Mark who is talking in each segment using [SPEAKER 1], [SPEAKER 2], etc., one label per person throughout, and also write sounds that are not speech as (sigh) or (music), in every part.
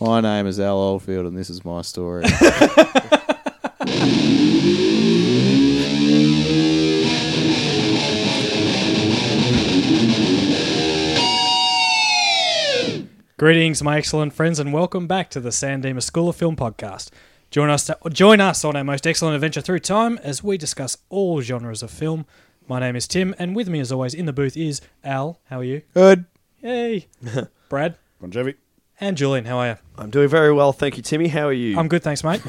[SPEAKER 1] My name is Al Oldfield, and this is my story.
[SPEAKER 2] Greetings, my excellent friends, and welcome back to the San Dimas School of Film podcast. Join us, join us on our most excellent adventure through time as we discuss all genres of film. My name is Tim, and with me, as always, in the booth is Al. How are you?
[SPEAKER 1] Good.
[SPEAKER 3] (laughs)
[SPEAKER 2] Hey, Brad
[SPEAKER 4] Bon Jovi.
[SPEAKER 2] and Julian. How are you?
[SPEAKER 3] I'm doing very well, thank you, Timmy. How are you?
[SPEAKER 2] I'm good, thanks,
[SPEAKER 3] (laughs)
[SPEAKER 2] mate.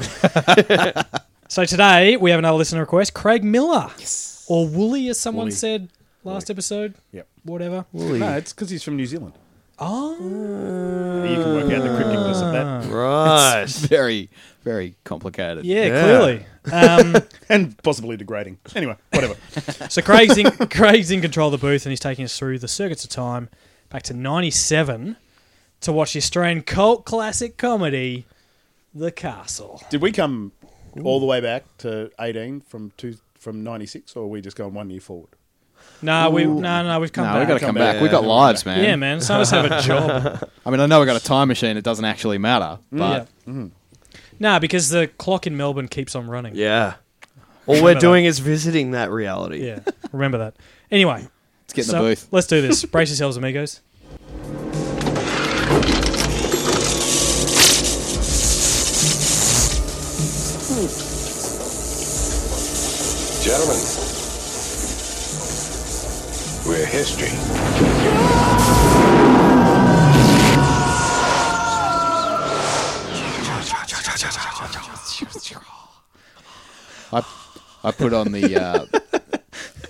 [SPEAKER 2] so today we have another listener request, Craig Miller. Yes. Or Wooly, as someone
[SPEAKER 4] Wooly.
[SPEAKER 2] said last episode.
[SPEAKER 4] Yep.
[SPEAKER 2] Whatever.
[SPEAKER 4] No, it's because he's from New Zealand.
[SPEAKER 2] Oh,
[SPEAKER 4] you can work out the crypticness of that.
[SPEAKER 3] right.
[SPEAKER 1] (laughs) Very, very complicated.
[SPEAKER 2] yeah,
[SPEAKER 3] Yeah.
[SPEAKER 2] clearly. Um,
[SPEAKER 4] And possibly degrading. Anyway,
[SPEAKER 3] (laughs)
[SPEAKER 4] whatever.
[SPEAKER 2] so Craig's in, (laughs) Craig's in control of the booth and he's taking us through the circuits of time back to 97 to watch the Australian cult classic comedy, The Castle.
[SPEAKER 4] Did we come all the way back to 18 from two, from 96, or are we just going one year forward?
[SPEAKER 2] No, we, no, no, we've
[SPEAKER 1] No,
[SPEAKER 2] come
[SPEAKER 1] we
[SPEAKER 2] back.
[SPEAKER 1] got to come back.
[SPEAKER 3] back.
[SPEAKER 1] We've got lives, man.
[SPEAKER 2] yeah, man, some of us have a job.
[SPEAKER 1] I mean, I know we got a time machine. It doesn't actually matter, (laughs) but
[SPEAKER 2] Mm,
[SPEAKER 1] mm.
[SPEAKER 2] yeah. Nah, because the clock in Melbourne keeps on running.
[SPEAKER 3] Yeah. All
[SPEAKER 2] Remember
[SPEAKER 3] we're
[SPEAKER 2] that.
[SPEAKER 3] doing is visiting that reality.
[SPEAKER 2] Yeah, remember that. Anyway,
[SPEAKER 1] let's get in
[SPEAKER 2] so
[SPEAKER 1] the booth.
[SPEAKER 2] let's do this. Brace yourselves, amigos.
[SPEAKER 5] Gentlemen, we're history.
[SPEAKER 1] I, I put on the. Uh,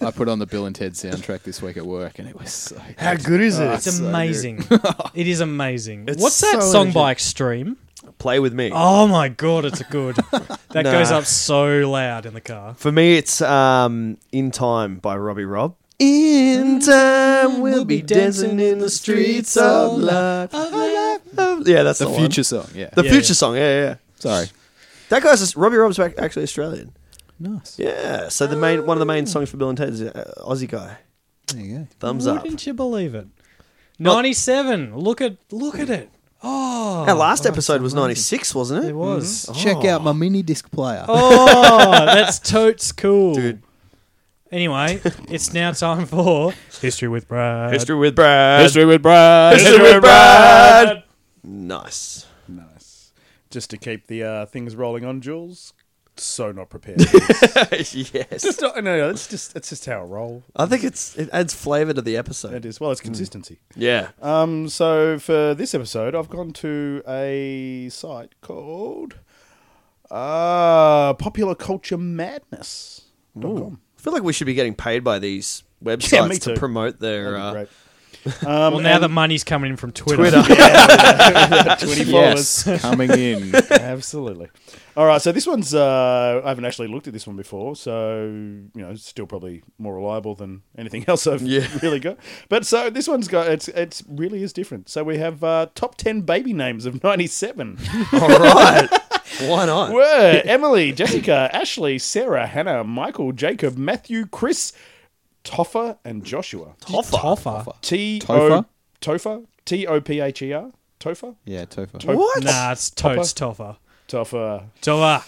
[SPEAKER 1] I put on the Bill and Ted soundtrack this week at work, and it was so.
[SPEAKER 3] How good is
[SPEAKER 1] Ah,
[SPEAKER 3] it?
[SPEAKER 2] It's amazing.
[SPEAKER 1] (laughs)
[SPEAKER 2] it is amazing.
[SPEAKER 3] It's
[SPEAKER 2] What's that
[SPEAKER 3] so
[SPEAKER 2] song by
[SPEAKER 3] energetic.
[SPEAKER 2] Extreme?
[SPEAKER 3] Play with me.
[SPEAKER 2] Oh my god, it's
[SPEAKER 3] (laughs)
[SPEAKER 2] good. That
[SPEAKER 3] Nah.
[SPEAKER 2] goes up so loud in the car.
[SPEAKER 3] For me, it's um, In Time by Robbie Rob. In time, we'll be dancing in the streets of love. Yeah, that's the,
[SPEAKER 1] The
[SPEAKER 3] one.
[SPEAKER 1] future song, yeah.
[SPEAKER 3] The
[SPEAKER 2] Yeah,
[SPEAKER 3] future
[SPEAKER 2] yeah.
[SPEAKER 3] song, yeah, yeah.
[SPEAKER 1] Sorry,
[SPEAKER 3] That guy's just, Robbie Rob's ac- actually Australian.
[SPEAKER 1] nice.
[SPEAKER 3] Yeah, so the main one of the main songs for Bill and Ted is uh, Aussie guy.
[SPEAKER 1] There you go.
[SPEAKER 3] Thumbs up.
[SPEAKER 2] Wouldn't you believe it? Ninety-seven. Look at look at it. Oh,
[SPEAKER 3] Our last
[SPEAKER 2] oh,
[SPEAKER 3] episode was '96, wasn't it?
[SPEAKER 2] It was.
[SPEAKER 1] Check out my mini disc player.
[SPEAKER 2] Mm-hmm. Oh, that's totes cool.
[SPEAKER 3] Dude. (laughs)
[SPEAKER 2] Anyway, it's now time for history with Brad.
[SPEAKER 3] History with Brad.
[SPEAKER 1] with Brad.
[SPEAKER 3] with Brad. Nice.
[SPEAKER 4] Nice. Just to keep the uh, things rolling on, Jules. So not prepared.
[SPEAKER 3] (laughs) yes.
[SPEAKER 4] just not, no, no, it's just it's just how I roll.
[SPEAKER 3] I think it's it adds flavour to the
[SPEAKER 4] It
[SPEAKER 3] episode.
[SPEAKER 4] is well, it's consistency.
[SPEAKER 3] Yeah.
[SPEAKER 4] Um, so for this episode, I've gone to a site called uh, Popular Culture Madness.
[SPEAKER 3] I feel like we should be getting paid by these
[SPEAKER 4] Yeah,
[SPEAKER 3] websites
[SPEAKER 4] me
[SPEAKER 3] to
[SPEAKER 4] too.
[SPEAKER 3] promote their uh, (laughs)
[SPEAKER 4] (laughs) Um,
[SPEAKER 2] Well, now
[SPEAKER 4] and-
[SPEAKER 2] the money's coming in from Twitter.
[SPEAKER 3] Twitter.
[SPEAKER 2] (laughs)
[SPEAKER 4] twenty followers.
[SPEAKER 1] Yes, coming in.
[SPEAKER 4] Absolutely. All right. So this one's uh, I haven't actually looked at this one before, so you know, it's still probably more reliable than anything (laughs) else I've
[SPEAKER 3] Yeah.
[SPEAKER 4] really got. But so this one's got it's it's really is different. So we have uh, top ten baby names of '97.
[SPEAKER 3] uh, (laughs) All right.
[SPEAKER 4] (laughs)
[SPEAKER 3] Why not?
[SPEAKER 4] Were Emily, Jessica, Ashley, Sarah, Hannah, Michael, Jacob, Matthew, Chris, Toffer, and Joshua.
[SPEAKER 3] Hoffa.
[SPEAKER 2] Hoffa.
[SPEAKER 4] T
[SPEAKER 1] Topher?
[SPEAKER 4] O Topher T O P H E R Topher
[SPEAKER 1] Yeah, tofu.
[SPEAKER 3] What?
[SPEAKER 2] Nah, it's totes Toffa.
[SPEAKER 4] Topher.
[SPEAKER 2] Toffa.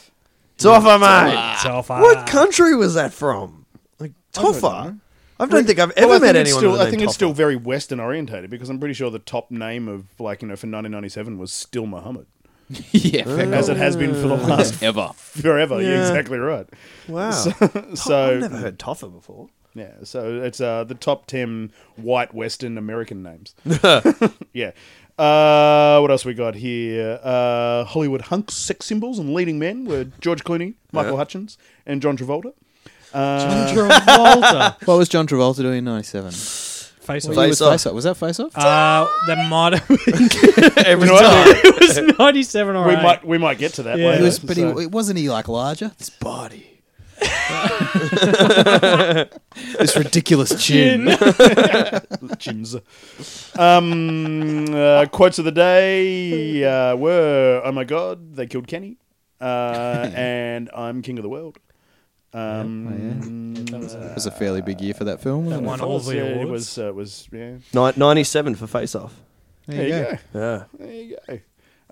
[SPEAKER 3] Toffa, mate.
[SPEAKER 2] Toffa.
[SPEAKER 3] Ah. What country was that from? Like Toffa. I don't think I've ever
[SPEAKER 4] Well, I
[SPEAKER 3] met
[SPEAKER 4] think it's
[SPEAKER 3] anyone.
[SPEAKER 4] Still,
[SPEAKER 3] with the
[SPEAKER 4] I think
[SPEAKER 3] name
[SPEAKER 4] it's still
[SPEAKER 3] Toffa.
[SPEAKER 4] very Western orientated because I'm pretty sure the top name of like you know for 1997 was still Muhammad,
[SPEAKER 1] (laughs) yeah, fair
[SPEAKER 4] as it has been for the
[SPEAKER 1] enough.
[SPEAKER 4] last (laughs)
[SPEAKER 1] ever.
[SPEAKER 4] forever. You're
[SPEAKER 3] Oh. Yeah.
[SPEAKER 4] exactly right.
[SPEAKER 3] Wow. I've
[SPEAKER 4] (laughs) So
[SPEAKER 3] never heard Toffa before.
[SPEAKER 4] yeah, so it's uh, the top ten white Western American names. (laughs) yeah. Uh, what else we got here? Uh, Hollywood hunks, sex symbols, and leading men were George Clooney, Michael Hutchins, and John Travolta. Uh,
[SPEAKER 2] Travolta.
[SPEAKER 3] (laughs)
[SPEAKER 1] What was John Travolta doing in '97?
[SPEAKER 2] Face
[SPEAKER 1] Well,
[SPEAKER 2] off.
[SPEAKER 1] he was
[SPEAKER 3] Face Off.
[SPEAKER 1] Face Off. Was that Face Off?
[SPEAKER 2] Uh, that might
[SPEAKER 3] (laughs)
[SPEAKER 2] have been
[SPEAKER 4] you know
[SPEAKER 2] (laughs)
[SPEAKER 4] what?
[SPEAKER 2] it was 97 or
[SPEAKER 4] we
[SPEAKER 2] 8.
[SPEAKER 4] might we might get to that
[SPEAKER 2] Yeah.
[SPEAKER 4] later.
[SPEAKER 1] he was, but
[SPEAKER 4] so-
[SPEAKER 1] he, wasn't he like larger? This body, (laughs) this ridiculous chin. (laughs)
[SPEAKER 4] Chins. (laughs) Um, uh, quotes of the day uh, were "Oh my God, they killed Kenny," uh, and "I'm King of the World." Um,
[SPEAKER 1] It was a fairly big year for that film. Wasn't
[SPEAKER 2] That
[SPEAKER 1] it?
[SPEAKER 2] one.
[SPEAKER 4] it
[SPEAKER 2] all
[SPEAKER 4] was,
[SPEAKER 2] the
[SPEAKER 4] yeah, it
[SPEAKER 2] awards.
[SPEAKER 4] was. Uh, it was. Yeah.
[SPEAKER 3] Ni- Ninety-seven for Face Off.
[SPEAKER 1] There
[SPEAKER 4] There
[SPEAKER 1] you
[SPEAKER 4] you
[SPEAKER 1] go.
[SPEAKER 4] go.
[SPEAKER 3] Yeah.
[SPEAKER 4] There you go.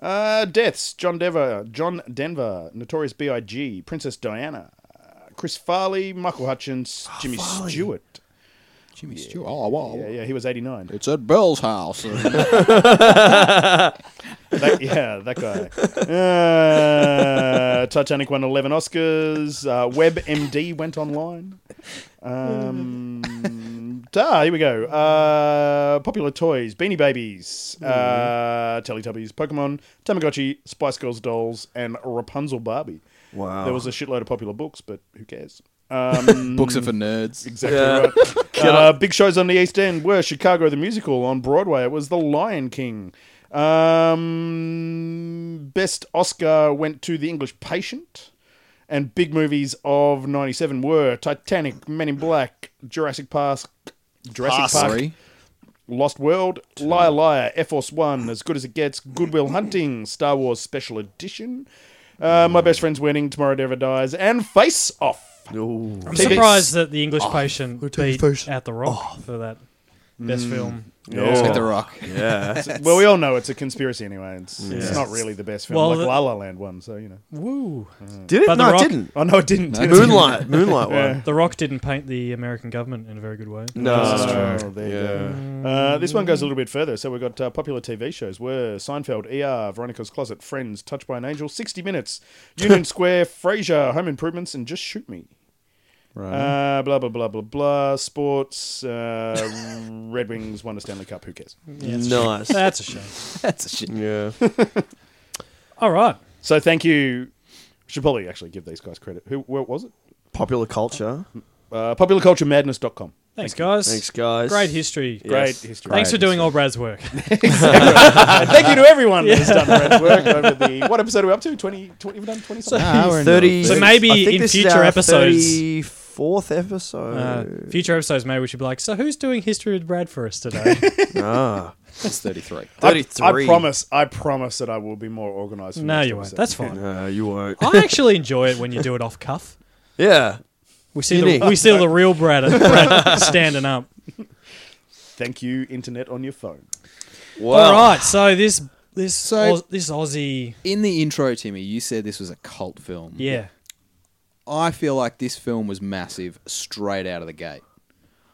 [SPEAKER 4] Uh, deaths: John Denver, John Denver, Notorious B.I.G., Princess Diana, uh, Chris Farley, Michael Hutchins, Jimmy Stewart.
[SPEAKER 1] Jimmy Stewart. Oh, wow.
[SPEAKER 4] Yeah, yeah, he was eighty-nine.
[SPEAKER 1] It's at Bell's (laughs) house.
[SPEAKER 4] That- yeah, that guy. Uh, Titanic won 11 Oscars. Uh, WebMD went online. Um, (laughs) ah, here we go. Uh, popular toys, Beanie Babies, uh, Teletubbies, Pokemon, Tamagotchi, Spice Girls dolls, and Rapunzel Barbie.
[SPEAKER 3] Wow.
[SPEAKER 4] There was a shitload of popular books, but who cares? Um,
[SPEAKER 1] Books are for nerds.
[SPEAKER 4] Exactly
[SPEAKER 3] Yeah.
[SPEAKER 4] right. uh, big shows on the East End were Chicago the Musical on Broadway. It was The Lion King. Um, best Oscar went to The English Patient. And big movies of '97 were Titanic, Men in Black, Jurassic Park, Jurassic
[SPEAKER 1] Pass.
[SPEAKER 4] Park,
[SPEAKER 1] Ah, Sorry.
[SPEAKER 4] Lost World, Liar Liar, Air Force One, As Good as It Gets, Goodwill Hunting, Star Wars Special Edition, uh, My Best Friend's Wedding, Tomorrow Never Dies, and Face Off.
[SPEAKER 3] Ooh.
[SPEAKER 2] I'm
[SPEAKER 4] Take
[SPEAKER 2] surprised that the English patient
[SPEAKER 3] taking
[SPEAKER 2] beat
[SPEAKER 3] first.
[SPEAKER 2] Out the Rock for that best film.
[SPEAKER 4] Yeah.
[SPEAKER 1] Hit the rock. (laughs)
[SPEAKER 3] Yeah.
[SPEAKER 4] well, we all know it's a conspiracy anyway. It's, it's
[SPEAKER 3] Yeah.
[SPEAKER 4] not really the best film.
[SPEAKER 2] Well,
[SPEAKER 4] like
[SPEAKER 2] the-
[SPEAKER 4] La La Land won, so you know.
[SPEAKER 2] Woo!
[SPEAKER 3] Did it?
[SPEAKER 2] But The
[SPEAKER 3] No, it
[SPEAKER 2] Rock-
[SPEAKER 4] (laughs)
[SPEAKER 3] didn't.
[SPEAKER 4] Oh no, it didn't. did it?
[SPEAKER 3] Moonlight. Moonlight one.
[SPEAKER 2] (laughs) The Rock didn't paint the American government in a very good way.
[SPEAKER 3] No.
[SPEAKER 4] Oh, there you go. Uh, this one goes a little bit further. So we've got uh, popular TV shows were Seinfeld, ER, Veronica's Closet, Friends, Touched by an Angel, 60 Minutes, Union Square, Frasier, Home Improvements, and Just Shoot Me.
[SPEAKER 1] Right.
[SPEAKER 4] Uh, blah, blah, blah, blah, blah. Sports, uh, (laughs) Red Wings won a Stanley Cup. Who cares? (laughs)
[SPEAKER 3] Nice.
[SPEAKER 2] That's a shame.
[SPEAKER 1] That's a shit.
[SPEAKER 3] Yeah.
[SPEAKER 2] All right.
[SPEAKER 4] So thank you. Should probably actually give these guys credit. Who? What was it?
[SPEAKER 3] Popular culture.
[SPEAKER 4] Uh, popularculturemadness.com.
[SPEAKER 2] Thanks, guys.
[SPEAKER 3] Thanks, guys.
[SPEAKER 2] Great history.
[SPEAKER 3] Yeah.
[SPEAKER 4] Great
[SPEAKER 3] Yes.
[SPEAKER 4] history.
[SPEAKER 2] Thanks for doing old Brad's
[SPEAKER 3] (laughs)
[SPEAKER 2] work.
[SPEAKER 4] And thank you to everyone that's done Brad's work over the. (laughs) What episode are we up to? 20, 20 we've done 20 something.
[SPEAKER 1] Ah, we're in
[SPEAKER 3] Thirty.
[SPEAKER 1] the-
[SPEAKER 2] So maybe in future episodes-
[SPEAKER 3] Fourth episode.
[SPEAKER 2] Uh, (laughs) future episodes, maybe we should be like, so who's doing history with Brad for us
[SPEAKER 3] (laughs)
[SPEAKER 2] today?
[SPEAKER 3] ah,
[SPEAKER 1] It's 33.
[SPEAKER 4] I,
[SPEAKER 3] thirty-three.
[SPEAKER 4] I promise, I promise that I will be more organised. for
[SPEAKER 2] no,
[SPEAKER 4] next
[SPEAKER 2] you won't.
[SPEAKER 4] episode.
[SPEAKER 2] That's
[SPEAKER 3] (laughs)
[SPEAKER 2] fine.
[SPEAKER 3] No, you won't.
[SPEAKER 2] I actually enjoy it when you do it off cuff.
[SPEAKER 3] yeah.
[SPEAKER 2] We see
[SPEAKER 3] Unique.
[SPEAKER 2] the, we see
[SPEAKER 3] (laughs)
[SPEAKER 2] the real Brad, Brad (laughs) standing up.
[SPEAKER 4] Thank you, internet on your phone.
[SPEAKER 3] Wow.
[SPEAKER 2] All right, so this this
[SPEAKER 1] So-
[SPEAKER 2] Aus- this Aussie,
[SPEAKER 1] In the intro, Timmy, you said this was a cult film.
[SPEAKER 2] yeah,
[SPEAKER 1] I feel like this film was massive straight out of the gate.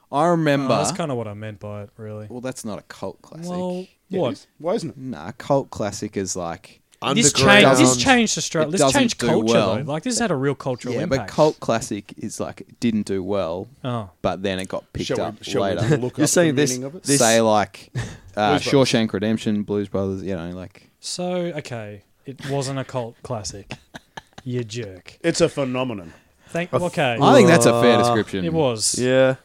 [SPEAKER 1] I remember.
[SPEAKER 2] Oh, that's kind of what I meant by it, really.
[SPEAKER 1] well, that's not a cult classic.
[SPEAKER 2] Well,
[SPEAKER 4] Yeah, it
[SPEAKER 2] what?
[SPEAKER 4] is. Why isn't it?
[SPEAKER 1] Nah, cult classic is like.
[SPEAKER 2] This
[SPEAKER 3] Underground.
[SPEAKER 2] changed. This changed Australia.
[SPEAKER 1] it
[SPEAKER 2] This
[SPEAKER 1] doesn't
[SPEAKER 2] changed
[SPEAKER 1] do
[SPEAKER 2] culture,
[SPEAKER 1] well.
[SPEAKER 2] though. Like this had a real cultural
[SPEAKER 1] yeah,
[SPEAKER 2] impact.
[SPEAKER 1] but cult classic is like it didn't do well,
[SPEAKER 2] Oh,
[SPEAKER 1] but then it got picked
[SPEAKER 4] Shall we-
[SPEAKER 1] up
[SPEAKER 4] shall we
[SPEAKER 1] later.
[SPEAKER 3] (laughs)
[SPEAKER 4] look
[SPEAKER 3] You're
[SPEAKER 1] (laughs)
[SPEAKER 4] up
[SPEAKER 3] saying
[SPEAKER 4] the
[SPEAKER 3] this-
[SPEAKER 4] meaning of it?
[SPEAKER 3] this-
[SPEAKER 1] Say like uh,
[SPEAKER 4] Blues Brothers.
[SPEAKER 1] Shawshank Redemption, Blues Brothers. You know, like
[SPEAKER 2] so okay, it wasn't a cult classic. You jerk.
[SPEAKER 4] It's a phenomenon.
[SPEAKER 2] Thank. Okay,
[SPEAKER 1] I think that's a fair
[SPEAKER 3] Uh,
[SPEAKER 1] description.
[SPEAKER 2] it was.
[SPEAKER 3] Yeah.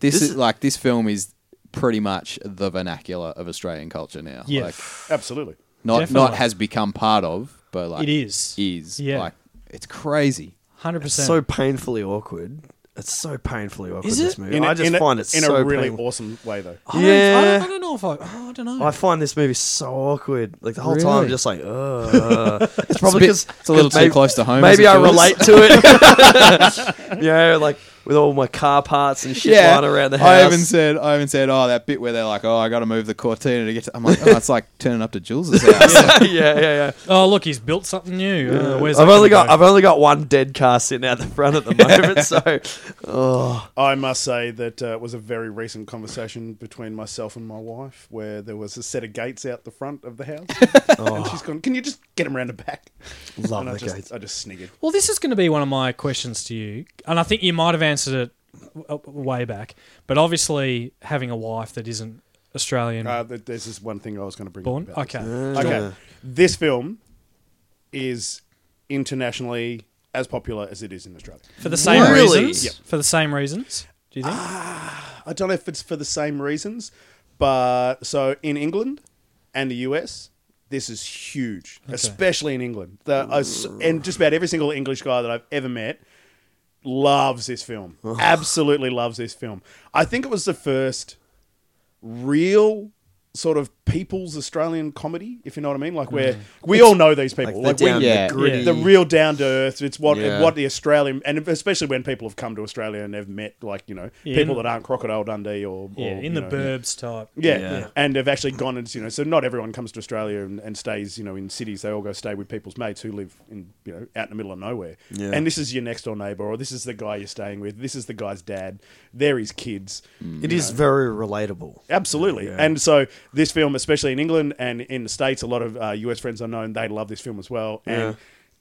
[SPEAKER 1] This,
[SPEAKER 3] This
[SPEAKER 1] is
[SPEAKER 3] is-
[SPEAKER 1] like this film is pretty much the vernacular of Australian culture now.
[SPEAKER 2] Yeah.
[SPEAKER 1] Like,
[SPEAKER 4] Absolutely.
[SPEAKER 1] not
[SPEAKER 2] Definitely.
[SPEAKER 1] not has become part of, but like
[SPEAKER 2] It is.
[SPEAKER 1] is
[SPEAKER 2] Yeah.
[SPEAKER 1] like it's crazy.
[SPEAKER 2] Hundred percent.
[SPEAKER 3] So painfully awkward. It's so painfully awkward.
[SPEAKER 2] Is
[SPEAKER 3] This
[SPEAKER 2] it?
[SPEAKER 3] movie.
[SPEAKER 4] a-
[SPEAKER 3] I just
[SPEAKER 4] a-
[SPEAKER 3] find it
[SPEAKER 4] in
[SPEAKER 3] so
[SPEAKER 4] a really
[SPEAKER 3] painful.
[SPEAKER 4] awesome way, though.
[SPEAKER 2] I don't, I, don't,
[SPEAKER 3] Yeah.
[SPEAKER 2] I don't know if I. Oh, I don't know.
[SPEAKER 3] I find this movie so awkward. Like the whole time,
[SPEAKER 1] Really?
[SPEAKER 3] I'm just like,
[SPEAKER 2] (laughs)
[SPEAKER 3] ugh. it's probably
[SPEAKER 1] bit-
[SPEAKER 3] because
[SPEAKER 1] it's a little too close to home, is
[SPEAKER 3] Maybe
[SPEAKER 1] it
[SPEAKER 3] I
[SPEAKER 1] yours?
[SPEAKER 3] relate to
[SPEAKER 2] (laughs)
[SPEAKER 3] it. (laughs) yeah, like with all my car parts and shit lying around the house.
[SPEAKER 1] I even said, I even said, oh, that bit where they're like, oh, I got to move the Cortina to get to. I'm like, oh, it's like turning up to Jules'
[SPEAKER 3] (laughs)
[SPEAKER 1] house.
[SPEAKER 3] yeah, yeah, yeah.
[SPEAKER 2] oh, look, he's built something new. Uh, where's
[SPEAKER 3] I've
[SPEAKER 2] that
[SPEAKER 3] only
[SPEAKER 2] gonna
[SPEAKER 3] got
[SPEAKER 2] go?
[SPEAKER 3] I've only got one dead car sitting out the front at the moment. So, oh,
[SPEAKER 4] I must say that uh, it was a very recent conversation between myself and my wife where there was a set of gates out the front of the
[SPEAKER 3] (laughs)
[SPEAKER 4] house. And she's gone, can you just get them around the back?
[SPEAKER 3] love
[SPEAKER 4] and I
[SPEAKER 3] the
[SPEAKER 4] just,
[SPEAKER 3] gates.
[SPEAKER 4] I just sniggered.
[SPEAKER 2] Well, this is going to be one of my questions to you, and I think you might have answered it w- w- way back. But obviously, having a wife that isn't Australian
[SPEAKER 4] Uh, th- there's this one thing I was going to bring
[SPEAKER 2] born,
[SPEAKER 4] up. about this.
[SPEAKER 2] okay,
[SPEAKER 4] Okay. This film is internationally as popular as it is in Australia.
[SPEAKER 2] for the same
[SPEAKER 3] Really?
[SPEAKER 2] reasons.
[SPEAKER 3] Yep.
[SPEAKER 2] For the same reasons. Do you think?
[SPEAKER 4] I don't know if it's for the same reasons, but so in England and the US, this is huge, especially in England. The, I s- and just about every single English guy that I've ever met loves this film. Absolutely loves this film. I think it was the first real sort of people's Australian comedy, if you know what I mean. Like where we all know these people,
[SPEAKER 3] Mm. Like
[SPEAKER 4] like,
[SPEAKER 3] the down
[SPEAKER 4] we,
[SPEAKER 1] Yeah.
[SPEAKER 3] the gritty.
[SPEAKER 4] the real down to earth. It's what
[SPEAKER 3] Yeah.
[SPEAKER 4] what the Australian and especially when people have come to Australia and they've met like you know
[SPEAKER 2] Yeah,
[SPEAKER 4] people
[SPEAKER 2] in-
[SPEAKER 4] that aren't crocodile Dundee or,
[SPEAKER 2] yeah,
[SPEAKER 4] or,
[SPEAKER 2] in
[SPEAKER 4] you
[SPEAKER 2] the
[SPEAKER 4] know,
[SPEAKER 2] burbs type.
[SPEAKER 4] Yeah.
[SPEAKER 3] Yeah.
[SPEAKER 4] and they've actually gone and you know so not everyone comes to Australia and, and stays you know in cities. They all go stay with people's mates who live in you know out in the middle of nowhere.
[SPEAKER 3] Yeah.
[SPEAKER 4] And this is your next door neighbor or this is the guy you're staying with. This is the guy's dad. They're his kids.
[SPEAKER 3] It is very relatable.
[SPEAKER 4] Absolutely. And so this film, especially in England and in the States, a lot of uh, US friends I know, and they love this film as well. And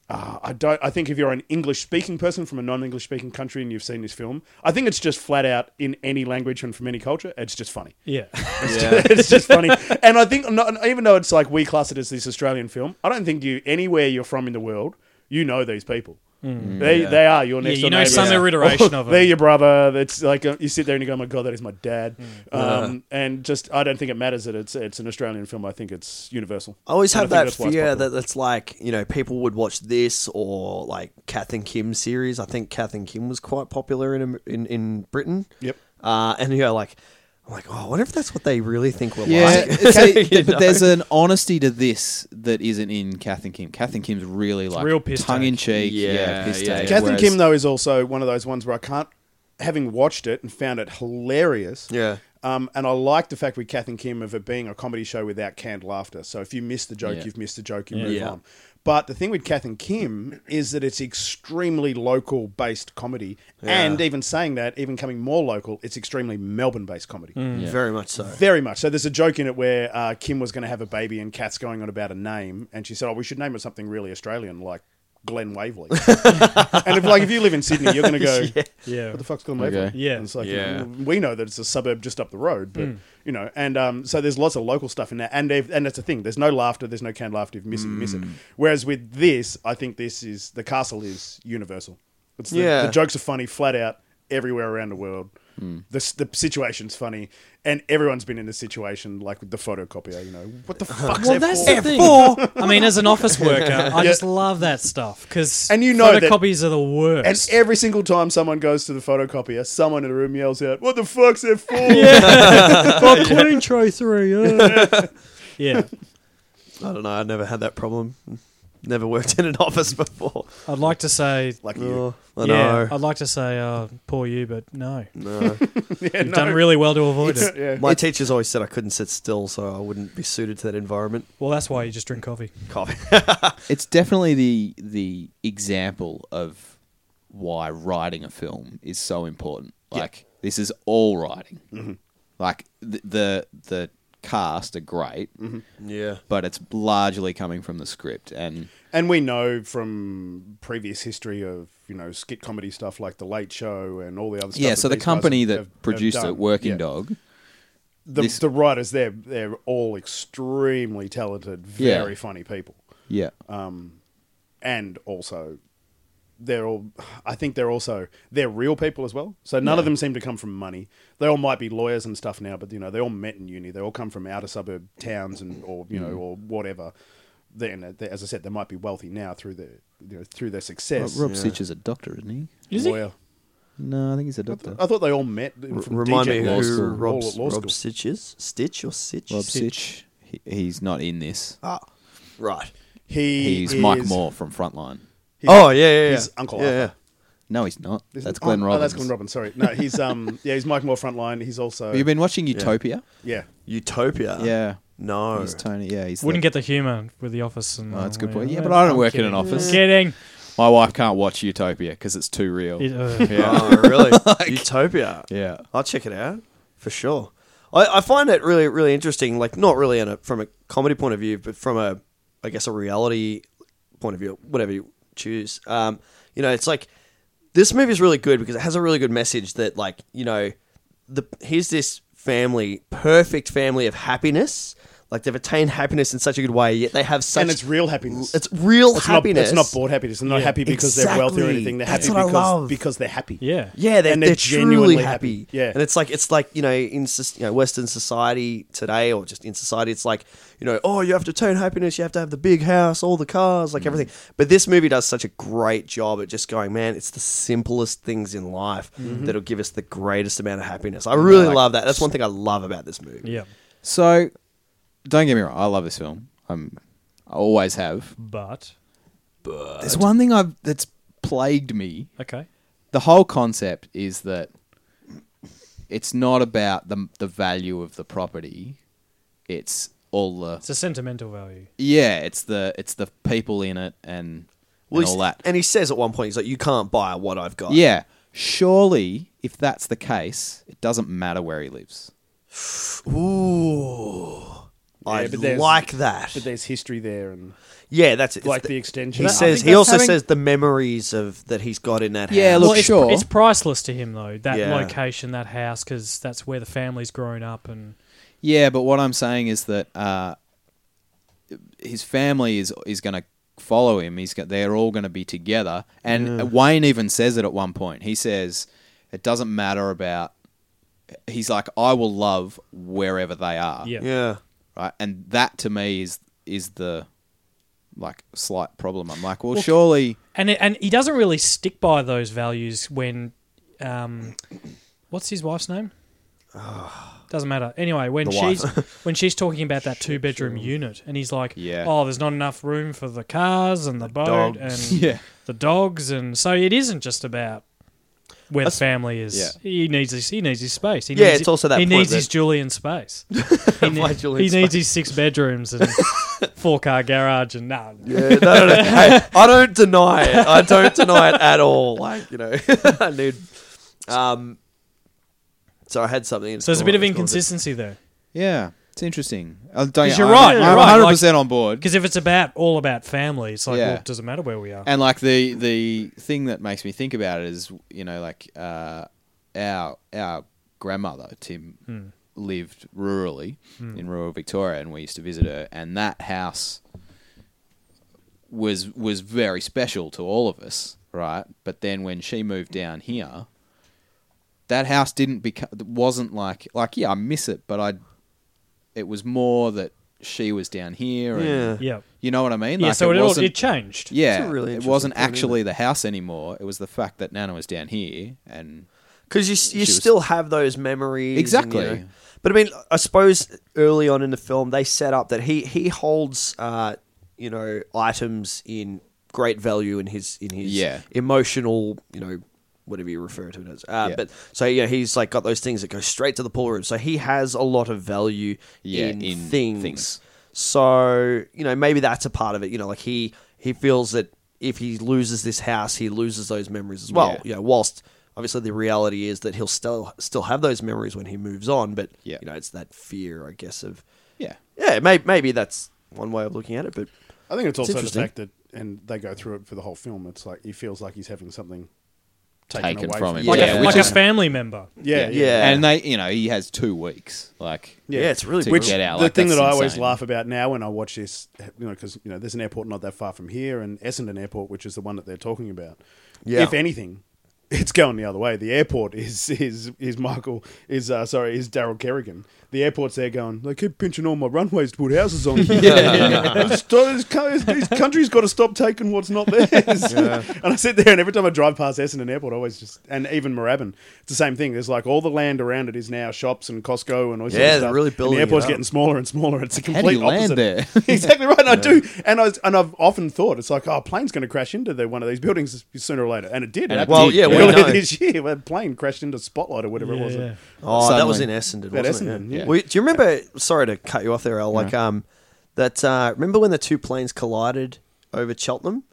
[SPEAKER 4] uh, I don't. I think if you're an English-speaking person from a non-English-speaking country and you've seen this film, I think it's just flat out in any language and from any culture, it's just funny.
[SPEAKER 2] Yeah.
[SPEAKER 1] (laughs)
[SPEAKER 4] (laughs) it's just funny. And I think, not, even though it's like we class it as this Australian film, I don't think you anywhere you're from in the world, you know these people.
[SPEAKER 3] Mm.
[SPEAKER 4] They they are your
[SPEAKER 2] yeah
[SPEAKER 4] next.
[SPEAKER 2] you know
[SPEAKER 4] (laughs)
[SPEAKER 2] some
[SPEAKER 3] Yeah.
[SPEAKER 2] iteration of
[SPEAKER 4] They're
[SPEAKER 2] it.
[SPEAKER 4] your brother. That's like uh, you sit there and you go, "My God, that is my dad."
[SPEAKER 3] Mm.
[SPEAKER 4] Um, and just, I don't think it matters that it's it's an Australian film. I think it's universal.
[SPEAKER 3] I always
[SPEAKER 4] And
[SPEAKER 3] have
[SPEAKER 4] think
[SPEAKER 3] that
[SPEAKER 4] that's why it's
[SPEAKER 3] fear
[SPEAKER 4] popular.
[SPEAKER 3] that it's like, you know, people would watch this or like Kath and Kim series. I think Kath and Kim was quite popular in Am- in, in Britain.
[SPEAKER 4] Yep.
[SPEAKER 3] Uh, and you're like, I'm like, oh, I wonder if that's what they really think we're
[SPEAKER 1] Yeah, (laughs)
[SPEAKER 3] (laughs) like.
[SPEAKER 1] it's a-
[SPEAKER 3] You know?
[SPEAKER 1] but there's an honesty to this that isn't in Kath and Kim. Kath and Kim's really like
[SPEAKER 2] real piss
[SPEAKER 1] tongue in cheek.
[SPEAKER 3] Yeah,
[SPEAKER 1] Yeah, piss
[SPEAKER 3] yeah,
[SPEAKER 1] take.
[SPEAKER 3] yeah.
[SPEAKER 4] Kath and
[SPEAKER 1] Whereas-
[SPEAKER 4] Kim though is also one of those ones where I can't, having watched it and found it hilarious.
[SPEAKER 3] Yeah.
[SPEAKER 4] Um, and I like the fact with Kath and Kim of it being a comedy show without canned laughter. So if you miss the joke,
[SPEAKER 1] Yeah.
[SPEAKER 4] you've missed the joke. You move
[SPEAKER 3] Yeah.
[SPEAKER 4] on. But the thing with Kath and Kim is that it's extremely local based comedy. And even saying that, even coming more local, it's extremely Melbourne based comedy.
[SPEAKER 3] Very much so.
[SPEAKER 4] Very much. So there's a joke in it where uh, Kim was going to have a baby and Kat's going on about a name, and she said, "Oh, we should name it something really Australian, like Glen Waverley." and if like if you live in Sydney, you're going to go,
[SPEAKER 2] Yeah.
[SPEAKER 4] "What the fuck's Glen
[SPEAKER 1] Okay.
[SPEAKER 4] Waverley?"
[SPEAKER 2] Yeah.
[SPEAKER 4] And it's like
[SPEAKER 3] Yeah.
[SPEAKER 4] we know that it's a suburb just up the road, but you know, and um, so there's lots of local stuff in there, and they've- and that's the thing. There's no laughter. There's no canned laughter. If you miss it, you miss it. Whereas with this, I think this is the castle is universal. It's the,
[SPEAKER 3] Yeah.
[SPEAKER 4] the jokes are funny flat out everywhere around the world. The, s- the situation's funny, and everyone's been in the situation like with the photocopier. You know what the fuck's
[SPEAKER 2] Well,
[SPEAKER 4] that
[SPEAKER 2] that's
[SPEAKER 4] for?
[SPEAKER 2] the thing.
[SPEAKER 1] (laughs)
[SPEAKER 2] I mean, as an office worker, I just love that stuff because
[SPEAKER 4] And you know that-
[SPEAKER 2] photocopies are the worst. (laughs)
[SPEAKER 4] And every single time someone goes to the photocopier, someone in the room yells out, "What the fuck's that for?"
[SPEAKER 2] Fuck clean tray three. Yeah. (laughs) yeah,
[SPEAKER 3] I don't know. I've never had that problem. Never worked (laughs) in an office before.
[SPEAKER 2] I'd like to say.
[SPEAKER 4] Like you,
[SPEAKER 3] Oh, I
[SPEAKER 2] yeah,
[SPEAKER 3] know.
[SPEAKER 2] I'd like to say, uh, poor you, but no.
[SPEAKER 3] No.
[SPEAKER 4] (laughs) yeah,
[SPEAKER 2] You've done really well to avoid it.
[SPEAKER 4] yeah.
[SPEAKER 3] My teachers always said I couldn't sit still, so I wouldn't be suited to that environment.
[SPEAKER 2] Well, that's why you just drink coffee.
[SPEAKER 3] (laughs) Coffee.
[SPEAKER 1] It's definitely the the example of why writing a film is so important. Like this is all writing.
[SPEAKER 4] Mm-hmm.
[SPEAKER 1] Like the, the the cast are great,
[SPEAKER 4] Mm-hmm.
[SPEAKER 3] yeah.
[SPEAKER 1] but it's largely coming from the script and
[SPEAKER 4] And we know from previous history of you know skit comedy stuff like The Late Show and all the other stuff.
[SPEAKER 1] yeah.
[SPEAKER 4] that
[SPEAKER 1] So the
[SPEAKER 4] these guys
[SPEAKER 1] company
[SPEAKER 4] have-
[SPEAKER 1] that
[SPEAKER 4] have- have
[SPEAKER 1] produced
[SPEAKER 4] done.
[SPEAKER 1] it, Working
[SPEAKER 4] Yeah.
[SPEAKER 1] Dog,
[SPEAKER 4] the,
[SPEAKER 1] this-
[SPEAKER 4] the writers they're they're all extremely talented,
[SPEAKER 1] Yeah.
[SPEAKER 4] very funny people,
[SPEAKER 1] yeah,
[SPEAKER 4] and also they're all I think they're also they're real people as well. So none of them seem to come from money. They all might be lawyers and stuff now, but you know they all met in uni. They all come from outer suburb towns and or you
[SPEAKER 1] Mm.
[SPEAKER 4] know or whatever. Then, as I said, they might be wealthy now through their you know, through their
[SPEAKER 1] Rob,
[SPEAKER 4] success.
[SPEAKER 1] Rob Sitch is a doctor, isn't he?
[SPEAKER 2] Is he?
[SPEAKER 4] Lawyer.
[SPEAKER 1] No, I think he's a doctor.
[SPEAKER 4] I thought they all met.
[SPEAKER 3] R-
[SPEAKER 4] From
[SPEAKER 3] remind
[SPEAKER 4] DJ
[SPEAKER 3] me
[SPEAKER 4] law
[SPEAKER 3] who
[SPEAKER 4] school,
[SPEAKER 3] Rob,
[SPEAKER 4] all at law
[SPEAKER 3] Rob
[SPEAKER 4] school.
[SPEAKER 3] Sitch is? Stitch or Sitch?
[SPEAKER 1] Rob Sitch. He, he's not in this.
[SPEAKER 3] Ah, right.
[SPEAKER 4] He
[SPEAKER 1] He's
[SPEAKER 4] is-
[SPEAKER 1] Mike Moore from Frontline.
[SPEAKER 3] oh yeah, yeah, yeah.
[SPEAKER 4] he's Uncle
[SPEAKER 3] yeah,
[SPEAKER 4] Arthur.
[SPEAKER 1] No, he's not.
[SPEAKER 4] Isn't-
[SPEAKER 1] that's Glenn
[SPEAKER 4] oh,
[SPEAKER 1] Robbins.
[SPEAKER 4] Oh, that's Glenn Robbins. Sorry, no, he's um, (laughs) yeah, he's Mike Moore frontline. He's also
[SPEAKER 1] Have you been watching Utopia?
[SPEAKER 4] yeah.
[SPEAKER 3] yeah. Utopia.
[SPEAKER 1] Yeah.
[SPEAKER 3] Uh, No.
[SPEAKER 1] He's Tony. Yeah, he's.
[SPEAKER 2] Wouldn't
[SPEAKER 1] the,
[SPEAKER 2] get the humour with the office. And
[SPEAKER 1] Oh, that's a good
[SPEAKER 2] all,
[SPEAKER 1] point. Yeah, but I don't
[SPEAKER 2] I'm
[SPEAKER 1] work in
[SPEAKER 2] kidding.
[SPEAKER 1] an office.
[SPEAKER 2] Kidding.
[SPEAKER 1] My wife can't watch Utopia because it's too real.
[SPEAKER 2] It, uh,
[SPEAKER 1] (laughs)
[SPEAKER 3] Oh (laughs) really? Utopia.
[SPEAKER 1] yeah.
[SPEAKER 3] I'll check it out for sure. I, I find it really, really interesting. Like, not really in a, from a comedy point of view, but from a, I guess, a reality point of view, whatever you choose. Um, you know, it's like this movie is really good because it has a really good message that, like, you know, the here's this family, perfect family of happiness. Like they've attained happiness in such a good way, yet they have such
[SPEAKER 4] and it's real happiness.
[SPEAKER 3] it's real
[SPEAKER 4] It's not,
[SPEAKER 3] happiness.
[SPEAKER 4] it's not bored happiness. They're not happy because they're wealthy or
[SPEAKER 3] Exactly.
[SPEAKER 4] anything. They're
[SPEAKER 3] That's
[SPEAKER 4] happy
[SPEAKER 3] what I
[SPEAKER 4] because,
[SPEAKER 3] love.
[SPEAKER 4] because they're happy.
[SPEAKER 2] yeah.
[SPEAKER 3] Yeah, they're,
[SPEAKER 4] And
[SPEAKER 3] they're,
[SPEAKER 4] they're genuinely
[SPEAKER 3] genuinely happy.
[SPEAKER 4] happy. Yeah.
[SPEAKER 3] and it's like it's like you know in soc- you know Western society today, or just in society, it's like you know oh you have to attain happiness, you have to have the big house, all the cars,
[SPEAKER 4] Mm.
[SPEAKER 3] like everything. But this movie does such a great job at just going, man, it's the simplest things in life
[SPEAKER 4] Mm-hmm.
[SPEAKER 3] that'll give us the greatest amount of happiness. I really love that. That's one thing I love about this movie.
[SPEAKER 2] Yeah.
[SPEAKER 1] So, don't get me wrong. I love this film. I'm, I always have.
[SPEAKER 2] But
[SPEAKER 1] There's one thing I've that's plagued me.
[SPEAKER 2] okay,
[SPEAKER 1] The whole concept is that it's not about the the value of the property. It's all the
[SPEAKER 2] it's a sentimental value.
[SPEAKER 1] yeah. It's the it's the people in it and,
[SPEAKER 3] Well,
[SPEAKER 1] and all
[SPEAKER 3] he's-
[SPEAKER 1] that.
[SPEAKER 3] And he says at one point, he's like, "You can't buy what I've got."
[SPEAKER 1] yeah. Surely, if that's the case, it doesn't matter where he lives.
[SPEAKER 3] Ooh, I
[SPEAKER 4] Yeah, but there's-
[SPEAKER 3] like that.
[SPEAKER 4] But there's history there, and
[SPEAKER 3] yeah, that's it. It's
[SPEAKER 4] like
[SPEAKER 3] the-
[SPEAKER 4] the extension.
[SPEAKER 3] he
[SPEAKER 4] I
[SPEAKER 3] says
[SPEAKER 4] think
[SPEAKER 3] he
[SPEAKER 4] that's
[SPEAKER 3] also
[SPEAKER 4] having-
[SPEAKER 3] says the memories of that he's got in that.
[SPEAKER 1] Yeah,
[SPEAKER 3] house.
[SPEAKER 1] look,
[SPEAKER 2] it's,
[SPEAKER 1] sure.
[SPEAKER 2] it's priceless to him though that
[SPEAKER 3] Yeah.
[SPEAKER 2] location, that house, because that's where the family's grown up and
[SPEAKER 1] Yeah, but what I'm saying is that uh, his family is is going to follow him. He's go- they're all going to be together. And Wayne even says it at one point. He says it doesn't matter about. He's like, I will love wherever they are.
[SPEAKER 2] yeah.
[SPEAKER 3] yeah,
[SPEAKER 1] Right. And that to me is is the like slight problem. I'm like, well, surely.
[SPEAKER 2] and it, and he doesn't really stick by those values when, um, what's his wife's name?
[SPEAKER 3] Ah.
[SPEAKER 2] Doesn't matter. Anyway, when
[SPEAKER 1] The wife.
[SPEAKER 2] she's
[SPEAKER 3] (laughs)
[SPEAKER 2] when she's talking about that two bedroom unit, and he's like,
[SPEAKER 1] Yeah.
[SPEAKER 2] "Oh, there's not enough room for the cars and the, boat
[SPEAKER 3] dogs. (laughs)
[SPEAKER 2] and
[SPEAKER 1] Yeah.
[SPEAKER 2] the dogs," and so it isn't just about where the
[SPEAKER 3] That's-
[SPEAKER 2] family is.
[SPEAKER 1] yeah.
[SPEAKER 2] He needs his he needs his space. He
[SPEAKER 3] Yeah,
[SPEAKER 2] needs
[SPEAKER 3] it's also that
[SPEAKER 2] he
[SPEAKER 3] point
[SPEAKER 2] needs his
[SPEAKER 3] that-
[SPEAKER 2] Julian
[SPEAKER 3] (laughs)
[SPEAKER 2] space. He, ne-
[SPEAKER 3] My Julian
[SPEAKER 2] he needs his six bedrooms
[SPEAKER 3] (laughs)
[SPEAKER 2] and four car garage and no.
[SPEAKER 3] Yeah, no, no, no. Hey, (laughs) I don't deny it. I don't deny it at all. Like you know, (laughs) I need. Um, so I had something.
[SPEAKER 2] So there's a bit of
[SPEAKER 3] it's gone.
[SPEAKER 2] inconsistency there.
[SPEAKER 1] Yeah, it's interesting. I don't,
[SPEAKER 2] 'Cause you're
[SPEAKER 1] I'm,
[SPEAKER 2] right, you're
[SPEAKER 1] I'm
[SPEAKER 2] right,
[SPEAKER 1] 100 percent on board.
[SPEAKER 2] Because if it's about all about family, it's like,
[SPEAKER 1] Yeah.
[SPEAKER 2] well, it doesn't matter where we are.
[SPEAKER 1] And like the the thing that makes me think about it is, you know, like uh, our our grandmother Tim
[SPEAKER 2] Hmm.
[SPEAKER 1] lived rurally in rural Victoria, and we used to visit her, and that house was was very special to all of us, right? But then when she moved down here, that house didn't become wasn't like like yeah, I miss it, but I it was more that she was down here, and
[SPEAKER 3] Yeah.
[SPEAKER 2] yeah.
[SPEAKER 1] you know what I mean?
[SPEAKER 2] yeah,
[SPEAKER 1] Like,
[SPEAKER 2] so it, all,
[SPEAKER 1] wasn't-
[SPEAKER 2] it changed.
[SPEAKER 1] yeah,
[SPEAKER 3] It's a really
[SPEAKER 1] it
[SPEAKER 3] interesting
[SPEAKER 1] wasn't
[SPEAKER 3] point, isn't
[SPEAKER 1] actually the house anymore. It was the fact that Nana was down here, and
[SPEAKER 3] because you s- you
[SPEAKER 1] She was-
[SPEAKER 3] still have those memories and,
[SPEAKER 1] Exactly.
[SPEAKER 3] you know. but I mean, I suppose early on in the film they set up that he he holds uh, you know items in great value in his in his
[SPEAKER 1] Yeah.
[SPEAKER 3] emotional you know whatever you refer to it as. Uh,
[SPEAKER 1] Yeah.
[SPEAKER 3] But so yeah, he's like got those things that go straight to the pool room. So he has a lot of value
[SPEAKER 1] Yeah,
[SPEAKER 3] in,
[SPEAKER 1] in
[SPEAKER 3] things.
[SPEAKER 1] things.
[SPEAKER 3] So you know maybe that's a part of it. You know, like he he feels that if he loses this house, he loses those memories as well.
[SPEAKER 1] Yeah.
[SPEAKER 3] You know, whilst obviously the reality is that he'll still still have those memories when he moves on, but
[SPEAKER 1] Yeah.
[SPEAKER 3] you know, it's that fear, I guess, of
[SPEAKER 1] yeah,
[SPEAKER 3] yeah, maybe, maybe that's one way of looking at it, but
[SPEAKER 4] I think it's also the
[SPEAKER 3] interesting.
[SPEAKER 4] fact that, and they go through it for the whole film. It's like he feels like he's having something taken,
[SPEAKER 1] Taken
[SPEAKER 4] away
[SPEAKER 1] from him.
[SPEAKER 2] Like,
[SPEAKER 1] Yeah,
[SPEAKER 2] a,
[SPEAKER 1] which
[SPEAKER 2] like
[SPEAKER 1] is-
[SPEAKER 2] a family member.
[SPEAKER 4] yeah, yeah.
[SPEAKER 3] yeah,
[SPEAKER 1] and they, you know, he has two weeks, like
[SPEAKER 3] yeah, it's really
[SPEAKER 1] to
[SPEAKER 3] brutal.
[SPEAKER 1] get out.
[SPEAKER 4] the
[SPEAKER 1] like,
[SPEAKER 4] thing that
[SPEAKER 1] that's
[SPEAKER 4] I always
[SPEAKER 1] insane.
[SPEAKER 4] laugh about now when I watch this, you know, because you know, there's an airport not that far from here, and Essendon Airport, which is the one that they're talking about.
[SPEAKER 3] Yeah.
[SPEAKER 4] If anything, it's going the other way. The airport is (laughs) is is Michael is uh, sorry is Daryl Kerrigan. The airport's there going. They keep pinching all my runways to put houses on. (laughs)
[SPEAKER 3] (laughs)
[SPEAKER 4] this, this co- this country's got to stop taking what's not theirs. (laughs) And I sit there, and every time I drive past Essendon Airport, I always just and even Moorabbin, it's the same thing. There's like all the land around it is now shops and Costco and all
[SPEAKER 3] Yeah,
[SPEAKER 4] yeah,
[SPEAKER 3] they're really building
[SPEAKER 4] The
[SPEAKER 3] it
[SPEAKER 4] airport's
[SPEAKER 3] up.
[SPEAKER 4] getting smaller and smaller. It's a
[SPEAKER 1] do
[SPEAKER 4] complete
[SPEAKER 1] you land
[SPEAKER 4] opposite.
[SPEAKER 3] (laughs)
[SPEAKER 1] there?
[SPEAKER 4] (laughs)
[SPEAKER 1] (laughs)
[SPEAKER 4] exactly right. And I do, and I was, and I've often thought it's like, oh, a plane's going to crash into the, one of these buildings sooner or later, and it did. it
[SPEAKER 1] it
[SPEAKER 4] happened
[SPEAKER 3] Well, did, yeah, we
[SPEAKER 4] (laughs) earlier
[SPEAKER 3] know.
[SPEAKER 4] this year, where a plane crashed into Spotlight or whatever it was.
[SPEAKER 2] Yeah.
[SPEAKER 3] Oh, that was in
[SPEAKER 1] Suddenly.
[SPEAKER 3] Essendon,
[SPEAKER 4] That
[SPEAKER 3] wasn't
[SPEAKER 4] Essendon,
[SPEAKER 3] it?
[SPEAKER 4] yeah.
[SPEAKER 3] Well, do you remember? Sorry to cut you off there, Al. Like, um, that uh, remember when the two planes collided over Cheltenham?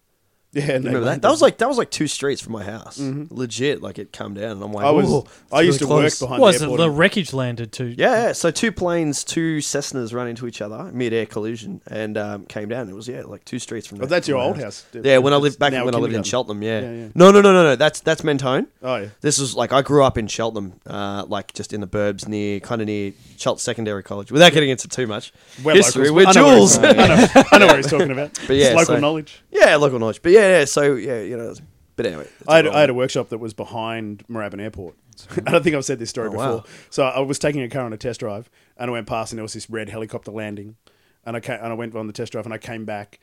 [SPEAKER 4] Yeah, and they
[SPEAKER 3] Remember that?
[SPEAKER 4] landed. Mm-hmm.
[SPEAKER 3] That was like that was like two streets from my house. Legit, like it come down, and I'm like,
[SPEAKER 4] I was.
[SPEAKER 3] "Ooh, it's
[SPEAKER 4] I used to
[SPEAKER 3] really close."
[SPEAKER 4] work behind
[SPEAKER 2] Was
[SPEAKER 4] the
[SPEAKER 2] it
[SPEAKER 4] airport.
[SPEAKER 2] the wreckage landed to?
[SPEAKER 3] Yeah, yeah, so two planes, two Cessnas run into each other mid-air collision, and um, came down. It was yeah, like two streets from.
[SPEAKER 4] Oh,
[SPEAKER 3] the-
[SPEAKER 4] that's your
[SPEAKER 3] from
[SPEAKER 4] old
[SPEAKER 3] my
[SPEAKER 4] house.
[SPEAKER 3] Yeah, when I
[SPEAKER 4] It's
[SPEAKER 3] lived back
[SPEAKER 4] now
[SPEAKER 3] when I lived in
[SPEAKER 4] kindergarten.
[SPEAKER 3] Cheltenham. Yeah.
[SPEAKER 4] Yeah, yeah.
[SPEAKER 3] No, no, no, no, no. That's that's Mentone.
[SPEAKER 4] Oh, yeah.
[SPEAKER 3] This was like I grew up in Cheltenham, uh, like just in the burbs near, kind of near Chelt Secondary College. Without getting into too much
[SPEAKER 4] We're
[SPEAKER 3] history,
[SPEAKER 4] locals.
[SPEAKER 3] we're
[SPEAKER 4] I know where
[SPEAKER 3] Jules.
[SPEAKER 4] he's- I know, I know what he's talking about.
[SPEAKER 3] (laughs) But yeah,
[SPEAKER 4] it's local
[SPEAKER 3] so-
[SPEAKER 4] knowledge.
[SPEAKER 3] (laughs) yeah, local knowledge. But yeah, yeah. So yeah, you know. But anyway, that's
[SPEAKER 4] I had,
[SPEAKER 3] about
[SPEAKER 4] I had
[SPEAKER 3] it.
[SPEAKER 4] a workshop that was behind Moorabbin Airport. (laughs) I don't think I've said this story
[SPEAKER 3] Oh,
[SPEAKER 4] before.
[SPEAKER 3] wow.
[SPEAKER 4] So I was taking a car on a test drive, and I went past, and there was this red helicopter landing, and I ca and I went on the test drive, and I came back,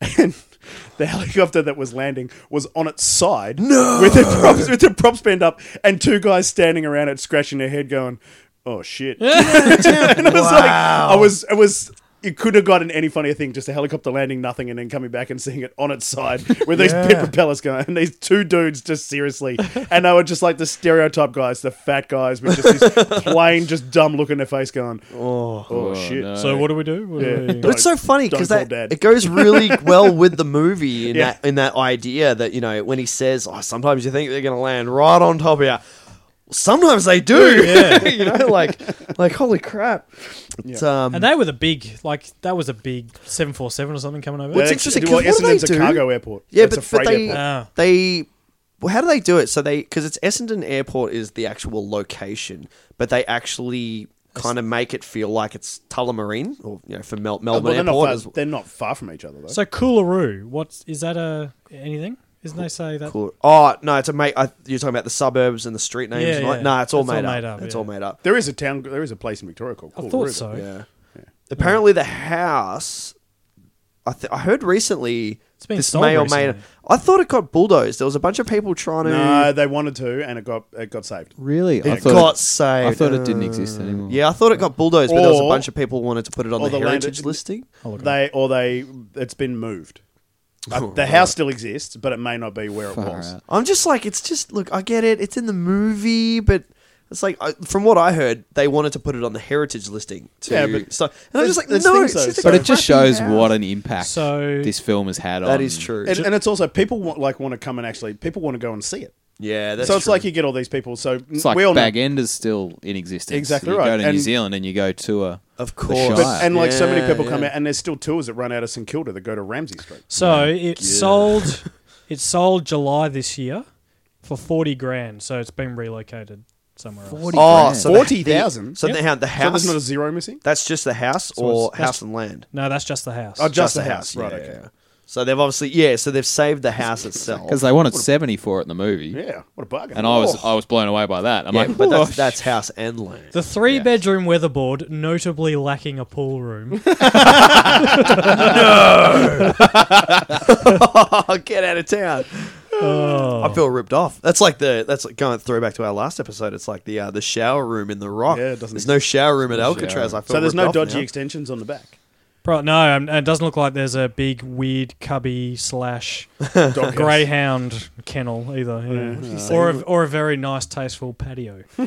[SPEAKER 4] (laughs) and the helicopter that was landing was on its side, no! with the props with the props band up, and two guys standing around it, scratching their head, going. oh
[SPEAKER 3] (laughs)
[SPEAKER 4] shit. and I (laughs) was like, I was, I was. You could have gotten any funnier thing, just a helicopter landing, nothing, and then coming back and seeing it on its side with these pit propellers going, and these two dudes just seriously, and they were just like the stereotype guys, the fat guys with just this
[SPEAKER 3] (laughs)
[SPEAKER 4] plain, just dumb look in their face, going, "Oh, shit."
[SPEAKER 1] no.
[SPEAKER 2] So what do we do? What do
[SPEAKER 4] Yeah. (laughs)
[SPEAKER 2] we-
[SPEAKER 3] But it's so funny
[SPEAKER 4] Don't
[SPEAKER 3] because
[SPEAKER 4] call
[SPEAKER 3] that
[SPEAKER 4] Dad.
[SPEAKER 3] it
[SPEAKER 4] (laughs)
[SPEAKER 3] goes really well with the movie in
[SPEAKER 4] Yeah.
[SPEAKER 3] that in that idea that you know when he says, "Oh, sometimes you think they're going to land right on top of you." Sometimes they do. (laughs) you know, like like holy crap. It's, um,
[SPEAKER 2] And they were the big, like that was a big seven four seven or something coming over.
[SPEAKER 3] What's
[SPEAKER 4] Yeah,
[SPEAKER 3] interesting, 'cause
[SPEAKER 4] well,
[SPEAKER 3] what do they
[SPEAKER 4] Essendon's a
[SPEAKER 3] do?
[SPEAKER 4] cargo airport.
[SPEAKER 3] yeah,
[SPEAKER 4] It's
[SPEAKER 3] but,
[SPEAKER 4] a
[SPEAKER 3] but
[SPEAKER 4] freight
[SPEAKER 3] they
[SPEAKER 4] airport.
[SPEAKER 2] airport. Ah.
[SPEAKER 3] they well, how do they do it? So they because it's Essendon Airport is the actual location, but they actually kind of make it feel like it's Tullamarine or you know for
[SPEAKER 4] Oh,
[SPEAKER 3] Mel-
[SPEAKER 4] Well,
[SPEAKER 3] Melbourne
[SPEAKER 4] they're, not
[SPEAKER 3] Airport.
[SPEAKER 4] far,
[SPEAKER 3] as-
[SPEAKER 4] they're not far from each other though.
[SPEAKER 2] So Coolaroo, what is that? A anything? Isn't they say that?
[SPEAKER 3] Cool. Oh no, it's a mate. I, you're talking about the suburbs and the street names.
[SPEAKER 2] Yeah,
[SPEAKER 3] and all-
[SPEAKER 2] yeah.
[SPEAKER 3] Nah, it's all,
[SPEAKER 2] It's
[SPEAKER 3] made, up. It's
[SPEAKER 2] yeah.
[SPEAKER 3] all made up.
[SPEAKER 4] there is a town, there is a place in Victoria called.
[SPEAKER 2] I
[SPEAKER 4] Coolaroo,
[SPEAKER 2] thought
[SPEAKER 4] though.
[SPEAKER 2] so.
[SPEAKER 3] Yeah. Apparently, the house. I, th- I heard recently.
[SPEAKER 2] It's been
[SPEAKER 3] this
[SPEAKER 2] sold
[SPEAKER 3] may or may.
[SPEAKER 2] recently.
[SPEAKER 3] I thought it got bulldozed. There was a bunch of people trying to.
[SPEAKER 4] No, they wanted to, and it got it got saved.
[SPEAKER 1] Really? I
[SPEAKER 3] it got
[SPEAKER 1] I
[SPEAKER 3] saved.
[SPEAKER 1] thought it didn't
[SPEAKER 3] Uh,
[SPEAKER 1] exist anymore.
[SPEAKER 3] Yeah, I thought it got bulldozed, but there was a
[SPEAKER 4] Or-
[SPEAKER 3] bunch of people wanted to put it on
[SPEAKER 4] or
[SPEAKER 3] the,
[SPEAKER 4] the land-
[SPEAKER 3] heritage listing.
[SPEAKER 1] Oh,
[SPEAKER 4] They or they, it's been moved.
[SPEAKER 3] (laughs)
[SPEAKER 4] Uh, the house still exists, but it may not be where it
[SPEAKER 1] Far
[SPEAKER 4] was.
[SPEAKER 1] out.
[SPEAKER 3] I'm just like, it's just look. I get it. It's in the movie, but. It's like I, from what I heard, they wanted to put it on the heritage listing too.
[SPEAKER 4] Yeah, but-
[SPEAKER 3] so, and I'm
[SPEAKER 4] There's-
[SPEAKER 3] just like,
[SPEAKER 4] there's
[SPEAKER 3] no,
[SPEAKER 4] things
[SPEAKER 3] it's
[SPEAKER 4] though.
[SPEAKER 3] just a
[SPEAKER 1] But it just
[SPEAKER 3] crappy
[SPEAKER 1] shows
[SPEAKER 3] house.
[SPEAKER 1] what um, an impact
[SPEAKER 2] So-
[SPEAKER 1] this film has had on.
[SPEAKER 3] That is true.
[SPEAKER 4] And, and it's also people want like want to come and actually people want to go and see it.
[SPEAKER 3] yeah, that's
[SPEAKER 4] so it's
[SPEAKER 3] true.
[SPEAKER 4] like you get all these people. So
[SPEAKER 1] It's like
[SPEAKER 4] we all know-
[SPEAKER 1] Bag End is still in existence.
[SPEAKER 4] Exactly
[SPEAKER 1] you
[SPEAKER 4] right.
[SPEAKER 1] go to New
[SPEAKER 4] And-
[SPEAKER 1] Zealand and you go to a
[SPEAKER 3] Of
[SPEAKER 1] the
[SPEAKER 3] course.
[SPEAKER 1] Shire.
[SPEAKER 3] But-
[SPEAKER 4] and like so many
[SPEAKER 3] Yeah,
[SPEAKER 4] people come
[SPEAKER 3] yeah.
[SPEAKER 4] out, and there's still tours that run out of St Kilda that go to Ramsey Street.
[SPEAKER 2] So it
[SPEAKER 1] (laughs)
[SPEAKER 2] sold. It sold July this year for forty grand. So it's been relocated somewhere else.
[SPEAKER 1] 40
[SPEAKER 3] Oh,
[SPEAKER 1] grand.
[SPEAKER 3] so the-
[SPEAKER 4] 40,000?
[SPEAKER 3] So
[SPEAKER 2] Yep.
[SPEAKER 3] they have the
[SPEAKER 4] So
[SPEAKER 3] house.
[SPEAKER 4] there's not a zero missing.
[SPEAKER 3] that's just the house
[SPEAKER 2] it's-
[SPEAKER 3] or
[SPEAKER 2] that's-
[SPEAKER 3] house and land.
[SPEAKER 2] No, that's just the house.
[SPEAKER 4] Oh, just, the
[SPEAKER 3] the
[SPEAKER 4] house,
[SPEAKER 3] house,
[SPEAKER 4] right?
[SPEAKER 3] yeah.
[SPEAKER 4] Okay.
[SPEAKER 3] So they've obviously yeah. So they've saved the
[SPEAKER 1] (laughs)
[SPEAKER 3] house itself.
[SPEAKER 1] because they wanted seventy for it in the movie.
[SPEAKER 4] Yeah, what a bargain.
[SPEAKER 1] And I was
[SPEAKER 4] Oh.
[SPEAKER 1] I was blown away by that. I'm
[SPEAKER 3] yeah,
[SPEAKER 1] like,
[SPEAKER 3] but
[SPEAKER 1] "Oh,
[SPEAKER 3] that's, that's house and land.
[SPEAKER 4] (laughs)
[SPEAKER 2] the three-bedroom weatherboard, notably lacking a pool room. (laughs)
[SPEAKER 3] Oh, get out of (laughs) town.
[SPEAKER 2] Oh. (laughs)
[SPEAKER 3] I feel ripped off. That's like the that's like going throwback to our last episode. It's like the uh, the shower room in the rock.
[SPEAKER 4] Yeah, it doesn't
[SPEAKER 3] there's no shower room at Alcatraz. I feel
[SPEAKER 4] so there's
[SPEAKER 3] ripped
[SPEAKER 4] no
[SPEAKER 3] off
[SPEAKER 4] dodgy
[SPEAKER 3] now.
[SPEAKER 4] extensions on the back.
[SPEAKER 2] Pro- no, um, it doesn't look like there's a big weird cubby (laughs) slash
[SPEAKER 4] Dog house.
[SPEAKER 2] greyhound kennel either, yeah. or a, or a very nice, tasteful patio
[SPEAKER 1] in (laughs)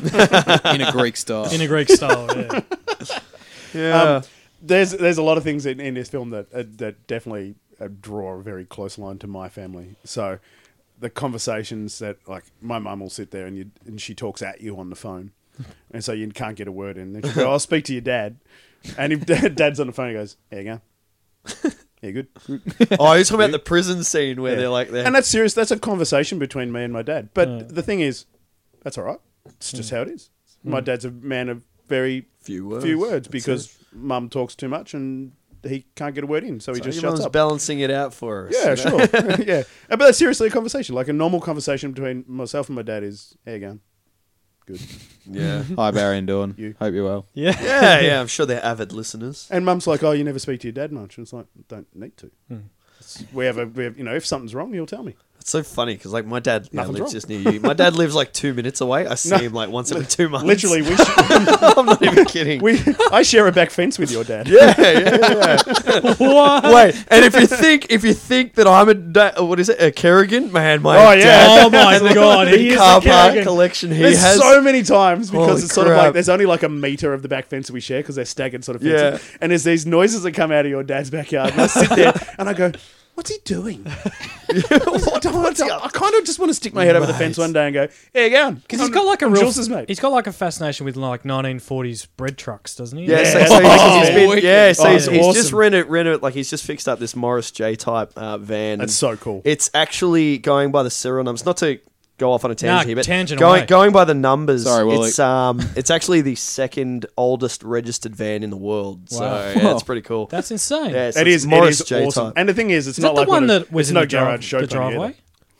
[SPEAKER 1] a Greek style.
[SPEAKER 2] in a Greek style. (laughs) Yeah.
[SPEAKER 3] Yeah.
[SPEAKER 4] Um, there's there's a lot of things in, in this film that uh, that definitely uh, draw a very close line to my family. So the conversations that like my mum will sit there and you and she talks at you on the phone, and so you can't get a word in. And she go, "I'll speak to your dad," and if dad, (laughs) dad's on the phone, he goes, "There you go." Yeah, good.
[SPEAKER 3] (laughs) oh,
[SPEAKER 4] (laughs)
[SPEAKER 3] you're talking about the prison scene where they're like, they're,
[SPEAKER 4] and that's serious. That's a conversation between me and my dad. But the thing is, that's all right. It's just how it is. My dad's a man of very
[SPEAKER 3] Few
[SPEAKER 4] few
[SPEAKER 3] words.
[SPEAKER 4] words
[SPEAKER 3] That's
[SPEAKER 4] because mum talks too much and he can't get a word in, so he
[SPEAKER 3] so
[SPEAKER 4] just
[SPEAKER 3] your
[SPEAKER 4] shuts
[SPEAKER 3] mum's
[SPEAKER 4] up.
[SPEAKER 3] balancing it out for us.
[SPEAKER 4] yeah, sure. (laughs) yeah, Uh, but that's seriously a conversation, like a normal conversation between myself and my dad is, "Hey, again, good."
[SPEAKER 3] yeah,
[SPEAKER 1] Hi Barry and Dawn.
[SPEAKER 4] You.
[SPEAKER 1] Hope you're well.
[SPEAKER 2] yeah. (laughs)
[SPEAKER 4] (laughs)
[SPEAKER 3] yeah, yeah. I'm sure they're avid listeners.
[SPEAKER 4] And mum's like, "Oh, you never speak to your dad much," and it's like, "Don't need to." We have a, we have, you know, if something's wrong, he'll tell me.
[SPEAKER 3] It's so funny because like my dad you know,
[SPEAKER 4] Nothing's
[SPEAKER 3] lives
[SPEAKER 4] wrong.
[SPEAKER 3] just near you. My dad lives like two minutes away. I see
[SPEAKER 4] No.
[SPEAKER 3] him like once every two months. (laughs)
[SPEAKER 4] Literally, we, sh- (laughs)
[SPEAKER 3] I'm not even kidding.
[SPEAKER 4] we, I share a back fence with your dad. (laughs)
[SPEAKER 3] (laughs) yeah, yeah, yeah. Wait, and if you think if you think that I'm a da- what is it a Kerrigan man? My
[SPEAKER 4] (laughs) Oh, yeah.
[SPEAKER 3] dad,
[SPEAKER 2] Oh
[SPEAKER 3] (laughs)
[SPEAKER 2] my (laughs) god, he
[SPEAKER 3] the
[SPEAKER 2] is
[SPEAKER 3] car
[SPEAKER 2] a
[SPEAKER 3] park
[SPEAKER 2] Kerrigan.
[SPEAKER 3] collection he
[SPEAKER 4] There's
[SPEAKER 3] has.
[SPEAKER 4] so many times because
[SPEAKER 3] Holy
[SPEAKER 4] it's sort of like
[SPEAKER 3] crap.
[SPEAKER 4] there's only like a meter of the back fence that we share because they're staggered sort of fences. And there's these noises that come out of your dad's backyard, and I
[SPEAKER 2] (laughs)
[SPEAKER 4] sit there and I go, "What's he doing?" (laughs) I, don't- I kind of just want to stick my head over the
[SPEAKER 3] Mate.
[SPEAKER 4] fence one day and go, "Here you go,"
[SPEAKER 2] Because he's got like a real,
[SPEAKER 4] Jules's mate.
[SPEAKER 2] he's got like a fascination with like 1940s bread trucks, doesn't he?
[SPEAKER 3] yeah, so,
[SPEAKER 4] Yeah.
[SPEAKER 3] so he's, he's
[SPEAKER 4] Oh,
[SPEAKER 3] been,
[SPEAKER 1] wicked.
[SPEAKER 3] yeah, so
[SPEAKER 4] Oh,
[SPEAKER 3] he's,
[SPEAKER 4] that's
[SPEAKER 3] he's just
[SPEAKER 4] awesome.
[SPEAKER 3] rented, rented, like he's just fixed up this Morris J type uh, van.
[SPEAKER 4] That's
[SPEAKER 3] And
[SPEAKER 4] so cool.
[SPEAKER 3] It's actually going by the serial numbers. Not to go off on a tangent
[SPEAKER 2] Nah,
[SPEAKER 3] here, but
[SPEAKER 2] tangent
[SPEAKER 3] going
[SPEAKER 2] away.
[SPEAKER 3] going by the numbers,
[SPEAKER 1] Sorry, Wally.
[SPEAKER 3] it's um, it's actually the second oldest registered van in the world. So
[SPEAKER 2] Wow.
[SPEAKER 3] yeah, it's pretty cool.
[SPEAKER 2] that's insane.
[SPEAKER 3] yeah, so
[SPEAKER 4] it
[SPEAKER 3] it's
[SPEAKER 4] is, it
[SPEAKER 3] Morris
[SPEAKER 4] is
[SPEAKER 3] J
[SPEAKER 4] awesome.
[SPEAKER 3] type.
[SPEAKER 4] And the thing is, it's
[SPEAKER 2] is
[SPEAKER 4] not
[SPEAKER 2] that
[SPEAKER 4] like
[SPEAKER 2] the one
[SPEAKER 4] one of-
[SPEAKER 2] that was
[SPEAKER 4] it's
[SPEAKER 2] in
[SPEAKER 4] no
[SPEAKER 2] the, dri-
[SPEAKER 4] garage show
[SPEAKER 2] the driveway?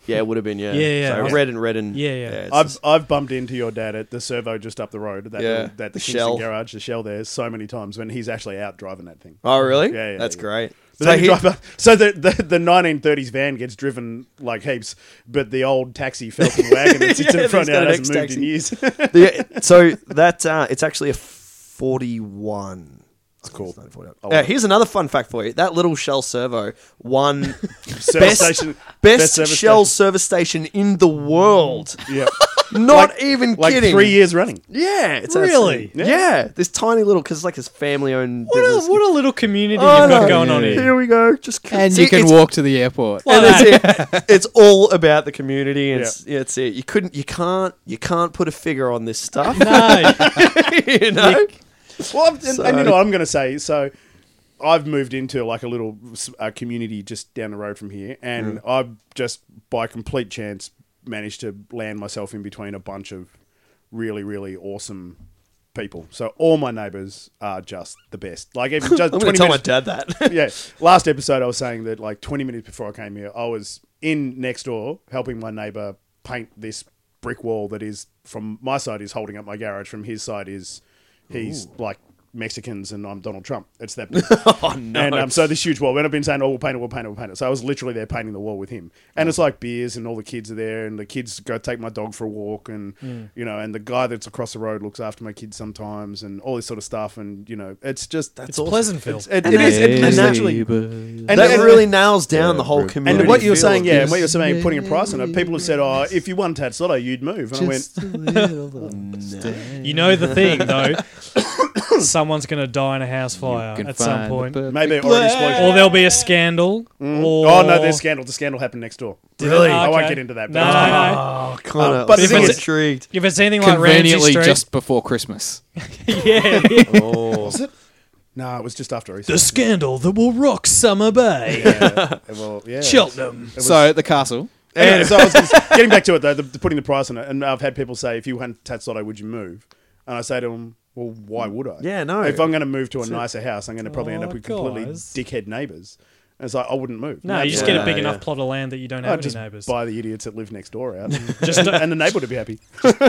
[SPEAKER 3] yeah, it would have been yeah,
[SPEAKER 2] Yeah, yeah,
[SPEAKER 3] So
[SPEAKER 2] yeah.
[SPEAKER 3] red and red and
[SPEAKER 2] Yeah, yeah.
[SPEAKER 3] it's
[SPEAKER 4] I've
[SPEAKER 3] just-
[SPEAKER 4] I've bumped into your dad at the servo just up the road. That
[SPEAKER 3] Yeah.
[SPEAKER 4] little- that
[SPEAKER 3] The
[SPEAKER 4] Kingston
[SPEAKER 3] shell.
[SPEAKER 4] garage, the shell there, so many times when he's actually out driving that thing.
[SPEAKER 3] oh really?
[SPEAKER 4] Yeah, yeah,
[SPEAKER 3] that's
[SPEAKER 4] yeah.
[SPEAKER 3] great.
[SPEAKER 4] But
[SPEAKER 3] So
[SPEAKER 4] then you
[SPEAKER 3] he-
[SPEAKER 4] drive up- so the, the the 1930s van gets driven like heaps, but the old taxi Falcon wagon (laughs) that sits
[SPEAKER 3] Yeah,
[SPEAKER 4] in front
[SPEAKER 3] that's
[SPEAKER 4] now
[SPEAKER 3] got an
[SPEAKER 4] hasn't moved
[SPEAKER 3] X-Taxi.
[SPEAKER 4] in years. (laughs)
[SPEAKER 3] The- so that uh, it's actually a forty-one. It's
[SPEAKER 4] cool. I
[SPEAKER 3] Yeah,
[SPEAKER 4] like it.
[SPEAKER 3] here's another fun fact for you. That little Shell servo won
[SPEAKER 4] Service
[SPEAKER 3] best
[SPEAKER 4] station- best
[SPEAKER 3] best,
[SPEAKER 4] service
[SPEAKER 3] Shell service station in the world.
[SPEAKER 4] yeah,
[SPEAKER 3] Not even
[SPEAKER 4] like
[SPEAKER 3] kidding.
[SPEAKER 4] three years running.
[SPEAKER 3] Yeah, it's
[SPEAKER 2] Really?
[SPEAKER 3] absolute- Yeah. this tiny little because like his family-owned.
[SPEAKER 2] What a,
[SPEAKER 3] business.
[SPEAKER 2] what a little community
[SPEAKER 3] Oh,
[SPEAKER 2] you've got
[SPEAKER 3] no.
[SPEAKER 2] going on here.
[SPEAKER 3] Here we go. Just
[SPEAKER 1] And
[SPEAKER 3] See,
[SPEAKER 1] you can
[SPEAKER 3] it's-
[SPEAKER 1] walk to the airport.
[SPEAKER 3] and it's,
[SPEAKER 1] (laughs)
[SPEAKER 3] it. it's all about the community. And
[SPEAKER 4] Yeah.
[SPEAKER 3] It's, yeah, it's it. You couldn't, you can't, you can't put a figure on this stuff.
[SPEAKER 2] No,
[SPEAKER 1] (laughs)
[SPEAKER 3] you know?
[SPEAKER 4] Well, I'm, and, and you know what I'm going to say. So, I've moved into like a little s- uh, community just down the road from here, and I've just by complete chance managed to land myself in between a bunch of really, really awesome people. So all my neighbours are just the best. Like (laughs) even just
[SPEAKER 3] I'm
[SPEAKER 4] 20
[SPEAKER 3] going to tell
[SPEAKER 4] minutes-
[SPEAKER 3] my dad
[SPEAKER 4] (laughs)
[SPEAKER 3] that.
[SPEAKER 4] yeah. Last episode, I was saying that like 20 minutes before I came here, I was in next door helping my neighbor paint this brick wall that is from my side is holding up my garage. From his side is he's like Mexicans and I'm Donald Trump. It's
[SPEAKER 3] (laughs)
[SPEAKER 4] that. big.
[SPEAKER 3] oh no!
[SPEAKER 4] And um, so this huge wall. And I've been saying, oh, we'll paint it, we'll paint it, we'll paint it. So I was literally there painting the wall with him. And it's like beers and all the kids are there and the kids go take my dog for a walk and,
[SPEAKER 3] Mm.
[SPEAKER 4] you know, and the guy that's across the road looks after my kids sometimes and all this sort of stuff. And, you know, it's just, that's
[SPEAKER 2] it's
[SPEAKER 4] awesome.
[SPEAKER 2] Pleasantville.
[SPEAKER 4] It's, it, it is. It,
[SPEAKER 3] And
[SPEAKER 4] it's
[SPEAKER 3] that-
[SPEAKER 4] literally-
[SPEAKER 3] (laughs) and
[SPEAKER 4] and-
[SPEAKER 3] that
[SPEAKER 4] and-
[SPEAKER 3] (laughs) really nails down the whole
[SPEAKER 1] and
[SPEAKER 3] community.
[SPEAKER 4] and what you were
[SPEAKER 3] feel.
[SPEAKER 4] saying, yeah, and what you were
[SPEAKER 1] Just
[SPEAKER 4] saying, putting a price on it. People have said, "Oh, if you won Tatsuto, you'd move." And I went,
[SPEAKER 3] (laughs)
[SPEAKER 2] You know the thing
[SPEAKER 4] (coughs)
[SPEAKER 2] though. Someone's going to die in a house fire at some point,
[SPEAKER 4] "Maybe it already spoiled."
[SPEAKER 2] or there'll be a scandal. Or Ah,
[SPEAKER 4] Oh no, there's scandal. The scandal happened next door.
[SPEAKER 3] Really?
[SPEAKER 4] I won't
[SPEAKER 2] Okay.
[SPEAKER 4] get into that.
[SPEAKER 2] No,
[SPEAKER 4] But
[SPEAKER 2] no, no.
[SPEAKER 3] Oh, Connor,
[SPEAKER 4] Uh, but
[SPEAKER 3] I'm
[SPEAKER 4] if
[SPEAKER 3] so
[SPEAKER 2] it's-
[SPEAKER 3] intrigued.
[SPEAKER 2] If it's anything like Ramsey
[SPEAKER 1] Conveniently,
[SPEAKER 2] Street,
[SPEAKER 1] just before Christmas.
[SPEAKER 2] yeah, yeah.
[SPEAKER 4] was it? No, it was just after Easter.
[SPEAKER 2] the scandal that will rock Summer Bay,
[SPEAKER 4] yeah, well,
[SPEAKER 1] (laughs)
[SPEAKER 2] (laughs)
[SPEAKER 4] yeah.
[SPEAKER 2] Cheltenham.
[SPEAKER 1] So at the castle.
[SPEAKER 4] Anyway, so I was just getting back to it though, the, the putting the price on it, and I've had people say, "If you won Tatsuto, would you move?" And I say to them, "Well, why would I?
[SPEAKER 3] Yeah, no.
[SPEAKER 4] If I'm going to move to a nicer house, I'm going to probably end
[SPEAKER 2] Aw,
[SPEAKER 4] up with completely
[SPEAKER 2] Oh, guys.
[SPEAKER 4] dickhead neighbors." And it's like I wouldn't move.
[SPEAKER 2] No, you just
[SPEAKER 3] Yeah,
[SPEAKER 2] get a big
[SPEAKER 3] yeah.
[SPEAKER 2] enough plot of land that you don't
[SPEAKER 4] I
[SPEAKER 2] have any
[SPEAKER 4] just
[SPEAKER 2] neighbours.
[SPEAKER 4] buy the idiots that live next door out,
[SPEAKER 2] Just
[SPEAKER 4] just
[SPEAKER 2] don't-
[SPEAKER 4] and the neighbour would be happy.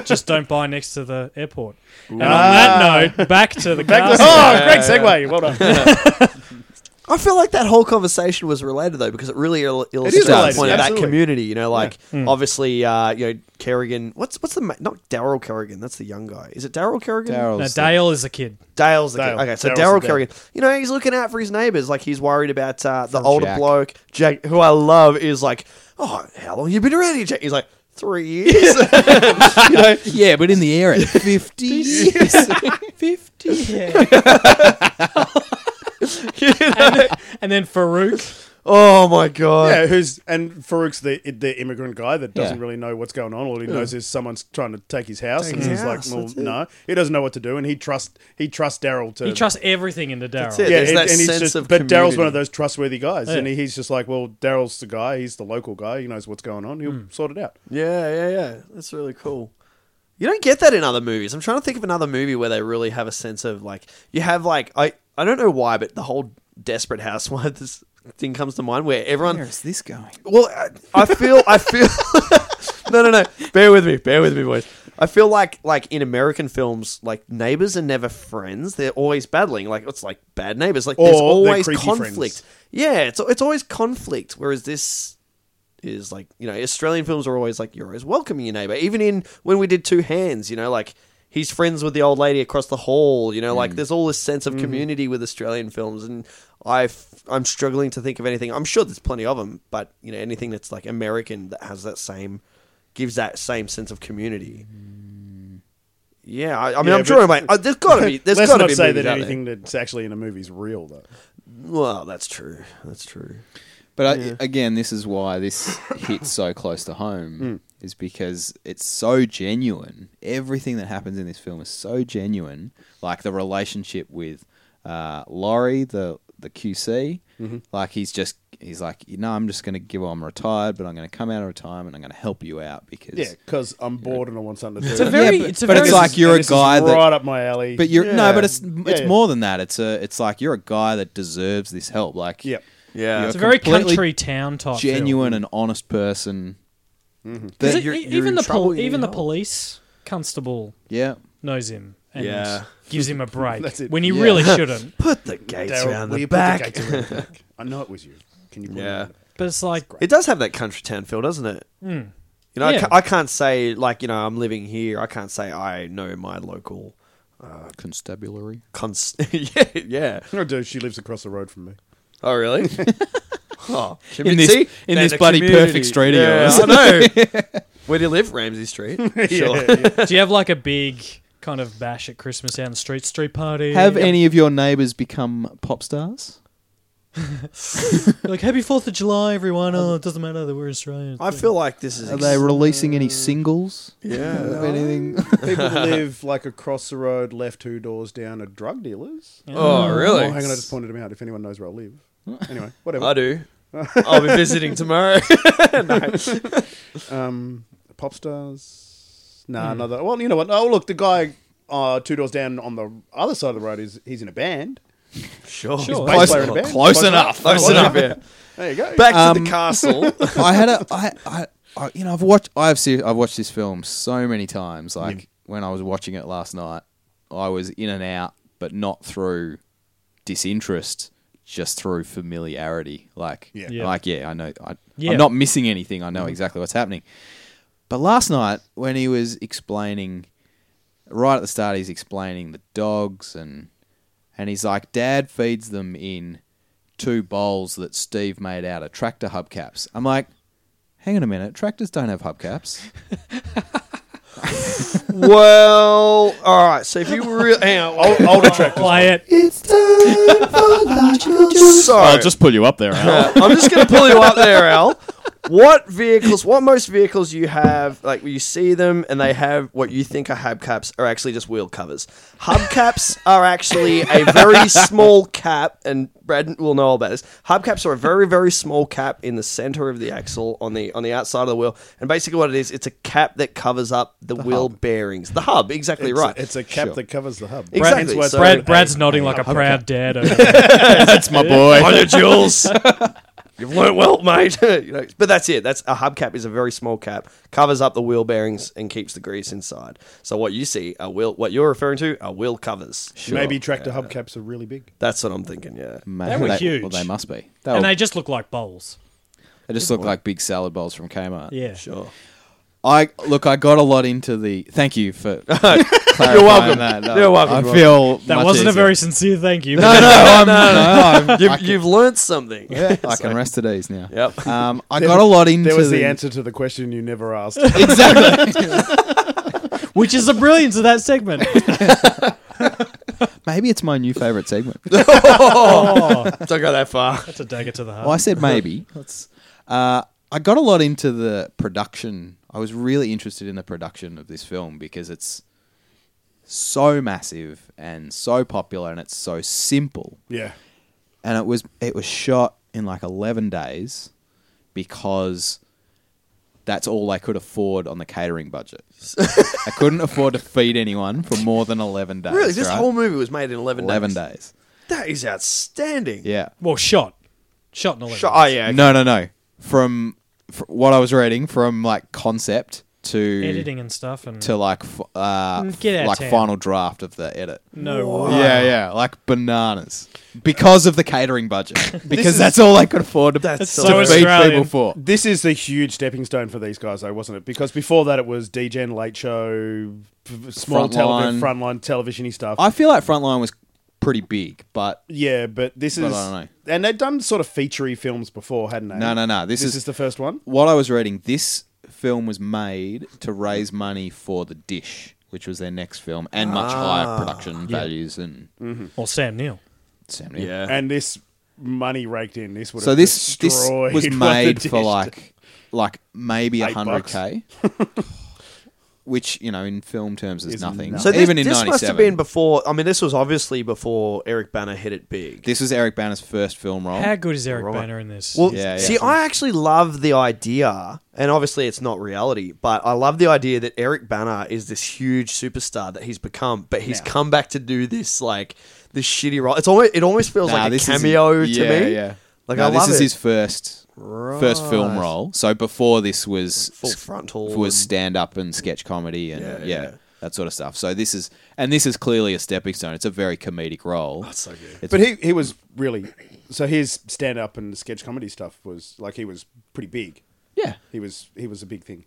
[SPEAKER 2] Just don't buy next to the airport. And on that note, back to the
[SPEAKER 4] Ah. (laughs) Back to-
[SPEAKER 2] castle.
[SPEAKER 4] oh, great segue. Well done.
[SPEAKER 3] I feel like that whole conversation was related though, because it really il- illustrates the
[SPEAKER 4] related,
[SPEAKER 3] point of that
[SPEAKER 4] absolutely.
[SPEAKER 3] community. You know, like obviously, uh, you know, Kerrigan. What's what's the ma- not Daryl Kerrigan? That's the young guy. Is it Daryl Kerrigan?
[SPEAKER 2] Now, Dale is a
[SPEAKER 4] (laughs)
[SPEAKER 2] kid.
[SPEAKER 3] Dale's the
[SPEAKER 4] Dale.
[SPEAKER 3] guy. Okay, so
[SPEAKER 4] Daryl's
[SPEAKER 3] Daryl
[SPEAKER 4] the dad.
[SPEAKER 3] Kerrigan. You know, he's looking out for his neighbours. Like he's worried about uh, the older
[SPEAKER 1] Jack.
[SPEAKER 3] bloke, Jack, who I love, is like, oh, how long you been around here, Jack? He's like, three (laughs) years.
[SPEAKER 1] Yeah, but in the air (laughs) at 50 years. (laughs)
[SPEAKER 2] 50 and, and then Farouk.
[SPEAKER 3] oh my god.
[SPEAKER 4] yeah, who's and Farouk's the the immigrant guy that doesn't
[SPEAKER 1] Yeah.
[SPEAKER 4] really know what's going on. All he knows is someone's trying to take his house, and
[SPEAKER 3] his
[SPEAKER 4] he's
[SPEAKER 3] house,
[SPEAKER 4] like,
[SPEAKER 3] that's it.
[SPEAKER 4] "Well, no, he doesn't know what to do." And he trusts he trusts Daryl to
[SPEAKER 2] You trust everything into Daryl.
[SPEAKER 3] it.
[SPEAKER 4] yeah,
[SPEAKER 3] There's
[SPEAKER 4] and,
[SPEAKER 3] that
[SPEAKER 4] and he's
[SPEAKER 3] sense
[SPEAKER 4] just,
[SPEAKER 3] of
[SPEAKER 4] but Daryl's one
[SPEAKER 3] community.
[SPEAKER 4] of those trustworthy guys,
[SPEAKER 2] Yeah.
[SPEAKER 4] and he- he's just like, "Well, Daryl's the guy. He's the local guy. He knows what's going on. He'll sort it out."
[SPEAKER 3] Yeah, yeah, yeah. That's really cool. You don't get that in other movies. I'm trying to think of another movie where they really have a sense of like you have like I I don't know why, but the whole desperate housewives (laughs) thing comes to mind where everyone
[SPEAKER 1] Where is this going?
[SPEAKER 3] well, I, I feel, I feel. (laughs) no, no, no. Bear with me. Bear with me, boys. I feel like, like in American films, like neighbors are never friends. They're always battling. Like it's like bad neighbors. Like there's
[SPEAKER 4] Or they're
[SPEAKER 3] always
[SPEAKER 4] creepy
[SPEAKER 3] conflict.
[SPEAKER 4] friends.
[SPEAKER 3] Yeah, it's it's always conflict. Whereas this is like you know Australian films are always like you're always welcoming your neighbor. Even in when we did Two Hands, you know, like. He's friends with the old lady across the hall, you know.
[SPEAKER 4] Mm.
[SPEAKER 3] Like, there's all this sense of community with Australian films, and I f- I'm struggling to think of anything. I'm sure there's plenty of them, but you know anything that's like American that has that same gives that same sense of community. Yeah, I, I mean,
[SPEAKER 4] Yeah,
[SPEAKER 3] I'm sure.
[SPEAKER 4] but-
[SPEAKER 3] Mate, uh, there's got
[SPEAKER 4] (laughs)
[SPEAKER 3] to be. There's
[SPEAKER 4] Let's
[SPEAKER 3] got to
[SPEAKER 4] not
[SPEAKER 3] be
[SPEAKER 4] say
[SPEAKER 3] movies
[SPEAKER 4] that
[SPEAKER 3] out there.
[SPEAKER 4] anything that's actually in a movie is real, though.
[SPEAKER 3] Well, that's true. That's true.
[SPEAKER 1] But I, again, this is why this hits so close to
[SPEAKER 4] Mm.
[SPEAKER 1] home is because it's so genuine. Everything that happens in this film is so genuine. Like the relationship with uh, Laurie, the the QC,
[SPEAKER 4] Mm-hmm.
[SPEAKER 1] like he's just he's like, you know, I'm just going to give. I'm retired, but I'm going to come out of retirement. I'm going to help you out because
[SPEAKER 4] Yeah, because I'm bored and I want something to do.
[SPEAKER 2] It's a very.
[SPEAKER 1] Yeah, but-
[SPEAKER 2] it's a
[SPEAKER 1] but
[SPEAKER 2] very.
[SPEAKER 1] it's like you're
[SPEAKER 4] And
[SPEAKER 1] a
[SPEAKER 4] this is
[SPEAKER 1] guy that
[SPEAKER 4] right up my alley.
[SPEAKER 1] But you're no, but
[SPEAKER 3] Yeah.
[SPEAKER 1] it's it's
[SPEAKER 4] yeah.
[SPEAKER 1] more than that. It's a it's like you're a guy that deserves this help. Like
[SPEAKER 4] Yep.
[SPEAKER 3] Yeah.
[SPEAKER 1] you're
[SPEAKER 2] it's
[SPEAKER 3] It's
[SPEAKER 2] a very
[SPEAKER 1] completely
[SPEAKER 2] country town type. film.
[SPEAKER 1] genuine and honest person.
[SPEAKER 2] Is
[SPEAKER 1] That
[SPEAKER 2] it-
[SPEAKER 1] you're-
[SPEAKER 2] e-
[SPEAKER 1] you're in
[SPEAKER 2] even the
[SPEAKER 1] trouble,
[SPEAKER 2] pol-
[SPEAKER 1] you
[SPEAKER 2] even
[SPEAKER 1] need
[SPEAKER 2] the
[SPEAKER 1] help.
[SPEAKER 2] police constable
[SPEAKER 1] yeah,
[SPEAKER 2] knows him. and
[SPEAKER 3] Yeah.
[SPEAKER 1] (laughs)
[SPEAKER 2] gives him a break
[SPEAKER 4] That's it.
[SPEAKER 2] when he
[SPEAKER 3] Yeah.
[SPEAKER 2] really shouldn't.
[SPEAKER 3] Put the gates
[SPEAKER 4] Daryl,
[SPEAKER 3] around
[SPEAKER 4] will
[SPEAKER 3] the
[SPEAKER 4] you put
[SPEAKER 3] back.
[SPEAKER 4] gates around the
[SPEAKER 3] (laughs)
[SPEAKER 4] back? I know it was you. Can you? put it
[SPEAKER 3] Yeah.
[SPEAKER 4] around the back?
[SPEAKER 2] But it's like,
[SPEAKER 3] it does have that country town feel, doesn't it?
[SPEAKER 1] Hmm.
[SPEAKER 3] You know, I
[SPEAKER 2] Yeah.
[SPEAKER 3] ca- I, can't say like you know I'm living here. I can't say I know my local.
[SPEAKER 1] Constabulary.
[SPEAKER 3] Cons- (laughs) yeah, yeah.
[SPEAKER 4] I do. She lives across the road from me.
[SPEAKER 3] Oh, really?
[SPEAKER 1] (laughs)
[SPEAKER 3] oh,
[SPEAKER 1] In this-
[SPEAKER 3] see?
[SPEAKER 1] in
[SPEAKER 3] There's
[SPEAKER 1] this
[SPEAKER 3] a
[SPEAKER 1] bloody
[SPEAKER 3] community.
[SPEAKER 1] perfect street of
[SPEAKER 3] Yeah,
[SPEAKER 1] yours. (laughs)
[SPEAKER 3] I know. Where do you live, Ramsey Street? Sure.
[SPEAKER 4] Yeah, yeah.
[SPEAKER 2] do you have like a big kind of bash at Christmas out in the street, street party?
[SPEAKER 1] Have any of your neighbours become pop stars?
[SPEAKER 2] like Happy Fourth of July, everyone? Oh, it doesn't matter that we're Australian.
[SPEAKER 3] I feel like this is.
[SPEAKER 1] Are they releasing any singles?
[SPEAKER 3] yeah.
[SPEAKER 1] Of anything?
[SPEAKER 4] (laughs) People that live like across the road, left two doors down, are drug dealers.
[SPEAKER 3] Oh, really?
[SPEAKER 4] Oh, hang on, I just pointed them out. If anyone knows where I
[SPEAKER 3] (laughs)
[SPEAKER 4] live, anyway, whatever. (laughs)
[SPEAKER 3] I do. I'll be
[SPEAKER 1] (laughs)
[SPEAKER 3] visiting tomorrow.
[SPEAKER 4] Um, pop stars. No,
[SPEAKER 3] Hmm.
[SPEAKER 4] nah, another. Well, you know what? Oh, look, the guy uh, two doors down on the other side of the road is he's in a band.
[SPEAKER 3] sure.
[SPEAKER 2] Sure.
[SPEAKER 4] Bass
[SPEAKER 1] Close,
[SPEAKER 4] player in a band.
[SPEAKER 1] close enough.
[SPEAKER 3] Close enough. Yeah.
[SPEAKER 4] There you go.
[SPEAKER 3] Back to
[SPEAKER 4] (laughs)
[SPEAKER 3] the castle.
[SPEAKER 1] I had a, I, I, I, you know, I've watched, I've seen, I've watched this film so many times. Like when I was watching it last night, I was in and out, but not through disinterest, just through familiarity. Like,
[SPEAKER 4] Yeah.
[SPEAKER 2] Yeah.
[SPEAKER 1] like yeah, I know, I,
[SPEAKER 2] Yeah. Mm-hmm.
[SPEAKER 1] I'm not missing anything. I know exactly what's happening. But last night when he was explaining, right at the start, he's explaining the dogs and and he's like, Dad feeds them in two bowls that Steve made out of tractor hubcaps. I'm like, hang on a minute, tractors don't have (laughs) hubcaps.
[SPEAKER 3] well, all right. So if you were real, hang on. I'll,
[SPEAKER 4] (laughs)
[SPEAKER 3] I'll
[SPEAKER 2] Older track. Play it.
[SPEAKER 3] so
[SPEAKER 1] pull you up (laughs) there,
[SPEAKER 3] Uh, (laughs) I'm just going to pull you up there, Al. What vehicles? What most vehicles you have? Like you see them, and they have what you think are hubcaps are actually just wheel covers. Hubcaps are actually a
[SPEAKER 4] (laughs)
[SPEAKER 3] very small cap, and Brad will know all about this. Hubcaps are a very very small cap in the center of the axle on the on the outside of the wheel, and basically what it is, it's a cap that covers up the, wheel bearings, the hub. Exactly
[SPEAKER 4] It's a-
[SPEAKER 3] right.
[SPEAKER 4] it's a cap
[SPEAKER 1] Sure.
[SPEAKER 4] that covers the hub.
[SPEAKER 3] Exactly,
[SPEAKER 4] Hence why it's
[SPEAKER 3] so-
[SPEAKER 4] called
[SPEAKER 2] Brad,
[SPEAKER 4] a-
[SPEAKER 2] Brad's nodding like a proud dad.
[SPEAKER 1] (laughs)
[SPEAKER 2] Over there.
[SPEAKER 1] That's my Oh, boy.
[SPEAKER 3] On
[SPEAKER 1] (laughs)
[SPEAKER 3] your Jules. You've learnt well, mate. (laughs) You know, but that's it. That's a hubcap is a very small cap, covers up the wheel bearings and keeps the grease inside. So what you see are wheel. What you're referring to are wheel covers.
[SPEAKER 4] Maybe tractor hubcaps are really big.
[SPEAKER 3] That's what I'm thinking. Yeah.
[SPEAKER 1] Man,
[SPEAKER 2] They were
[SPEAKER 1] they,
[SPEAKER 2] huge.
[SPEAKER 1] Well, they must be. They,
[SPEAKER 2] and
[SPEAKER 1] were-
[SPEAKER 2] they just look like bowls.
[SPEAKER 1] they just look like big salad bowls from Kmart. (laughs)
[SPEAKER 2] Yeah.
[SPEAKER 3] Sure.
[SPEAKER 1] I look. I got a lot into the. Thank you
[SPEAKER 3] (laughs)
[SPEAKER 1] for. You're
[SPEAKER 3] welcome.
[SPEAKER 1] That.
[SPEAKER 3] You're welcome,
[SPEAKER 1] I
[SPEAKER 3] Rob.
[SPEAKER 1] feel
[SPEAKER 2] That
[SPEAKER 1] much
[SPEAKER 2] wasn't a
[SPEAKER 1] easier.
[SPEAKER 2] very sincere thank you.
[SPEAKER 1] (laughs) No, no, I'm, no, I'm,
[SPEAKER 3] You've, you've learnt something.
[SPEAKER 1] yeah, I can rest at ease now. (laughs)
[SPEAKER 3] (laughs) Yep.
[SPEAKER 1] Um, I got a lot into
[SPEAKER 4] (laughs) There was
[SPEAKER 1] the,
[SPEAKER 4] the
[SPEAKER 1] (laughs)
[SPEAKER 4] answer to the question you never asked.
[SPEAKER 2] Which is the brilliance of that
[SPEAKER 1] (laughs)
[SPEAKER 2] segment.
[SPEAKER 1] Maybe it's my new favorite segment.
[SPEAKER 3] (laughs)
[SPEAKER 2] oh,
[SPEAKER 3] Don't go that far.
[SPEAKER 2] that's a dagger to the heart.
[SPEAKER 1] Well, Oh, I said maybe. Uh, I got a lot into the production. I was really interested in the production of this film because it's so massive and so popular and it's so simple.
[SPEAKER 4] yeah.
[SPEAKER 1] And it was it was shot in like 11 days because that's all they could afford on the catering
[SPEAKER 3] (laughs)
[SPEAKER 1] budget. I couldn't afford to feed anyone for more than 11 days.
[SPEAKER 3] Really, this
[SPEAKER 1] right?
[SPEAKER 3] whole movie was made in 11,
[SPEAKER 1] 11
[SPEAKER 3] days.
[SPEAKER 1] days.
[SPEAKER 3] That is outstanding.
[SPEAKER 1] Yeah.
[SPEAKER 2] Well, shot. Shot in 11.
[SPEAKER 3] Sure. Oh yeah.
[SPEAKER 1] No, no, no. From, fr what I was reading, from like concept to
[SPEAKER 2] Editing and stuff. and
[SPEAKER 1] to like f- uh,
[SPEAKER 2] Mm, get out of
[SPEAKER 1] like
[SPEAKER 2] town.
[SPEAKER 1] final draft of the edit.
[SPEAKER 3] Mm.
[SPEAKER 2] No
[SPEAKER 1] Yeah, yeah, like bananas because of the catering
[SPEAKER 3] (laughs)
[SPEAKER 1] budget. Because
[SPEAKER 3] is-
[SPEAKER 1] that's all they could afford to,
[SPEAKER 3] That's
[SPEAKER 1] to
[SPEAKER 3] so
[SPEAKER 1] feed
[SPEAKER 2] Australian.
[SPEAKER 1] people for.
[SPEAKER 4] This is the huge stepping stone for these guys, though, wasn't it? Because before that, it was DGen, Late Show, f- small television,
[SPEAKER 1] Frontline.
[SPEAKER 4] frontline televisiony stuff.
[SPEAKER 1] I feel like Frontline was pretty big, but
[SPEAKER 4] yeah, but this
[SPEAKER 1] But
[SPEAKER 4] is,
[SPEAKER 1] I don't
[SPEAKER 4] and they'd done sort of featurey films before, hadn't they?
[SPEAKER 1] No, no, no, this
[SPEAKER 4] this
[SPEAKER 1] is-
[SPEAKER 4] is the first one.
[SPEAKER 1] what I was reading, this film was made to raise money for The Dish, which was their next film, and much higher production values and
[SPEAKER 2] Or Sam Neill.
[SPEAKER 1] Sam Neill.
[SPEAKER 3] Yeah.
[SPEAKER 4] And this money raked in. This would
[SPEAKER 1] So
[SPEAKER 4] have
[SPEAKER 1] this this
[SPEAKER 4] destroyed
[SPEAKER 1] was
[SPEAKER 4] what
[SPEAKER 1] made
[SPEAKER 4] (laughs) the
[SPEAKER 1] for
[SPEAKER 4] dish-
[SPEAKER 1] like like maybe
[SPEAKER 4] Eight
[SPEAKER 1] hundred k, (laughs) which you know in film terms is,
[SPEAKER 4] Is
[SPEAKER 1] nothing.
[SPEAKER 4] nothing.
[SPEAKER 3] So this,
[SPEAKER 1] even in
[SPEAKER 3] this
[SPEAKER 1] ninety
[SPEAKER 3] must have
[SPEAKER 1] seven,
[SPEAKER 3] been before. I mean, this was obviously before Eric Banner hit it big.
[SPEAKER 1] this was Eric Banner's first film role.
[SPEAKER 2] How good is Eric
[SPEAKER 3] Right.
[SPEAKER 2] Banner in this?
[SPEAKER 3] Well,
[SPEAKER 1] Yeah, yeah.
[SPEAKER 3] see, I actually love the idea, and obviously it's not reality, but I love the idea that Eric Banner is this huge superstar that he's become, but he's come back to do this like this shitty role. It's almost it almost feels
[SPEAKER 1] Nah,
[SPEAKER 3] like a
[SPEAKER 1] this is-
[SPEAKER 3] cameo to
[SPEAKER 1] yeah,
[SPEAKER 3] me.
[SPEAKER 1] Yeah,
[SPEAKER 3] Like
[SPEAKER 1] No,
[SPEAKER 3] I love
[SPEAKER 1] this is
[SPEAKER 3] it.
[SPEAKER 1] his first first film
[SPEAKER 3] Right.
[SPEAKER 1] role. So before this was
[SPEAKER 3] Full frontal
[SPEAKER 1] was
[SPEAKER 3] and-
[SPEAKER 1] stand up and sketch comedy and yeah.
[SPEAKER 3] yeah.
[SPEAKER 1] that sort of stuff. So this is and this is clearly a stepping stone. It's a very comedic role. That's
[SPEAKER 3] so good.
[SPEAKER 1] It's,
[SPEAKER 4] But he, he was really so his stand up and sketch comedy stuff was like he was pretty big.
[SPEAKER 1] yeah,
[SPEAKER 4] He was he was a big thing.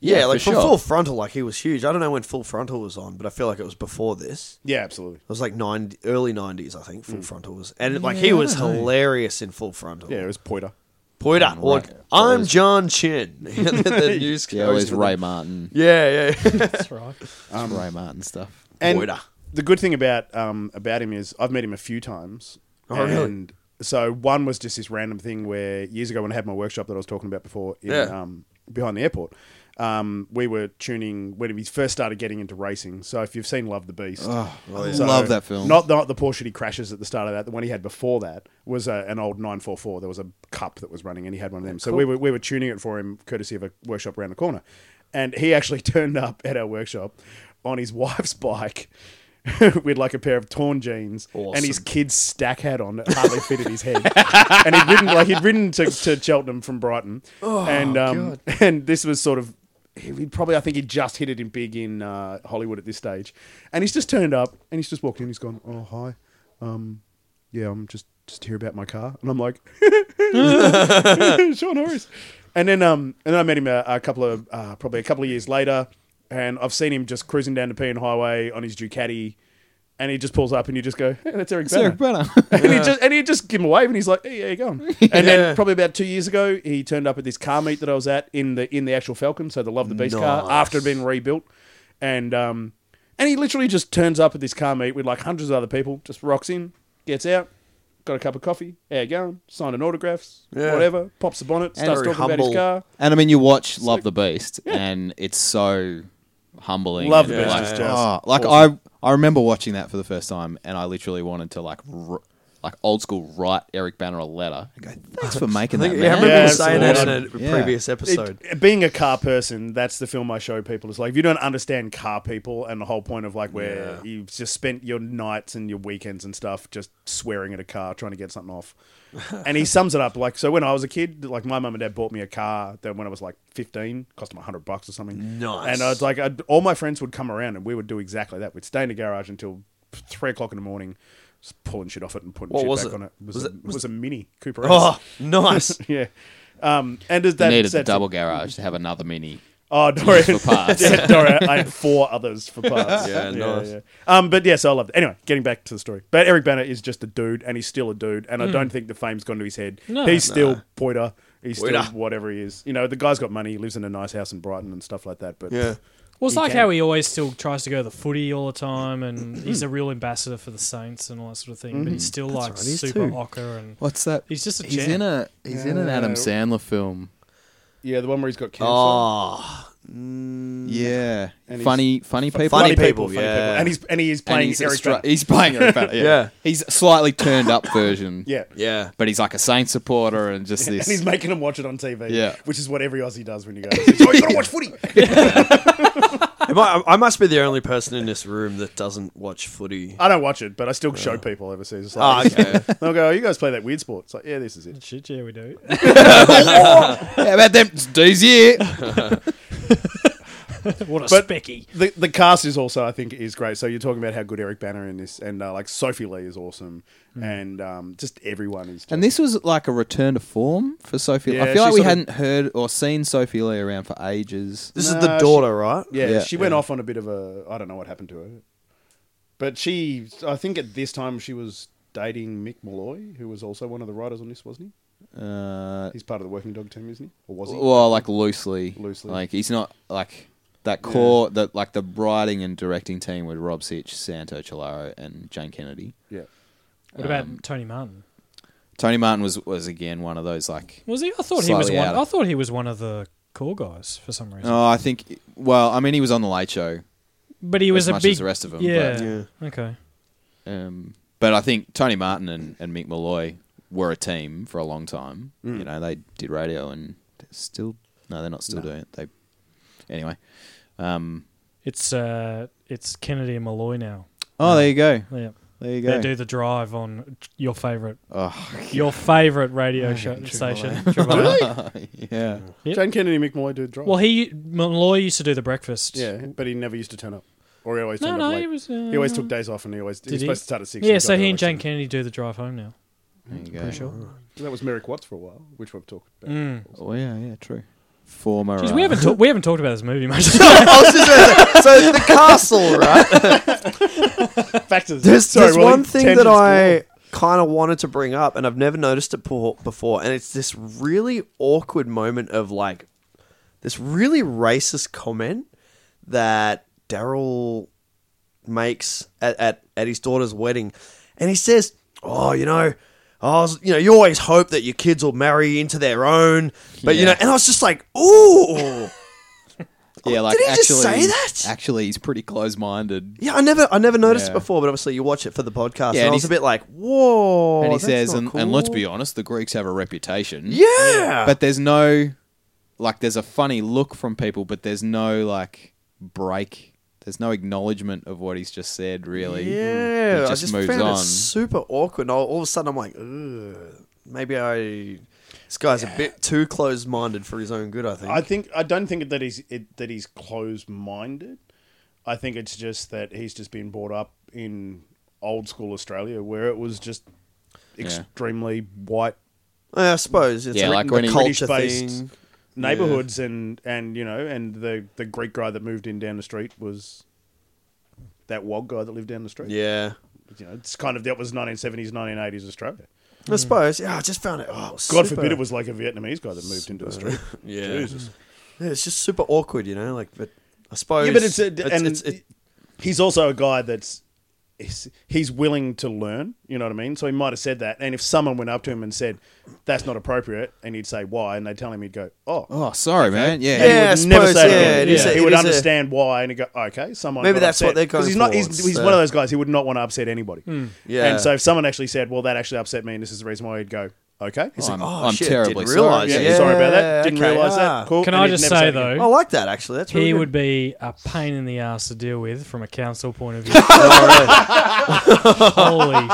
[SPEAKER 3] Yeah,
[SPEAKER 1] Yeah,
[SPEAKER 3] like
[SPEAKER 1] for
[SPEAKER 3] from
[SPEAKER 1] sure.
[SPEAKER 3] Full Frontal, like he was huge. I don't know when Full Frontal was on, but I feel like it was before this.
[SPEAKER 4] Yeah, absolutely.
[SPEAKER 3] It was like nine early nineties, I think.
[SPEAKER 1] Mm.
[SPEAKER 3] Full Frontal was, and like he was hilarious in Full Frontal.
[SPEAKER 4] Yeah, it was Poiter.
[SPEAKER 3] Pointer,
[SPEAKER 1] Mm,
[SPEAKER 3] like
[SPEAKER 1] right.
[SPEAKER 3] I'm
[SPEAKER 1] Always-
[SPEAKER 3] John Chin. (laughs)
[SPEAKER 1] (laughs)
[SPEAKER 3] the news
[SPEAKER 1] yeah, always
[SPEAKER 3] goes with Um,
[SPEAKER 1] Ray
[SPEAKER 3] him.
[SPEAKER 1] Martin,
[SPEAKER 3] Yeah, yeah.
[SPEAKER 1] (laughs)
[SPEAKER 2] That's right.
[SPEAKER 1] It's Ray Martin stuff.
[SPEAKER 4] And
[SPEAKER 3] Poiter.
[SPEAKER 4] the good thing about um, about him is I've met him a few times.
[SPEAKER 3] Oh, really?
[SPEAKER 4] and So one was just this random thing where years ago when I had my workshop that I was talking about before in,
[SPEAKER 3] Yeah.
[SPEAKER 4] um, behind the airport, um, we were tuning when we first started getting into racing. So if you've seen Love the Beast,
[SPEAKER 3] Oh,
[SPEAKER 1] I
[SPEAKER 4] so
[SPEAKER 1] love that film.
[SPEAKER 4] Not the, not the Porsche he crashes at the start of that. The one he had before that was uh an old 944. There was a cup that was running, and he had one of them. So we were we were tuning it for him, courtesy of a workshop around the corner. And he actually (laughs) turned up at our workshop on his (laughs) wife's bike. with like a pair of torn jeans and his
[SPEAKER 3] Awesome.
[SPEAKER 4] kid's stack hat on that hardly fitted his head, and he'd ridden like he'd ridden to, to Cheltenham from Brighton,
[SPEAKER 1] Oh,
[SPEAKER 4] and um, (laughs) and this was sort of he he'd probably I think he just hit it in big in uh, Hollywood at this stage, and he's just turned up and he's just walked in. He's gone, oh hi, um, yeah, I'm just just here about my car, and I'm like, (laughs) Sean Norris. And then um and then I met him a, a couple of uh, probably a couple of years later, and I've seen him just cruising down the Pean Highway on his Ducati, and he just pulls up and you just go, hey, that's Eric Banner.
[SPEAKER 1] Eric Banner.
[SPEAKER 4] (laughs) and he just and he just give him a wave and he's like, hey, yeah, you going? And then probably about two years ago, he turned up at this car meet that I was at in the in the actual Falcon, so the Love the Beast car
[SPEAKER 3] Nice.
[SPEAKER 4] after it'd been rebuilt, and um and he literally just turns up at this car meet with like hundreds of other people, just rocks in, gets out. Got a cup of coffee. How you going? Signing autographs,
[SPEAKER 3] Yeah.
[SPEAKER 4] whatever. Pops the bonnet, starts
[SPEAKER 3] very
[SPEAKER 4] talking about his
[SPEAKER 3] humble.
[SPEAKER 4] car.
[SPEAKER 1] And I mean, you watch Love the Beast, and it's so humbling.
[SPEAKER 4] Love the
[SPEAKER 1] and,
[SPEAKER 4] Beast
[SPEAKER 1] like,
[SPEAKER 4] is just
[SPEAKER 1] oh, like I, I remember watching that for the first time, and I literally wanted to like, r- like old school, write Eric Banner a letter. And go, Thanks
[SPEAKER 4] (laughs)
[SPEAKER 1] for making
[SPEAKER 3] I
[SPEAKER 1] that.
[SPEAKER 3] think- yeah, I
[SPEAKER 1] man."
[SPEAKER 3] remember
[SPEAKER 4] Yeah,
[SPEAKER 3] you saying that in a
[SPEAKER 1] absolutely. Yeah.
[SPEAKER 3] previous
[SPEAKER 4] It-
[SPEAKER 3] episode.
[SPEAKER 4] being a car person, that's the film I show people. It's like if you don't understand car people and the whole point of like where
[SPEAKER 3] Yeah.
[SPEAKER 4] you've just spent your nights and your weekends and stuff just swearing at a car, trying to get something
[SPEAKER 3] (laughs)
[SPEAKER 4] off. and he sums it up like so. When I was a kid, like my mum and dad bought me a car that when I was like fifteen, cost them hundred bucks or something.
[SPEAKER 3] Nice.
[SPEAKER 4] And I was like, I'd, all my friends would come around and we would do exactly that. We'd stay in the garage until three o'clock in the morning. Just pulling shit off it and putting
[SPEAKER 3] What
[SPEAKER 4] shit
[SPEAKER 3] was
[SPEAKER 4] back
[SPEAKER 3] it?
[SPEAKER 4] on it. It was,
[SPEAKER 3] Was
[SPEAKER 4] a,
[SPEAKER 3] it-
[SPEAKER 4] it was a mini Cooper. S.
[SPEAKER 3] oh, nice.
[SPEAKER 4] (laughs) yeah. Um, and does
[SPEAKER 1] You
[SPEAKER 4] that
[SPEAKER 1] needed the
[SPEAKER 4] that's-
[SPEAKER 1] double garage to have another mini.
[SPEAKER 4] Oh, Dorian.
[SPEAKER 1] for parts.
[SPEAKER 4] (laughs) yeah, Dorian. I had four others for parts.
[SPEAKER 3] Yeah, nice.
[SPEAKER 4] Um, but yes, I love it. Anyway, getting back to the story. But Eric Banner is just a dude, and he's still a dude, and I don't think the fame's gone to his head.
[SPEAKER 2] No.
[SPEAKER 4] he's still Poiter. He's still
[SPEAKER 3] Poiter.
[SPEAKER 4] whatever he is. You know, the guy's got money. He lives in a nice house in Brighton and stuff like that. But
[SPEAKER 3] (laughs) Yeah.
[SPEAKER 2] Well, it's
[SPEAKER 4] He
[SPEAKER 2] like
[SPEAKER 4] can.
[SPEAKER 2] how he always still tries to go to the footy all the time, and
[SPEAKER 1] (clears throat)
[SPEAKER 2] he's a real ambassador for the Saints and all that sort of thing. But
[SPEAKER 1] Mm-hmm.
[SPEAKER 2] he's still like
[SPEAKER 3] right, he's
[SPEAKER 2] super
[SPEAKER 3] too.
[SPEAKER 2] ochre and
[SPEAKER 1] What's that?
[SPEAKER 2] He's just a
[SPEAKER 1] he's in
[SPEAKER 2] gem.
[SPEAKER 1] a he's in an Adam
[SPEAKER 4] Yeah.
[SPEAKER 1] Sandler film.
[SPEAKER 4] yeah, the one where he's got cancer.
[SPEAKER 3] Oh, mm,
[SPEAKER 1] Yeah,
[SPEAKER 4] And he's-
[SPEAKER 1] funny funny people.
[SPEAKER 3] Funny People, yeah.
[SPEAKER 4] And he's and he is
[SPEAKER 1] And
[SPEAKER 4] playing
[SPEAKER 1] he's,
[SPEAKER 4] Eric
[SPEAKER 1] Austra-
[SPEAKER 4] Banner.
[SPEAKER 1] he's playing Eric Banner.
[SPEAKER 4] (laughs)
[SPEAKER 1] Yeah.
[SPEAKER 3] Yeah.
[SPEAKER 1] he's a slightly turned up version.
[SPEAKER 4] Yeah.
[SPEAKER 3] yeah.
[SPEAKER 1] but he's like a Saint supporter and just
[SPEAKER 4] (laughs) And
[SPEAKER 1] this.
[SPEAKER 4] he's making him watch it on TV,
[SPEAKER 1] Yeah.
[SPEAKER 4] which is what every Aussie does when you
[SPEAKER 3] (laughs)
[SPEAKER 4] go. He's always got to watch footy.
[SPEAKER 3] Am I, I must be the only person in this room that doesn't watch footy.
[SPEAKER 4] I don't watch it, but I still show people overseas. It's
[SPEAKER 3] Ah,
[SPEAKER 4] like,
[SPEAKER 3] okay.
[SPEAKER 4] They'll go, oh, you guys play that weird sport. It's like, yeah, this is it.
[SPEAKER 2] shit. Yeah,
[SPEAKER 1] (laughs)
[SPEAKER 2] we do. (laughs)
[SPEAKER 1] How about them dudes here?
[SPEAKER 2] what a
[SPEAKER 4] But-
[SPEAKER 2] specky.
[SPEAKER 4] The, the cast is also, I think, is great. So you're talking about how good Eric Banner in this, and uh, like Sophie Lee is awesome,
[SPEAKER 2] Hmm.
[SPEAKER 4] and um, just everyone is. Just,
[SPEAKER 1] And this was like a return to form for Sophie.
[SPEAKER 4] Yeah,
[SPEAKER 1] I feel
[SPEAKER 4] she
[SPEAKER 1] like we
[SPEAKER 4] sort of-
[SPEAKER 1] hadn't heard or seen Sophie Lee around for ages.
[SPEAKER 3] This
[SPEAKER 4] Nah,
[SPEAKER 3] is the
[SPEAKER 4] she-
[SPEAKER 3] daughter, right?
[SPEAKER 4] yeah,
[SPEAKER 1] yeah,
[SPEAKER 4] she went off on a bit of a. I don't know what happened to her, but she, I think, at this time she was dating Mick Malloy, who was also one of the writers on this, wasn't he?
[SPEAKER 1] Uh,
[SPEAKER 4] He's part of the Working Dog team, isn't he? Or was he?
[SPEAKER 1] well, like loosely,
[SPEAKER 4] Loosely.
[SPEAKER 1] Like he's not like that core that like the writing and directing team with Rob Sitch, Santo Chilaro, and Jane Kennedy.
[SPEAKER 4] yeah.
[SPEAKER 2] What
[SPEAKER 1] um,
[SPEAKER 2] about Tony Martin?
[SPEAKER 1] Tony Martin was was again one of those like.
[SPEAKER 2] Was he? I thought he was
[SPEAKER 1] Slightly
[SPEAKER 2] one.
[SPEAKER 1] out
[SPEAKER 2] I
[SPEAKER 1] of-
[SPEAKER 2] thought he was one of the core guys for some reason.
[SPEAKER 1] Oh, I think. Well, I mean, he was on the Late Show,
[SPEAKER 2] but he was
[SPEAKER 1] as
[SPEAKER 2] a
[SPEAKER 1] much
[SPEAKER 2] big.
[SPEAKER 1] as the rest of them,
[SPEAKER 2] Yeah.
[SPEAKER 1] but-
[SPEAKER 2] Okay.
[SPEAKER 1] Um, but I think Tony Martin and, and Mick Malloy were a team for a long time. You know, they did radio and they're still no, they're not still doing it. They anyway. Um,
[SPEAKER 2] It's uh, it's Kennedy and Malloy now.
[SPEAKER 1] oh, there you go.
[SPEAKER 2] Yeah.
[SPEAKER 1] There you
[SPEAKER 2] They
[SPEAKER 1] go.
[SPEAKER 2] do the drive on your favorite,
[SPEAKER 1] Oh,
[SPEAKER 2] your favorite radio show, station. Triple A.
[SPEAKER 1] yeah.
[SPEAKER 2] Yep.
[SPEAKER 4] Jane Kennedy and Mick Malloy do the drive.
[SPEAKER 2] Well, he Malloy used to do the breakfast.
[SPEAKER 4] yeah, but he never used to turn up. Or he always
[SPEAKER 2] No,
[SPEAKER 4] turned
[SPEAKER 2] no,
[SPEAKER 4] up late.
[SPEAKER 2] he was, uh,
[SPEAKER 4] he always took days off, and he always he was supposed to start at six.
[SPEAKER 2] Yeah,
[SPEAKER 4] got
[SPEAKER 2] so
[SPEAKER 4] there
[SPEAKER 2] he
[SPEAKER 4] at
[SPEAKER 2] and
[SPEAKER 4] like
[SPEAKER 2] Jane Kennedy do the drive home (laughs) now.
[SPEAKER 1] There you go.
[SPEAKER 2] Pretty sure.
[SPEAKER 4] six. That was Merrick Watts for a while, which we've talked about.
[SPEAKER 1] Oh yeah, yeah, true. Former.
[SPEAKER 2] Jeez,
[SPEAKER 1] uh,
[SPEAKER 2] we haven't ta- we haven't talked about this movie (laughs) much.
[SPEAKER 3] (laughs) I was just gonna say, so the castle,
[SPEAKER 4] (laughs)
[SPEAKER 3] right?
[SPEAKER 4] Back to the-
[SPEAKER 3] There's,
[SPEAKER 4] sorry,
[SPEAKER 3] there's
[SPEAKER 4] Willie,
[SPEAKER 3] one thing that
[SPEAKER 4] tangents
[SPEAKER 3] I kind of wanted to bring up, and I've never noticed it befo- before, and it's this really awkward moment of like this really racist comment that Daryl makes at, at, at his daughter's wedding. And he says, Oh, you know, I was, you know, you always hope that your kids will marry into their own. But, you
[SPEAKER 1] Yeah.
[SPEAKER 3] know, and I was just like, Ooh.
[SPEAKER 1] Yeah, like
[SPEAKER 3] Did he
[SPEAKER 1] actually,
[SPEAKER 3] just say that?
[SPEAKER 1] Actually, he's pretty close-minded.
[SPEAKER 3] Yeah, I never, I never noticed
[SPEAKER 1] Yeah.
[SPEAKER 3] it before, but obviously you watch it for the podcast,
[SPEAKER 1] Yeah,
[SPEAKER 3] and,
[SPEAKER 1] and
[SPEAKER 3] I was
[SPEAKER 1] he's-
[SPEAKER 3] a bit like, "Whoa!"
[SPEAKER 1] and he
[SPEAKER 3] Oh, that's
[SPEAKER 1] says,
[SPEAKER 3] not
[SPEAKER 1] and, and let's
[SPEAKER 3] cool."
[SPEAKER 1] be honest, the Greeks have a reputation.
[SPEAKER 3] yeah,
[SPEAKER 1] But there's no, like, there's a funny look from people, but there's no like break. There's no acknowledgement of what he's just said. Really,
[SPEAKER 3] yeah,
[SPEAKER 1] He
[SPEAKER 3] I just found it super awkward. And all, all of a sudden, I'm like, Ugh, maybe I this guy's a bit too closed-minded for his own good. I think.
[SPEAKER 4] I think I don't think that he's it, that he's closed-minded. I think it's just that he's just been brought up in old school Australia, where it was just extremely white
[SPEAKER 3] I, suppose it's
[SPEAKER 1] Yeah,
[SPEAKER 3] a,
[SPEAKER 1] like
[SPEAKER 3] the
[SPEAKER 1] when he-
[SPEAKER 3] culture
[SPEAKER 4] British-based-
[SPEAKER 3] thing.
[SPEAKER 4] neighborhoods, and and you know, and the the Greek guy that moved in down the street was that wog guy that lived down the street.
[SPEAKER 3] Yeah,
[SPEAKER 4] you know, it's kind of that was 1970s, 1980s Australia.
[SPEAKER 1] Mm.
[SPEAKER 3] I suppose. Yeah, I just found it. Oh,
[SPEAKER 4] God
[SPEAKER 3] super-
[SPEAKER 4] forbid it was like a Vietnamese guy that moved into the
[SPEAKER 3] (laughs)
[SPEAKER 4] street.
[SPEAKER 3] Yeah.
[SPEAKER 4] Jesus.
[SPEAKER 3] Yeah, it's just super awkward, you know. Like, but I suppose.
[SPEAKER 4] Yeah, but it's, a, and
[SPEAKER 3] it's- it-
[SPEAKER 4] he's also a guy that's he's, he's willing to learn. You know what I mean? So he might have said that, and if someone went up to him and said that's not appropriate, and he'd say why, and they tell him, he'd go, oh.
[SPEAKER 1] Oh, sorry, man. Yeah,
[SPEAKER 4] And he
[SPEAKER 3] Yeah.
[SPEAKER 4] would
[SPEAKER 3] I
[SPEAKER 4] never
[SPEAKER 3] suppose,
[SPEAKER 4] say
[SPEAKER 3] yeah,
[SPEAKER 4] yeah,
[SPEAKER 3] it
[SPEAKER 2] is a-
[SPEAKER 4] He
[SPEAKER 3] it
[SPEAKER 4] would
[SPEAKER 3] is a-
[SPEAKER 4] understand why, and he'd go, "Okay, someone."
[SPEAKER 3] Maybe
[SPEAKER 4] got
[SPEAKER 3] that's what
[SPEAKER 4] upset."
[SPEAKER 3] they're going
[SPEAKER 4] 'Cause He's not. He's,
[SPEAKER 3] towards,
[SPEAKER 4] he's
[SPEAKER 3] uh, Hmm,
[SPEAKER 4] one of those guys. He would not want to upset anybody.
[SPEAKER 3] Yeah.
[SPEAKER 4] And so if someone actually said, "Well, that actually upset me, and this is the reason why," he'd go, "Okay."
[SPEAKER 1] He's I'm,
[SPEAKER 3] oh,
[SPEAKER 1] I'm
[SPEAKER 3] shit,
[SPEAKER 1] terribly
[SPEAKER 3] didn't realise
[SPEAKER 1] sorry.
[SPEAKER 4] yeah,
[SPEAKER 3] it.
[SPEAKER 4] sorry about that. Didn't
[SPEAKER 3] okay,
[SPEAKER 4] realize
[SPEAKER 3] ah.
[SPEAKER 4] that. Cool.
[SPEAKER 2] Can
[SPEAKER 4] And
[SPEAKER 2] I
[SPEAKER 4] he'd
[SPEAKER 2] just
[SPEAKER 4] never
[SPEAKER 2] say
[SPEAKER 4] it again.
[SPEAKER 2] though,
[SPEAKER 3] I like that actually. That's really
[SPEAKER 2] he
[SPEAKER 3] good.
[SPEAKER 2] would be a pain in the ass to deal with from a council point of view.
[SPEAKER 3] (laughs)
[SPEAKER 2] Holy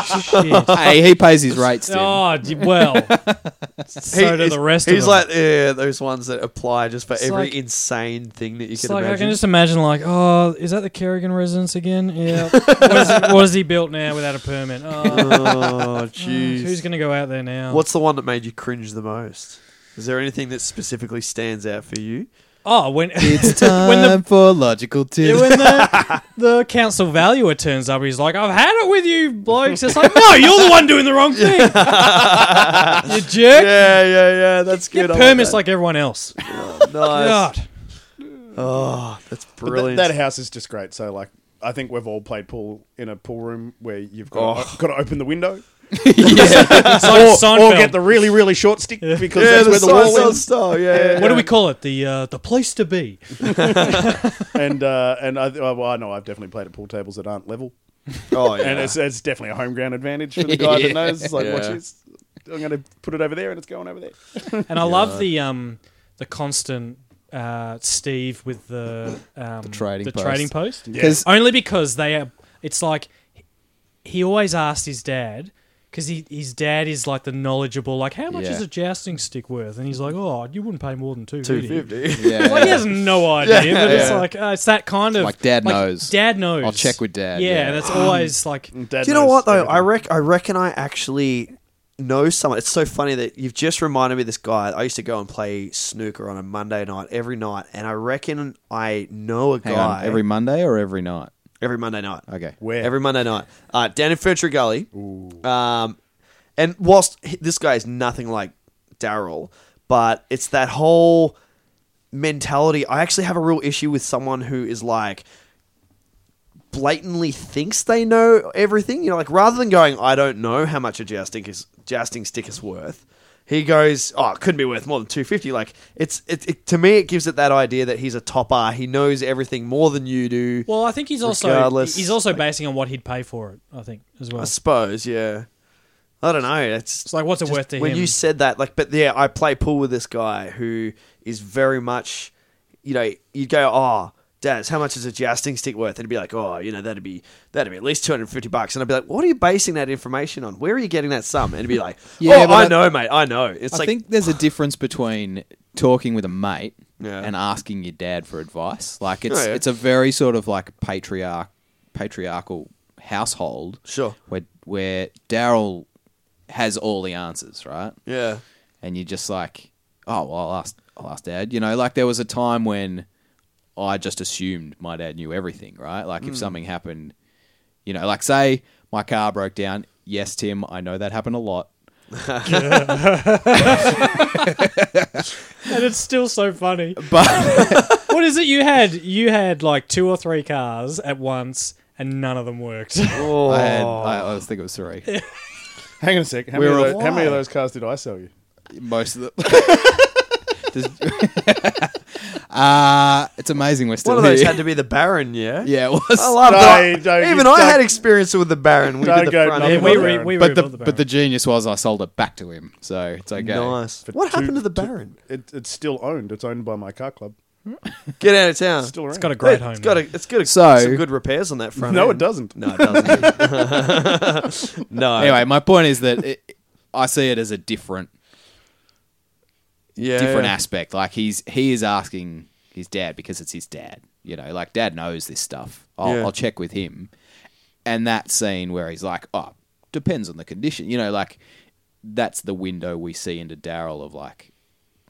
[SPEAKER 2] shit!
[SPEAKER 1] (laughs) hey, he pays his rates. Tim.
[SPEAKER 2] Oh d- well, so do
[SPEAKER 3] he's-
[SPEAKER 2] the rest.
[SPEAKER 3] He's
[SPEAKER 2] of them.
[SPEAKER 3] like yeah, those ones that apply just for
[SPEAKER 2] It's
[SPEAKER 3] every
[SPEAKER 2] like-
[SPEAKER 3] insane thing that you
[SPEAKER 2] It's
[SPEAKER 3] can
[SPEAKER 2] like I
[SPEAKER 3] imagine.
[SPEAKER 2] can just imagine, like, oh, is that the Kerrigan residence again? Yeah. what, is he, what has he built now without a permit? Oh, (laughs)
[SPEAKER 3] oh
[SPEAKER 2] who's
[SPEAKER 3] jeez.
[SPEAKER 2] going to go out there now?
[SPEAKER 3] What's the one that made you cringe the most? Is there anything that specifically stands out for you?
[SPEAKER 2] oh (laughs) when
[SPEAKER 1] It's time
[SPEAKER 2] when the
[SPEAKER 1] for logical
[SPEAKER 2] Yeah,
[SPEAKER 1] tips.
[SPEAKER 2] when the, the council valuer turns up, he's like, "I've had it with you, blokes." It's like, no, you're the one doing the
[SPEAKER 4] (laughs)
[SPEAKER 2] wrong thing. you jerk.
[SPEAKER 3] Yeah, yeah, yeah. That's
[SPEAKER 2] Get
[SPEAKER 3] good. I
[SPEAKER 2] permits
[SPEAKER 3] that.
[SPEAKER 2] like everyone else.
[SPEAKER 3] nice.
[SPEAKER 2] God.
[SPEAKER 3] Oh, that's
[SPEAKER 4] But th-
[SPEAKER 3] brilliant.
[SPEAKER 4] That, house is just great. So like, I think we've all played pool in a pool room where you've got
[SPEAKER 3] Oh.
[SPEAKER 4] to, got to open the window
[SPEAKER 2] It's like
[SPEAKER 4] or
[SPEAKER 2] Seinfeld.
[SPEAKER 4] get the really really short stick because
[SPEAKER 3] yeah,
[SPEAKER 4] that's where the wall
[SPEAKER 3] Seinfeld
[SPEAKER 4] is.
[SPEAKER 3] style. Yeah, yeah,
[SPEAKER 2] what do
[SPEAKER 3] yeah.
[SPEAKER 2] we call it? The uh, the place to be.
[SPEAKER 4] And uh, and I, I- well, I know I've definitely played at pool tables that aren't level,
[SPEAKER 3] Oh, yeah.
[SPEAKER 4] and it's, it's definitely a home ground advantage
[SPEAKER 3] (laughs)
[SPEAKER 4] for the guy that knows. It's like, watch
[SPEAKER 3] Yeah.
[SPEAKER 4] this. I'm going to put it over there, and it's going over there.
[SPEAKER 2] And I love the um the constant uh, Steve with the um, the
[SPEAKER 1] trading post.
[SPEAKER 2] trading post. (laughs)
[SPEAKER 1] Because
[SPEAKER 2] Only because they are. It's like he always asked his dad because he, his dad is like the knowledgeable. Like, how much
[SPEAKER 1] Yeah.
[SPEAKER 2] is a jousting stick worth? And he's like, oh, you wouldn't pay more than two
[SPEAKER 3] two
[SPEAKER 2] fifty.
[SPEAKER 3] fifty.
[SPEAKER 1] yeah,
[SPEAKER 2] Like he has no idea, but it's
[SPEAKER 3] yeah.
[SPEAKER 2] like uh, it's that kind of
[SPEAKER 1] Like, Dad knows.
[SPEAKER 2] Dad knows.
[SPEAKER 1] I'll check with Dad,
[SPEAKER 2] Yeah,
[SPEAKER 1] yeah.
[SPEAKER 2] and it's always like
[SPEAKER 4] Dad
[SPEAKER 3] Do you know
[SPEAKER 4] knows
[SPEAKER 3] what though?
[SPEAKER 4] everything.
[SPEAKER 3] I rec- I reckon I actually know someone. It's so funny that you've just reminded me of this guy. I used to go and play snooker on a Monday night every night, and I reckon I know a
[SPEAKER 1] hang
[SPEAKER 3] guy
[SPEAKER 1] on, every Monday or every night.
[SPEAKER 3] every Monday night.
[SPEAKER 1] Okay.
[SPEAKER 4] Where?
[SPEAKER 3] every Monday night uh, down in Furniture Gully. Um, and whilst h- this guy is nothing like Daryl, but it's that whole mentality. I actually have a real issue with someone who is like blatantly thinks they know everything. You know, like rather than going, I don't know how much a jousting is jousting stick is worth. He goes, oh, it couldn't be worth more than two fifty. Like it's it, it to me, it gives it that idea that he's a topper. He knows everything more than you do.
[SPEAKER 2] well, I think he's also
[SPEAKER 3] Regardless,
[SPEAKER 2] he's also basing on what he'd pay for it. I think as well.
[SPEAKER 3] I
[SPEAKER 2] It's
[SPEAKER 3] suppose, yeah. I don't know. It's,
[SPEAKER 2] like what's it
[SPEAKER 3] just
[SPEAKER 2] worth to
[SPEAKER 3] when
[SPEAKER 2] him?
[SPEAKER 3] you said that, like, but yeah, I play pool with this guy who is very much, you know, you'd go, oh, Daz, how much is a jousting stick worth? And he'd be like, oh, you know, that'd be that'd be at least two hundred fifty bucks. And I'd be like, what are you basing that information on? Where are you getting that sum? And he'd
[SPEAKER 4] (laughs)
[SPEAKER 3] be like,
[SPEAKER 1] Yeah,
[SPEAKER 3] oh,
[SPEAKER 1] but
[SPEAKER 3] I
[SPEAKER 1] I-
[SPEAKER 3] know, mate, I know. It's
[SPEAKER 1] I
[SPEAKER 3] like,
[SPEAKER 1] think there's a difference between talking with a mate
[SPEAKER 3] Yeah.
[SPEAKER 1] and asking your dad for advice. Like it's
[SPEAKER 3] Oh, yeah.
[SPEAKER 1] it's a very sort of like patriarch patriarchal household.
[SPEAKER 3] Sure.
[SPEAKER 1] Where where Daryl has all the answers, right?
[SPEAKER 3] Yeah.
[SPEAKER 1] and you're just like, oh, well, I'll ask, I'll ask dad. You know, like there was a time when I just assumed my dad knew everything, right? Like
[SPEAKER 3] Hmm.
[SPEAKER 1] if something happened, you know, like say my car broke down. Yes, Tim, I know that happened a lot.
[SPEAKER 2] and it's still so funny.
[SPEAKER 1] But
[SPEAKER 2] (laughs) What is it you had? You had like two or three cars at once, and none of them worked.
[SPEAKER 3] Oh.
[SPEAKER 1] I, had, I, I think it was three.
[SPEAKER 4] Hang on a sec. How,
[SPEAKER 1] We
[SPEAKER 4] many
[SPEAKER 1] were
[SPEAKER 4] of, those,
[SPEAKER 1] all-
[SPEAKER 4] how many of
[SPEAKER 1] Why?
[SPEAKER 4] those cars did I sell you?
[SPEAKER 1] Most of them.
[SPEAKER 3] (laughs)
[SPEAKER 1] Just- (laughs) uh, it's amazing we're still
[SPEAKER 3] One of those
[SPEAKER 1] here.
[SPEAKER 3] had to be the Baron, yeah?
[SPEAKER 1] (laughs) yeah, it was.
[SPEAKER 3] I love
[SPEAKER 4] Don't-
[SPEAKER 3] that.
[SPEAKER 4] don't-
[SPEAKER 3] Even I
[SPEAKER 4] don't-
[SPEAKER 3] had experience with the Baron. We
[SPEAKER 4] Don't
[SPEAKER 3] did the
[SPEAKER 4] go
[SPEAKER 3] front
[SPEAKER 4] nuts
[SPEAKER 2] yeah,
[SPEAKER 3] end.
[SPEAKER 2] (laughs) we
[SPEAKER 4] the
[SPEAKER 2] re-
[SPEAKER 4] Baron.
[SPEAKER 2] we
[SPEAKER 1] but the
[SPEAKER 2] rebuilt the
[SPEAKER 1] but the genius was I sold it back to him, so it's okay.
[SPEAKER 3] Nice.
[SPEAKER 4] For
[SPEAKER 3] What
[SPEAKER 4] two-
[SPEAKER 3] happened to the Baron?
[SPEAKER 4] It, it's still owned. It's owned by my car club.
[SPEAKER 3] Get out of town.
[SPEAKER 4] It's still around.
[SPEAKER 2] it's got a great
[SPEAKER 3] Yeah,
[SPEAKER 2] home.
[SPEAKER 3] It's got, a, it's got a,
[SPEAKER 1] So-
[SPEAKER 3] some good repairs on that front.
[SPEAKER 4] no,
[SPEAKER 3] end.
[SPEAKER 4] it doesn't.
[SPEAKER 3] No, it
[SPEAKER 4] (laughs)
[SPEAKER 3] doesn't. (laughs) no.
[SPEAKER 1] Anyway, my point is that it, I see it as a different
[SPEAKER 3] yeah.
[SPEAKER 1] different aspect. Like he's he is asking his dad because it's his dad. You know, like dad knows this stuff. I'll,
[SPEAKER 3] Yeah.
[SPEAKER 1] I'll check with him. And that scene where he's like, "Oh, depends on the condition." You know, like that's the window we see into Daryl of like,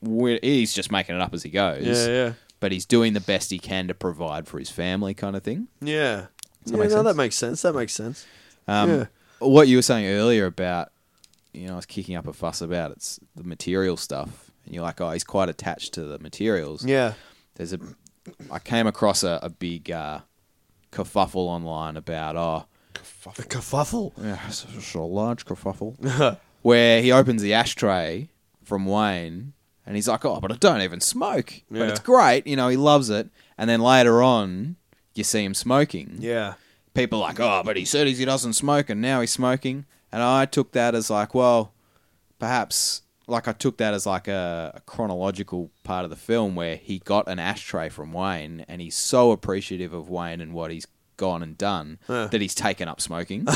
[SPEAKER 1] where he's just making it up as he goes.
[SPEAKER 3] Yeah, yeah.
[SPEAKER 1] But he's doing the best he can to provide for his family, kind of thing.
[SPEAKER 3] Yeah.
[SPEAKER 1] that
[SPEAKER 3] yeah
[SPEAKER 1] make
[SPEAKER 3] no,
[SPEAKER 1] sense?
[SPEAKER 3] that makes sense. That makes sense.
[SPEAKER 1] Um,
[SPEAKER 3] Yeah.
[SPEAKER 1] What you were saying earlier about, you know, I was kicking up a fuss about it's the material stuff, and you're like, oh, he's quite attached to the materials.
[SPEAKER 3] Yeah.
[SPEAKER 1] there's a I came across a, a big uh, kerfuffle online about oh
[SPEAKER 3] The kerfuffle.
[SPEAKER 1] yeah, it's a large kerfuffle (laughs) where he opens the ashtray from Wayne and he's like oh but I don't even smoke
[SPEAKER 3] Yeah.
[SPEAKER 1] but it's great you know he loves it and then later on you see him smoking
[SPEAKER 3] Yeah.
[SPEAKER 1] people are like oh but he said he doesn't smoke and now he's smoking and I took that as like well perhaps like I took that as like a, a chronological part of the film where he got an ashtray from Wayne and he's so appreciative of Wayne and what he's gone and done
[SPEAKER 3] Huh.
[SPEAKER 1] that he's taken up
[SPEAKER 3] (laughs)
[SPEAKER 1] smoking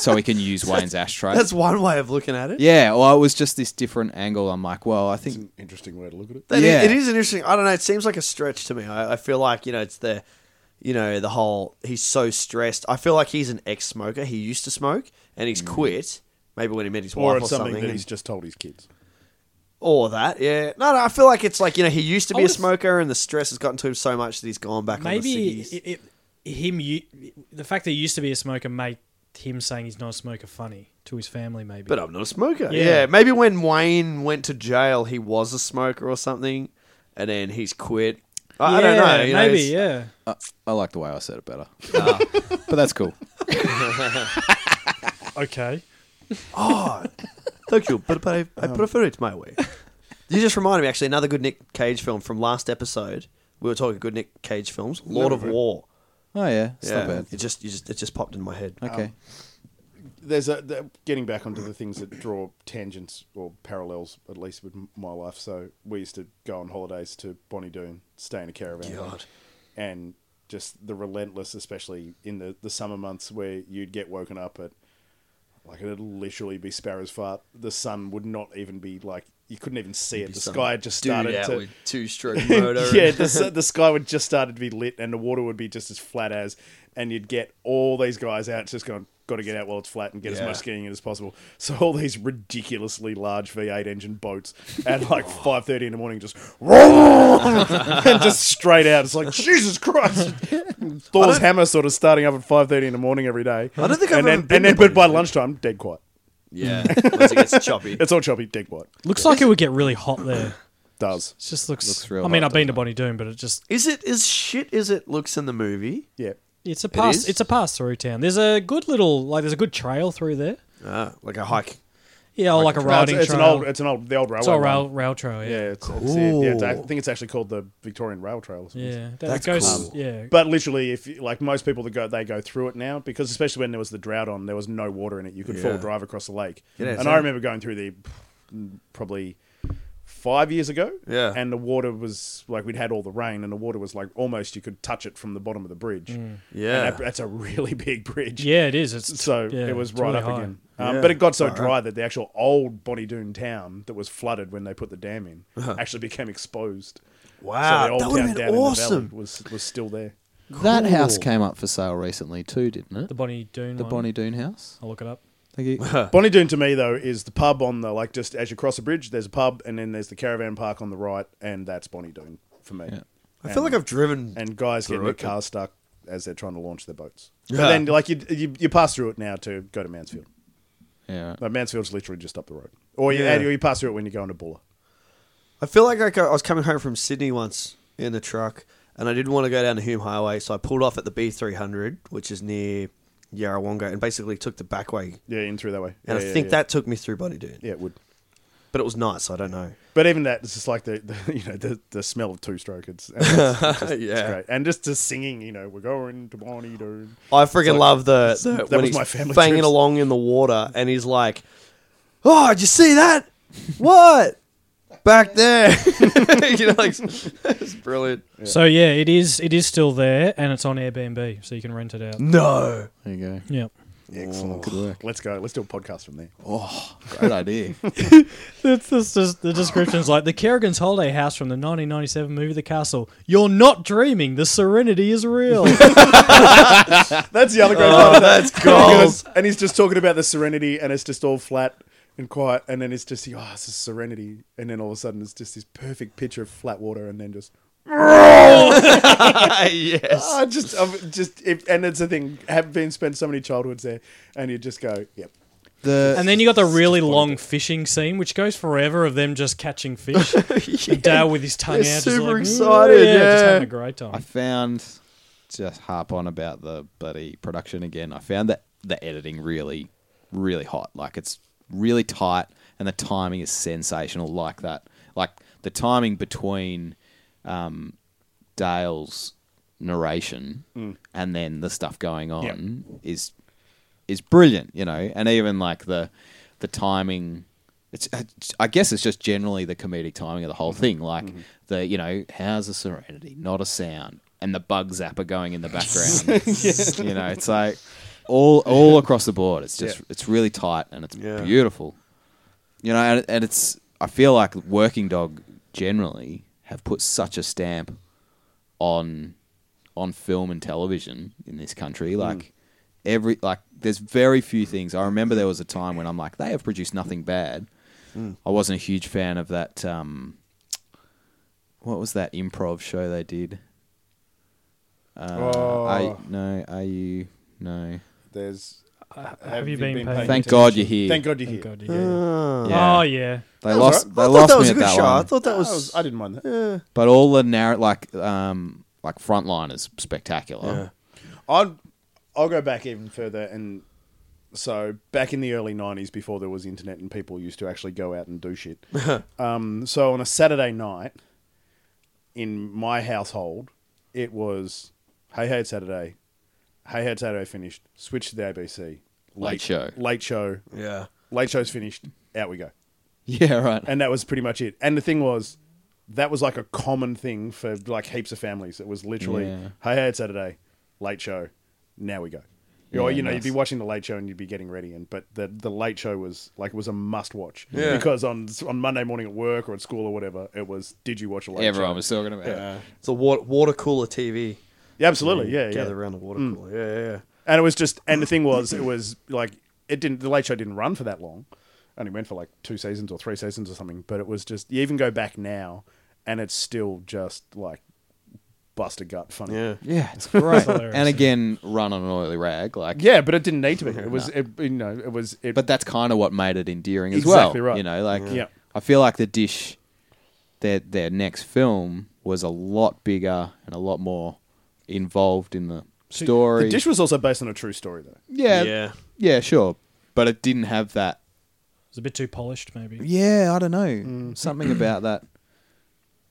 [SPEAKER 1] so he can use Wayne's ashtray.
[SPEAKER 3] That's one way of looking at it.
[SPEAKER 1] yeah, well it was just this different angle. I'm like, well, I
[SPEAKER 4] It's
[SPEAKER 1] think
[SPEAKER 4] an interesting way to look at it.
[SPEAKER 3] That i-
[SPEAKER 1] Yeah.
[SPEAKER 3] it is an interesting. I don't know. It seems like a stretch to me. I, I feel like you know it's the, you know the whole. He's so stressed. I feel like he's an ex-smoker. He used to smoke and
[SPEAKER 1] Mm.
[SPEAKER 3] he's quit. Maybe when he met his
[SPEAKER 4] Or
[SPEAKER 3] wife
[SPEAKER 4] it's
[SPEAKER 3] or
[SPEAKER 4] something,
[SPEAKER 3] something.
[SPEAKER 4] that
[SPEAKER 3] and-
[SPEAKER 4] he's just told his kids.
[SPEAKER 3] or that. Yeah. No, no. I feel like it's like you know he used to
[SPEAKER 2] I
[SPEAKER 3] be a
[SPEAKER 2] would've-
[SPEAKER 3] smoker and the stress has gotten to him so much that he's gone back. on the
[SPEAKER 2] Maybe
[SPEAKER 3] ciggies.
[SPEAKER 2] it, it, him. You, the fact that he used to be a smoker made him saying he's not a smoker funny to his family. Maybe.
[SPEAKER 3] But I'm not a smoker.
[SPEAKER 2] Yeah.
[SPEAKER 3] Yeah. Maybe when Wayne went to jail, he was a smoker or something, and then he's quit. I, I don't
[SPEAKER 2] Yeah,
[SPEAKER 3] know. you know,
[SPEAKER 2] maybe.
[SPEAKER 3] it's-
[SPEAKER 2] yeah.
[SPEAKER 1] I, uh, I like the way I said it
[SPEAKER 3] (laughs)
[SPEAKER 1] better. but that's cool.
[SPEAKER 2] Okay.
[SPEAKER 3] Oh, thank you, but, but I, I prefer it my way. You just reminded me, actually, another good Nick Cage film from last episode. We were talking good Nick Cage films, Lord of War.
[SPEAKER 1] Oh yeah, it's not bad.
[SPEAKER 3] It just, you just, it just popped in my head. Um,
[SPEAKER 1] Okay.
[SPEAKER 4] there's a the, getting back onto the things that draw tangents or parallels at least with m- my life. So we used to go on holidays to Bonnie Doon, stay in a caravan,
[SPEAKER 3] God.
[SPEAKER 4] and just the relentless, especially in the the summer months where you'd get woken up at like it'd literally be sparrow's fart. The sun would not even be like you couldn't even see it. The sky had just started to (laughs)
[SPEAKER 3] two-stroke
[SPEAKER 4] yeah, the,
[SPEAKER 3] (laughs)
[SPEAKER 4] s- the sky would just started to be lit, and the water would be just as flat as, and you'd get all these guys out just going, got to get out while it's flat and get as
[SPEAKER 3] Yeah.
[SPEAKER 4] much skiing in as possible. So all these ridiculously large V8 engine boats at
[SPEAKER 3] (laughs)
[SPEAKER 4] like 5:30 in the morning just (laughs) and just straight out. It's like Jesus
[SPEAKER 3] (laughs)
[SPEAKER 4] Christ, Thor's hammer sort of starting up at 5:30 in the morning every day. I
[SPEAKER 3] don't think I've
[SPEAKER 4] and
[SPEAKER 3] ever
[SPEAKER 4] then,
[SPEAKER 3] been
[SPEAKER 4] and
[SPEAKER 3] to
[SPEAKER 4] then, but by
[SPEAKER 3] Bonnie Doon.
[SPEAKER 4] lunchtime, dead quiet.
[SPEAKER 3] (laughs) yeah. Once it gets choppy.
[SPEAKER 4] It's all choppy, dead quiet.
[SPEAKER 2] Looks like it would get really hot there.
[SPEAKER 4] Does
[SPEAKER 2] It just looks.
[SPEAKER 1] Looks real
[SPEAKER 2] I mean,
[SPEAKER 1] hot,
[SPEAKER 2] I've
[SPEAKER 1] doesn't
[SPEAKER 2] been to
[SPEAKER 1] it?
[SPEAKER 2] Bonnie Doon, but it just
[SPEAKER 3] Is it as shit as it looks in the movie?
[SPEAKER 4] yeah.
[SPEAKER 2] it's a pass.
[SPEAKER 3] is?
[SPEAKER 2] it's a pass through town. There's a good little like. There's a good trail through there.
[SPEAKER 3] Ah, like a hike.
[SPEAKER 2] Yeah, or like a
[SPEAKER 4] No, it's,
[SPEAKER 2] riding
[SPEAKER 4] it's an
[SPEAKER 2] trail.
[SPEAKER 4] old, it's an old, the old railway.
[SPEAKER 2] It's all
[SPEAKER 4] line.
[SPEAKER 2] rail rail trail. Yeah.
[SPEAKER 4] Yeah, it's, it's, yeah, yeah, it's- I
[SPEAKER 3] Cool.
[SPEAKER 4] think it's actually called the Victorian Rail Trail. or something.
[SPEAKER 2] Yeah, that
[SPEAKER 3] That's
[SPEAKER 2] goes.
[SPEAKER 3] cool.
[SPEAKER 2] Yeah,
[SPEAKER 4] But literally, if you- like most people that go, they go through it now because especially when there was the drought on, there was no water in it. You could full
[SPEAKER 3] Yeah.
[SPEAKER 4] drive across the lake,
[SPEAKER 3] Yeah,
[SPEAKER 4] and
[SPEAKER 3] it's-
[SPEAKER 4] I remember going through the mm, probably five years ago.
[SPEAKER 3] Yeah.
[SPEAKER 4] and the water was like we'd had all the rain, and the water was like almost you could touch it from the bottom of the bridge. and
[SPEAKER 3] Yeah.
[SPEAKER 4] that, that's a really (laughs) big bridge.
[SPEAKER 2] yeah, it is. It's
[SPEAKER 4] so
[SPEAKER 2] yeah,
[SPEAKER 4] it was
[SPEAKER 2] it's
[SPEAKER 4] right
[SPEAKER 2] really
[SPEAKER 4] up
[SPEAKER 2] high.
[SPEAKER 4] again. Um,
[SPEAKER 3] Yeah.
[SPEAKER 4] But it got so dry that the actual old Bonnie Doon town that was flooded when they put the dam in actually became exposed.
[SPEAKER 3] Uh-huh. Wow,
[SPEAKER 4] so the old
[SPEAKER 3] that would've
[SPEAKER 4] town
[SPEAKER 3] been
[SPEAKER 4] down in the valley
[SPEAKER 3] awesome.
[SPEAKER 4] was was still there.
[SPEAKER 1] That house
[SPEAKER 3] Cool.
[SPEAKER 1] came up for sale recently too, didn't it?
[SPEAKER 2] The Bonnie Doon.
[SPEAKER 1] The
[SPEAKER 2] one.
[SPEAKER 1] Bonnie Doon house.
[SPEAKER 2] I'll look it up.
[SPEAKER 1] Thank you.
[SPEAKER 4] Bonnie Doon to me though is the pub on the like just as you cross a bridge, there's a pub and then there's the caravan park on the right, and that's Bonnie Doon for me.
[SPEAKER 3] I feel like I've driven.
[SPEAKER 4] and guys getting
[SPEAKER 3] Through
[SPEAKER 4] their
[SPEAKER 3] it.
[SPEAKER 4] cars stuck as they're trying to launch their boats.
[SPEAKER 3] Yeah.
[SPEAKER 4] But then, like you, you, you pass through it now to go to Mansfield.
[SPEAKER 1] (laughs) yeah.
[SPEAKER 4] Like Mansfield's literally just up the road, or you,
[SPEAKER 3] Yeah.
[SPEAKER 4] and you pass through it when you're going to Bulla.
[SPEAKER 3] I feel like I, go- I was coming home from Sydney once in the truck, and I didn't want to go down the Hume Highway, so I pulled off at the B300, which is near Yarrawonga, and basically took the back way.
[SPEAKER 4] Yeah, in through that way.
[SPEAKER 3] And
[SPEAKER 4] Yeah,
[SPEAKER 3] I
[SPEAKER 4] yeah,
[SPEAKER 3] think
[SPEAKER 4] yeah.
[SPEAKER 3] that took me through Bonnie Doon.
[SPEAKER 4] yeah, it would.
[SPEAKER 3] But it was nice. I don't (laughs) know.
[SPEAKER 4] But even that, it's just like the, (laughs) the you know the, the smell of two stroke.
[SPEAKER 3] (laughs)
[SPEAKER 4] It's, it's, it's
[SPEAKER 3] yeah.
[SPEAKER 4] great, and just the singing. You know, we're going to Bonnie Doon.
[SPEAKER 3] I freaking love the,
[SPEAKER 4] (laughs)
[SPEAKER 3] the
[SPEAKER 4] that
[SPEAKER 3] when
[SPEAKER 4] was
[SPEAKER 3] he's
[SPEAKER 4] my family
[SPEAKER 3] banging
[SPEAKER 4] trips.
[SPEAKER 3] along in the water, and he's like, "Oh, did you see that? what back there? (laughs) you know, like (laughs) it's brilliant.
[SPEAKER 2] So yeah, it is. It is still there, and it's on Airbnb, so you can rent it out.
[SPEAKER 3] No,
[SPEAKER 1] There you go.
[SPEAKER 2] Yeah.
[SPEAKER 4] Excellent.
[SPEAKER 1] Good work.
[SPEAKER 4] Let's go. Let's do a podcast from there.
[SPEAKER 1] (laughs)
[SPEAKER 4] (laughs)
[SPEAKER 1] Great idea.
[SPEAKER 2] It's just, just- the description's like the Kerrigan's holiday house from the 1997 movie The Castle. You're not dreaming. The serenity is real.
[SPEAKER 3] (laughs)
[SPEAKER 4] That's the other great part
[SPEAKER 3] oh,
[SPEAKER 4] of that.
[SPEAKER 3] that's gold.
[SPEAKER 4] (laughs) Because- and he's just talking about the serenity, and it's just all flat and quiet. And then it's just, oh, it's a serenity. And then all of a sudden, it's just this perfect picture of flat water, and then just,
[SPEAKER 3] (laughs) yes,
[SPEAKER 4] ah, just, um, just, if, and it's the thing. Have been spent so many childhoods there, and you just go, yep.
[SPEAKER 1] (laughs) The
[SPEAKER 2] and then you got the really long fishing scene, which goes forever of them just
[SPEAKER 3] (laughs)
[SPEAKER 2] catching fish. And Dale with his tongue
[SPEAKER 3] They're
[SPEAKER 2] out, just
[SPEAKER 3] super
[SPEAKER 2] like,
[SPEAKER 3] excited,
[SPEAKER 2] just
[SPEAKER 3] yeah.
[SPEAKER 2] having a great
[SPEAKER 1] I
[SPEAKER 2] time.
[SPEAKER 1] found just harp on about the bloody production again. I found that the editing really, really hot. Like it's really tight, and the timing is sensational. Like that, like the timing between um, Dale's narration and then the stuff going on is is brilliant. You know, and even like the the timing. It's, I guess it's just generally the comedic timing of the whole thing, like the you know, how's a serenity, not a sound, and the bug zapper going in the background. You know, it's like all all across the board. It's just
[SPEAKER 4] Yeah.
[SPEAKER 1] it's really tight and it's
[SPEAKER 3] Yeah.
[SPEAKER 1] beautiful. You know, and, and it's I feel like Working Dog generally have put such a stamp on on film and television in this country.
[SPEAKER 3] Hmm.
[SPEAKER 1] Like every like there's very few things. I remember there was a time when I'm like, they have produced nothing bad.
[SPEAKER 3] Hmm.
[SPEAKER 1] I wasn't a huge fan of that um what was that improv show they did? Uh, I no, are you no.
[SPEAKER 4] Oh, There's. Have,
[SPEAKER 2] Uh, you been paying
[SPEAKER 1] Thank God you're
[SPEAKER 4] attention?
[SPEAKER 1] here.
[SPEAKER 4] Thank God you're
[SPEAKER 2] Thank
[SPEAKER 4] here.
[SPEAKER 2] God, yeah.
[SPEAKER 1] Yeah.
[SPEAKER 2] Oh yeah.
[SPEAKER 1] They lost.
[SPEAKER 3] I
[SPEAKER 1] They
[SPEAKER 3] thought
[SPEAKER 1] lost
[SPEAKER 3] that was
[SPEAKER 1] me
[SPEAKER 3] a
[SPEAKER 1] at
[SPEAKER 3] good
[SPEAKER 1] that
[SPEAKER 3] show. I
[SPEAKER 1] one.
[SPEAKER 3] thought that
[SPEAKER 4] I,
[SPEAKER 3] was.
[SPEAKER 4] was, I didn't mind that.
[SPEAKER 1] But all the narr- like um like frontline is spectacular.
[SPEAKER 4] I'll I'll go back even further and so back in the early nineties before there was internet and people used to actually go out and
[SPEAKER 1] (laughs)
[SPEAKER 4] do shit. um, so on a Saturday night in my household, it was Hey Hey It's Saturday, Hey Hey It's Saturday finished, switch to the ABC. Late,
[SPEAKER 1] Late show.
[SPEAKER 4] Late show.
[SPEAKER 3] yeah,
[SPEAKER 4] Late show's finished. Out we go
[SPEAKER 1] (laughs) Yeah, right.
[SPEAKER 4] and that was pretty much it. And the thing was, that was like a common thing for like heaps of families. It was literally,
[SPEAKER 1] Yeah.
[SPEAKER 4] hey, hey, it's Saturday, late show, now we go. You know,
[SPEAKER 1] Yeah,
[SPEAKER 4] you know,
[SPEAKER 1] nice.
[SPEAKER 4] you'd be watching the late show and you'd be getting ready, and but the the late show was like it was a must watch
[SPEAKER 3] Yeah.
[SPEAKER 4] because on on Monday morning at work or at school or whatever, it was did you watch a late
[SPEAKER 1] Everyone
[SPEAKER 4] show?
[SPEAKER 1] was talking about. it.
[SPEAKER 3] it's a water, water cooler TV.
[SPEAKER 4] yeah, absolutely, yeah, Hmm. yeah.
[SPEAKER 3] Gather around the water cooler. Yeah, yeah, yeah.
[SPEAKER 4] And it was just, and the thing was, it was like it didn't. The Late Show didn't run for that long. Only went for like two seasons or three seasons or something. But it was just you even go back now, and it's still just like bust a gut funny.
[SPEAKER 3] Yeah.
[SPEAKER 1] Yeah, it's great.
[SPEAKER 2] hilarious.
[SPEAKER 1] and again, run on an oily rag, like
[SPEAKER 4] Yeah, but it didn't need to
[SPEAKER 1] (laughs)
[SPEAKER 4] be. It was, it, you know, it was. It,
[SPEAKER 1] But that's kind of what made it endearing as
[SPEAKER 4] Exactly
[SPEAKER 1] well.
[SPEAKER 4] right.
[SPEAKER 1] You know, like
[SPEAKER 4] Yeah.
[SPEAKER 1] I feel like the dish, their their next film was a lot bigger and a lot more involved in the story.
[SPEAKER 4] the dish was also based on a true story, though.
[SPEAKER 1] yeah,
[SPEAKER 3] Yeah.
[SPEAKER 1] yeah, sure, but it didn't have that.
[SPEAKER 2] It's a bit too polished, maybe.
[SPEAKER 1] Yeah, I don't know, something about that.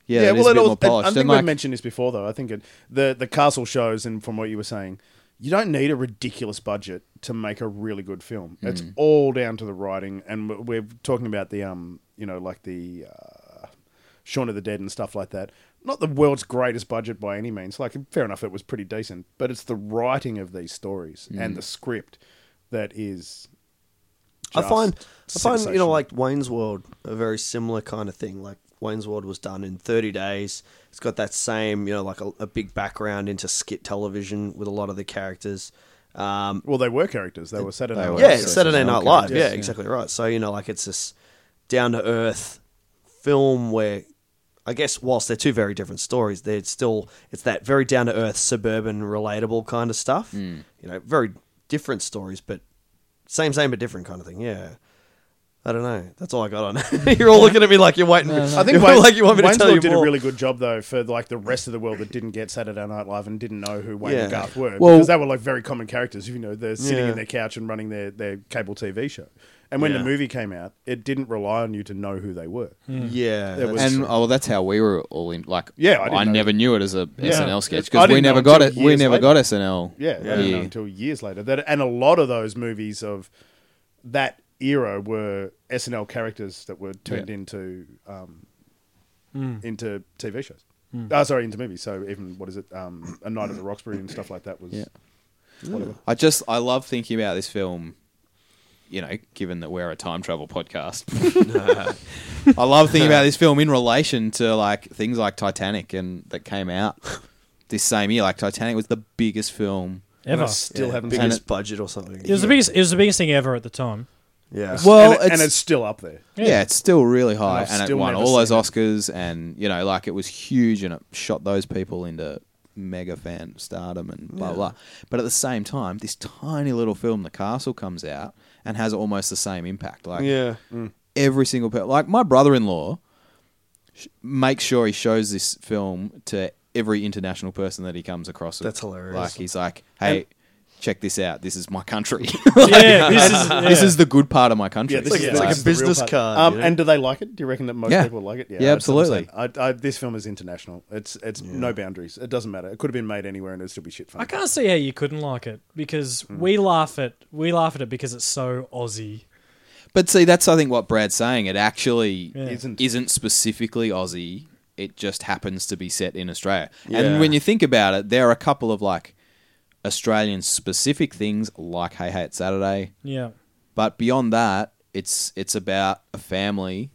[SPEAKER 1] Yeah, it is
[SPEAKER 4] Mm. well,
[SPEAKER 1] a bit
[SPEAKER 4] all-
[SPEAKER 1] more
[SPEAKER 4] and
[SPEAKER 1] polished.
[SPEAKER 4] I think
[SPEAKER 1] and like,
[SPEAKER 4] we've mentioned this before, though. I think it, the the castle shows, and from what you were saying, you don't need a ridiculous budget to make a really good film.
[SPEAKER 1] Hmm.
[SPEAKER 4] It's all down to the writing, and we- we're talking about the um, you know, like the uh, Shaun of the Dead and stuff like that. Not the world's greatest budget by any means. Like, fair enough, it was pretty decent,
[SPEAKER 1] Hmm.
[SPEAKER 4] but it's the writing of these stories and the script that is
[SPEAKER 3] I find I find you
[SPEAKER 4] sensational.
[SPEAKER 3] know like Wayne's World a very similar kind of thing. Like Wayne's World was done in 30 days. It's got that same you know like a, a big background into skit television with a lot of the characters. Um,
[SPEAKER 4] Well, they were characters. They were Saturday.
[SPEAKER 1] they
[SPEAKER 4] Night
[SPEAKER 1] were.
[SPEAKER 4] Live
[SPEAKER 3] yeah,
[SPEAKER 1] so
[SPEAKER 3] it's
[SPEAKER 4] characters.
[SPEAKER 3] Saturday
[SPEAKER 1] it's
[SPEAKER 3] Night
[SPEAKER 1] okay.
[SPEAKER 3] Live.
[SPEAKER 1] Yes,
[SPEAKER 3] yeah,
[SPEAKER 1] yeah.
[SPEAKER 3] exactly right. So you know, like it's this down to earth film where I guess whilst they're two very different stories, they're still it's that very down to earth suburban relatable kind of stuff. You know, very different stories, but same same but different kind of thing. Yeah. I don't know. That's all I got on. (laughs) you're all looking at me like you're waiting.
[SPEAKER 4] I think
[SPEAKER 3] (laughs) you're
[SPEAKER 4] Wayne's,
[SPEAKER 3] like you want me to
[SPEAKER 4] Wayne's
[SPEAKER 3] tell
[SPEAKER 4] World
[SPEAKER 3] you
[SPEAKER 4] did
[SPEAKER 3] more.
[SPEAKER 4] a really good job though for like the rest of the world that didn't get Saturday Night Live and didn't know who Wayne
[SPEAKER 3] Yeah.
[SPEAKER 4] and Garth were
[SPEAKER 1] Well-
[SPEAKER 4] because they were like very common characters. You know, they're sitting
[SPEAKER 3] Yeah.
[SPEAKER 4] in their couch and running their, their cable TV show. And when
[SPEAKER 3] Yeah.
[SPEAKER 4] the movie came out, it didn't rely on you to know who they were.
[SPEAKER 3] Hmm. yeah,
[SPEAKER 4] It was-
[SPEAKER 3] that's-
[SPEAKER 1] And oh, well, that's how we were all in. Like,
[SPEAKER 4] Yeah, I didn't know
[SPEAKER 1] never knew it as a
[SPEAKER 4] Yeah.
[SPEAKER 1] SNL sketch
[SPEAKER 4] I
[SPEAKER 1] because we
[SPEAKER 4] didn't know
[SPEAKER 1] never got it.
[SPEAKER 4] until
[SPEAKER 1] We
[SPEAKER 4] years
[SPEAKER 1] never
[SPEAKER 4] later.
[SPEAKER 1] got SNL.
[SPEAKER 4] Yeah, I didn't know until years later. That and a lot of those movies of that era were SNL characters that were turned
[SPEAKER 1] Yeah.
[SPEAKER 4] into um, into TV shows. Ah, sorry, into movies. So even what is it? Um, a Night at the Roxbury and stuff like that was.
[SPEAKER 1] Yeah.
[SPEAKER 4] Whatever.
[SPEAKER 1] I just I love thinking about this film. You know, given that we're a time travel podcast, (laughs) I love thinking about this film in relation to like things like Titanic and that came out this same year. Like Titanic was the biggest film.
[SPEAKER 4] And I
[SPEAKER 2] Ever.
[SPEAKER 4] still
[SPEAKER 3] yeah,
[SPEAKER 4] haven't seen
[SPEAKER 3] biggest
[SPEAKER 4] it.
[SPEAKER 3] budget or something.
[SPEAKER 2] It was the biggest. It was the biggest thing ever at the time.
[SPEAKER 3] Yeah,
[SPEAKER 1] Well-
[SPEAKER 4] and, it- and
[SPEAKER 1] it's-
[SPEAKER 4] it's, still up there.
[SPEAKER 1] Yeah, it's still really high,
[SPEAKER 4] I've
[SPEAKER 1] and, it
[SPEAKER 4] still
[SPEAKER 1] won
[SPEAKER 4] never
[SPEAKER 1] all those
[SPEAKER 4] seen it.
[SPEAKER 1] Oscars, and you know, like it was huge, and it shot those people into mega fan stardom and blah blah. But at the same time, this tiny little film, The Castle, comes out and has almost the same impact. Like,
[SPEAKER 3] yeah,
[SPEAKER 1] every single person. Like my brother-in-law sh- makes sure he shows this film to every international person that he comes across.
[SPEAKER 3] That's hilarious.
[SPEAKER 1] Like he's like, "Hey, check this out. This is my country. (laughs)
[SPEAKER 2] yeah, this is. Yeah.
[SPEAKER 1] This is the good part of my country."
[SPEAKER 3] like-
[SPEAKER 4] is the-
[SPEAKER 3] it's like
[SPEAKER 4] this
[SPEAKER 3] a
[SPEAKER 4] is the real
[SPEAKER 3] business
[SPEAKER 4] part.
[SPEAKER 3] card,
[SPEAKER 4] Um,
[SPEAKER 3] you know?
[SPEAKER 4] And do they like it? Do you reckon that most
[SPEAKER 1] Yeah.
[SPEAKER 4] people like it?
[SPEAKER 1] Yeah,
[SPEAKER 4] that's what I'm saying. I, I, this film is international. It's it's no boundaries. It doesn't matter. It could have been made anywhere, and it'd still be shit fun.
[SPEAKER 2] I can't see how you couldn't like it because we laugh at we laugh at it because it's so Aussie.
[SPEAKER 1] but see, that's I think what Brad's saying. It actually
[SPEAKER 2] Yeah.
[SPEAKER 1] isn't
[SPEAKER 4] Isn't.
[SPEAKER 1] specifically Aussie. It just happens to be set in Australia.
[SPEAKER 3] Yeah.
[SPEAKER 1] And when you think about it, there are a couple of like Australian specific things like Hey Hey It's Saturday.
[SPEAKER 2] Yeah,
[SPEAKER 1] But beyond that, it's it's about a family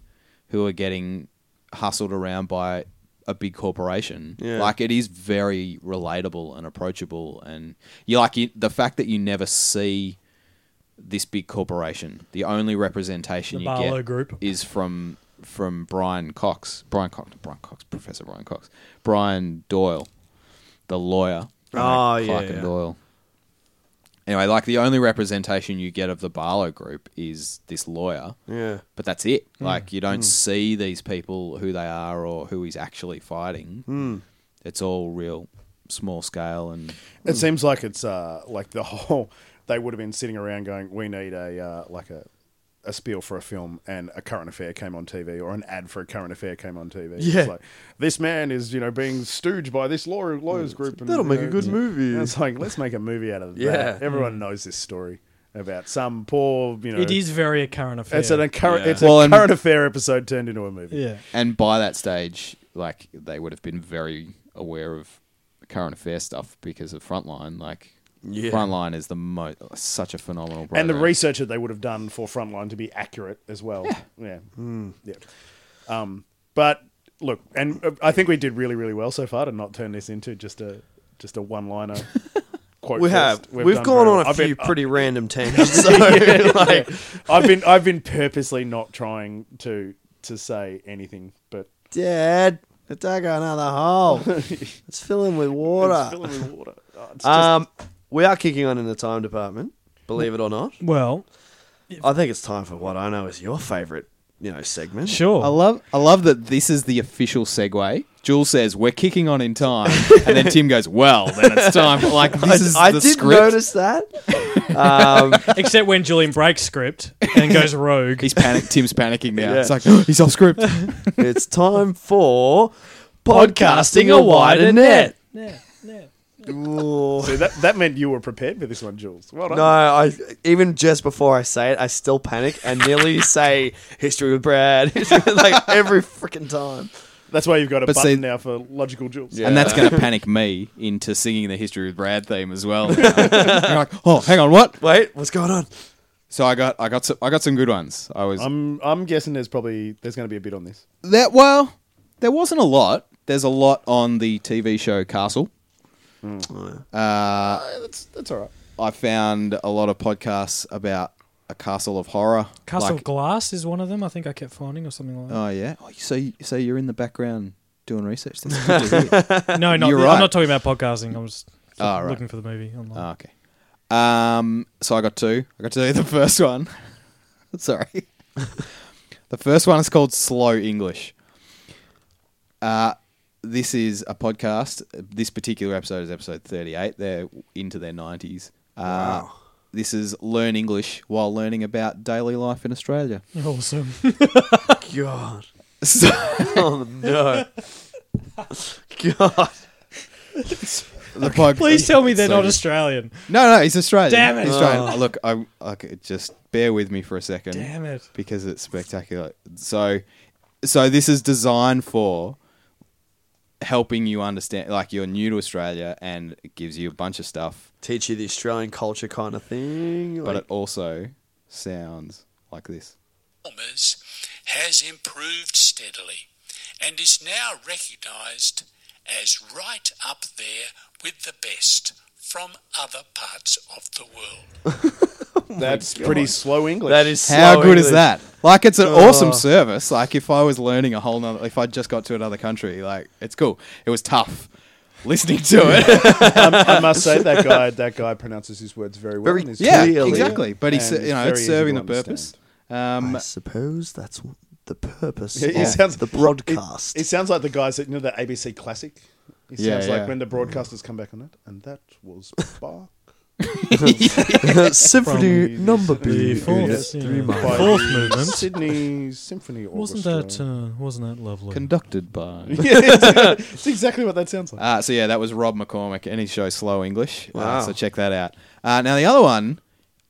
[SPEAKER 1] who are getting hustled around by a big corporation.
[SPEAKER 3] Yeah.
[SPEAKER 1] Like it is very relatable and approachable, and you like you, the fact that you never see this big corporation. The only representation
[SPEAKER 2] The
[SPEAKER 1] you
[SPEAKER 2] Barlow
[SPEAKER 1] get
[SPEAKER 2] Group.
[SPEAKER 1] is from from Brian Cox, Brian Cox, Brian Cox, Professor Brian Cox, Brian Doyle, the lawyer.
[SPEAKER 3] Oh,
[SPEAKER 1] Clark
[SPEAKER 3] yeah,
[SPEAKER 1] and
[SPEAKER 3] yeah.
[SPEAKER 1] Doyle. Anyway, like the only representation you get of the Barlow Group is this lawyer,
[SPEAKER 3] yeah.
[SPEAKER 1] but that's it. Like you don't see these people who they are or who he's actually fighting. It's all real small scale and
[SPEAKER 3] Hmm.
[SPEAKER 4] It seems like it's uh, like the (laughs) whole they would have been sitting around going, "We need a uh, like a a spiel for a film," and a current affair came on TV, or an ad for a current affair came on TV.
[SPEAKER 3] Yeah.
[SPEAKER 4] it's like this man is you know being stooged by this lawyer lawyers group. And,
[SPEAKER 3] Hmm. That'll
[SPEAKER 4] you
[SPEAKER 3] make a
[SPEAKER 4] know,
[SPEAKER 3] good movie.
[SPEAKER 4] And it's like let's make a movie
[SPEAKER 3] (laughs)
[SPEAKER 4] out of that.
[SPEAKER 3] Yeah. Hmm.
[SPEAKER 4] everyone knows this story about some poor you know.
[SPEAKER 2] it is very a current affair.
[SPEAKER 4] It's an current.
[SPEAKER 3] Yeah.
[SPEAKER 4] It's
[SPEAKER 1] Well,
[SPEAKER 4] a
[SPEAKER 1] and-
[SPEAKER 4] current affair episode turned into a movie.
[SPEAKER 2] yeah.
[SPEAKER 1] and by that stage, like they would have been very aware of current affair stuff because of Frontline. Like
[SPEAKER 3] Yeah.
[SPEAKER 1] Frontline is the most such a phenomenal program.
[SPEAKER 4] and the research that they would have done for Frontline to be accurate as well. Yeah, yeah.
[SPEAKER 3] Hmm.
[SPEAKER 4] Um, but look, and uh, I think we did really, really well so far to not turn this into just a just a
[SPEAKER 3] (laughs)
[SPEAKER 4] one-liner quote.
[SPEAKER 3] We
[SPEAKER 4] fest.
[SPEAKER 3] have.
[SPEAKER 4] We've
[SPEAKER 3] We've,
[SPEAKER 4] done
[SPEAKER 3] gone
[SPEAKER 4] very
[SPEAKER 3] on
[SPEAKER 4] well.
[SPEAKER 3] a
[SPEAKER 4] I've been- uh,
[SPEAKER 3] few pretty random tangents. So, (laughs)
[SPEAKER 4] (laughs)
[SPEAKER 3] like,
[SPEAKER 4] I've been I've been purposely not trying to to say anything, but
[SPEAKER 3] Dad, I dug another hole. it's filling with
[SPEAKER 4] it's
[SPEAKER 3] water.
[SPEAKER 4] filling with water. Oh, it's just-
[SPEAKER 3] Um, we are kicking on in the time department. Believe it or not,
[SPEAKER 2] Well,
[SPEAKER 3] I think it's time for what I know is your favorite, you know, segment.
[SPEAKER 2] sure.
[SPEAKER 1] I love I love that this is the official segue. Jules says we're kicking on in time, and then Tim goes, "Well, then it's
[SPEAKER 3] (laughs)
[SPEAKER 1] time." Like
[SPEAKER 3] I,
[SPEAKER 1] this is
[SPEAKER 3] I
[SPEAKER 1] the
[SPEAKER 3] did
[SPEAKER 1] script.
[SPEAKER 3] notice that. Um,
[SPEAKER 2] Except when Julian breaks script and goes rogue.
[SPEAKER 1] He's panic. Tim's panicking now.
[SPEAKER 3] Yeah.
[SPEAKER 1] It's like (gasps) he's off script.
[SPEAKER 3] (laughs) it's time for podcasting a wider net.
[SPEAKER 2] Yeah, yeah.
[SPEAKER 3] Ooh.
[SPEAKER 4] so that that meant you were prepared for this one, Jules. Well done.
[SPEAKER 3] No, I even just before I say it, I still panic and
[SPEAKER 4] (laughs)
[SPEAKER 3] nearly say history with Brad, (laughs) history with, like every freaking time.
[SPEAKER 4] That's why you've got a
[SPEAKER 1] But
[SPEAKER 4] button
[SPEAKER 1] see-
[SPEAKER 4] now for logical Jules.
[SPEAKER 1] And that's going to panic me into
[SPEAKER 3] (laughs)
[SPEAKER 1] singing the history with Brad theme as well. now. You're like, oh, hang on, what?
[SPEAKER 3] Wait, what's going on?
[SPEAKER 1] So I got I got some I got some good ones. I was
[SPEAKER 3] Um,
[SPEAKER 4] I'm I'm guessing there's probably there's going to be a bit on this.
[SPEAKER 1] that well, there wasn't a lot. There's a lot on the TV show Castle. Uh,
[SPEAKER 4] Uh, that's that's all right.
[SPEAKER 1] I found a lot of podcasts about a castle of horror.
[SPEAKER 2] Castle
[SPEAKER 1] Like-
[SPEAKER 2] Glass is one of them. I think I kept finding or something like that.
[SPEAKER 1] oh yeah. Oh, so you- so you're in the background doing research. That's good to (laughs) hear.
[SPEAKER 2] no, not
[SPEAKER 1] You're
[SPEAKER 2] the-
[SPEAKER 1] right.
[SPEAKER 2] I'm not talking about podcasting. I was
[SPEAKER 1] Ah, right.
[SPEAKER 2] looking for the movie online.
[SPEAKER 1] Oh, okay. Um, so I got two. I got to tell you the first one. (laughs) Sorry. the first one is called Slow English. Uh, this is a podcast. This particular episode is episode 38. They're into their 90s. Uh, This is Learn English while learning about daily life in
[SPEAKER 2] (laughs)
[SPEAKER 1] Australia.
[SPEAKER 2] Awesome.
[SPEAKER 3] God.
[SPEAKER 1] So,
[SPEAKER 3] (laughs) Oh no. God.
[SPEAKER 1] the pod-
[SPEAKER 2] Please tell me they're
[SPEAKER 1] So
[SPEAKER 2] not
[SPEAKER 1] good.
[SPEAKER 2] Australian.
[SPEAKER 1] No, no, he's Australian.
[SPEAKER 2] Damn it. Oh.
[SPEAKER 1] He's Australian. Look, I, okay, just bear with me for a second.
[SPEAKER 2] Damn it.
[SPEAKER 1] Because it's spectacular. So, so this is designed for helping you understand. Like you're new to Australia, and it gives you a bunch of stuff,
[SPEAKER 3] Teach you the Australian culture kind of thing.
[SPEAKER 1] but
[SPEAKER 3] Like,
[SPEAKER 1] it also sounds like this.
[SPEAKER 6] performers has improved steadily and is now recognised as right up there with the best from other parts of the world.
[SPEAKER 4] That's pretty slow English.
[SPEAKER 3] that is
[SPEAKER 1] How
[SPEAKER 3] slow
[SPEAKER 1] good is
[SPEAKER 3] English.
[SPEAKER 1] that? Like it's an awesome
[SPEAKER 3] Oh.
[SPEAKER 1] service. Like if I was learning a whole nother, if I just got to another country, like it's cool. It was tough (laughs) listening to it.
[SPEAKER 4] I must say that guy that guy pronounces his words very well.
[SPEAKER 3] Very
[SPEAKER 4] and he's
[SPEAKER 1] Yeah, (laughs)
[SPEAKER 3] Clearly.
[SPEAKER 1] exactly. But he's
[SPEAKER 4] And
[SPEAKER 1] you know
[SPEAKER 4] it's
[SPEAKER 1] it's
[SPEAKER 4] very
[SPEAKER 1] serving
[SPEAKER 4] easy
[SPEAKER 1] the
[SPEAKER 4] to
[SPEAKER 1] purpose. Um,
[SPEAKER 3] I suppose that's w- the purpose
[SPEAKER 4] Yeah,
[SPEAKER 3] of
[SPEAKER 4] he sounds-
[SPEAKER 3] the
[SPEAKER 4] it-
[SPEAKER 3] broadcast.
[SPEAKER 4] It, sounds like the guys that you know the ABC classic. It
[SPEAKER 1] Yeah,
[SPEAKER 4] sounds
[SPEAKER 1] yeah.
[SPEAKER 4] like when the broadcasters come back on it, and that was Bach.
[SPEAKER 3] (laughs) Symphony
[SPEAKER 4] From
[SPEAKER 3] number
[SPEAKER 2] The
[SPEAKER 3] B.
[SPEAKER 2] fourth,
[SPEAKER 3] Yes,
[SPEAKER 2] yeah.
[SPEAKER 3] three months.
[SPEAKER 4] by
[SPEAKER 2] Fourth
[SPEAKER 4] the
[SPEAKER 2] movement.
[SPEAKER 4] Sydney Symphony
[SPEAKER 2] Wasn't
[SPEAKER 4] Orchestra.
[SPEAKER 2] that uh, wasn't that lovely?
[SPEAKER 1] conducted by.
[SPEAKER 4] (laughs) yeah, it's,
[SPEAKER 2] uh,
[SPEAKER 4] it's exactly what that sounds like.
[SPEAKER 1] Uh, so yeah, that was Rob McCormick and his show Slow English. Uh,
[SPEAKER 3] Wow.
[SPEAKER 1] so check that out. Uh, now the other one,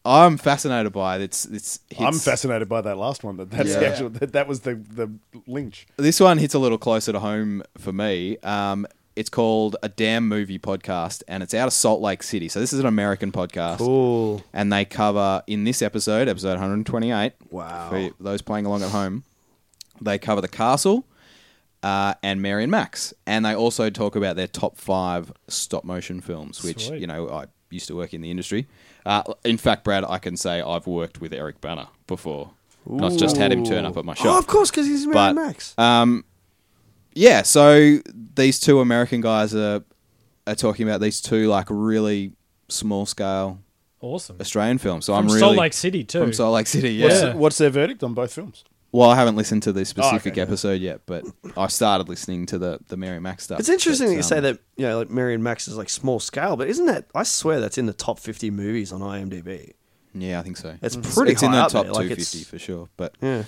[SPEAKER 1] I'm fascinated by. It's it's. Hits,
[SPEAKER 4] I'm fascinated by that last one. That that's the
[SPEAKER 1] Yeah.
[SPEAKER 4] actual. That, that was the the lynch.
[SPEAKER 1] This one hits a little closer to home for me. Um, it's called a damn movie podcast, and it's out of Salt Lake City. So this is an American podcast.
[SPEAKER 3] Cool.
[SPEAKER 1] and they cover in this episode, episode 128.
[SPEAKER 3] Wow.
[SPEAKER 1] For those playing along at home, they cover the castle uh, and Mary and Max, and they also talk about their top five stop motion films, which
[SPEAKER 2] Sweet.
[SPEAKER 1] you know I used to work in the industry. Uh, in fact, Brad, I can say I've worked with Eric Banner before, not just had him turn up at my shop.
[SPEAKER 3] Oh, of course, because he's Mary
[SPEAKER 1] But-
[SPEAKER 3] Max.
[SPEAKER 1] Yeah, so these two American guys are are talking about these two like really small scale
[SPEAKER 2] Awesome.
[SPEAKER 1] Australian films. So
[SPEAKER 2] From
[SPEAKER 1] I'm really
[SPEAKER 2] Salt Lake City too.
[SPEAKER 1] from Salt Lake City. Yeah,
[SPEAKER 2] What's
[SPEAKER 4] So What's their verdict on both films?
[SPEAKER 1] Well, I haven't listened to the
[SPEAKER 2] Oh,
[SPEAKER 1] specific
[SPEAKER 4] okay.
[SPEAKER 1] episode yet, but I started listening to the the Mary Mac stuff.
[SPEAKER 3] It's interesting
[SPEAKER 1] But,
[SPEAKER 3] that you say
[SPEAKER 1] um,
[SPEAKER 3] that you know, like Mary and Max is like small scale, but isn't that? I swear that's in the top fifty movies on IMDb.
[SPEAKER 1] Yeah, I think so.
[SPEAKER 3] It's
[SPEAKER 2] Mm.
[SPEAKER 3] pretty
[SPEAKER 1] It's
[SPEAKER 3] high
[SPEAKER 1] in the
[SPEAKER 3] up
[SPEAKER 1] top
[SPEAKER 3] there, like,
[SPEAKER 1] 250
[SPEAKER 3] it's-
[SPEAKER 1] for sure. But
[SPEAKER 3] Yeah,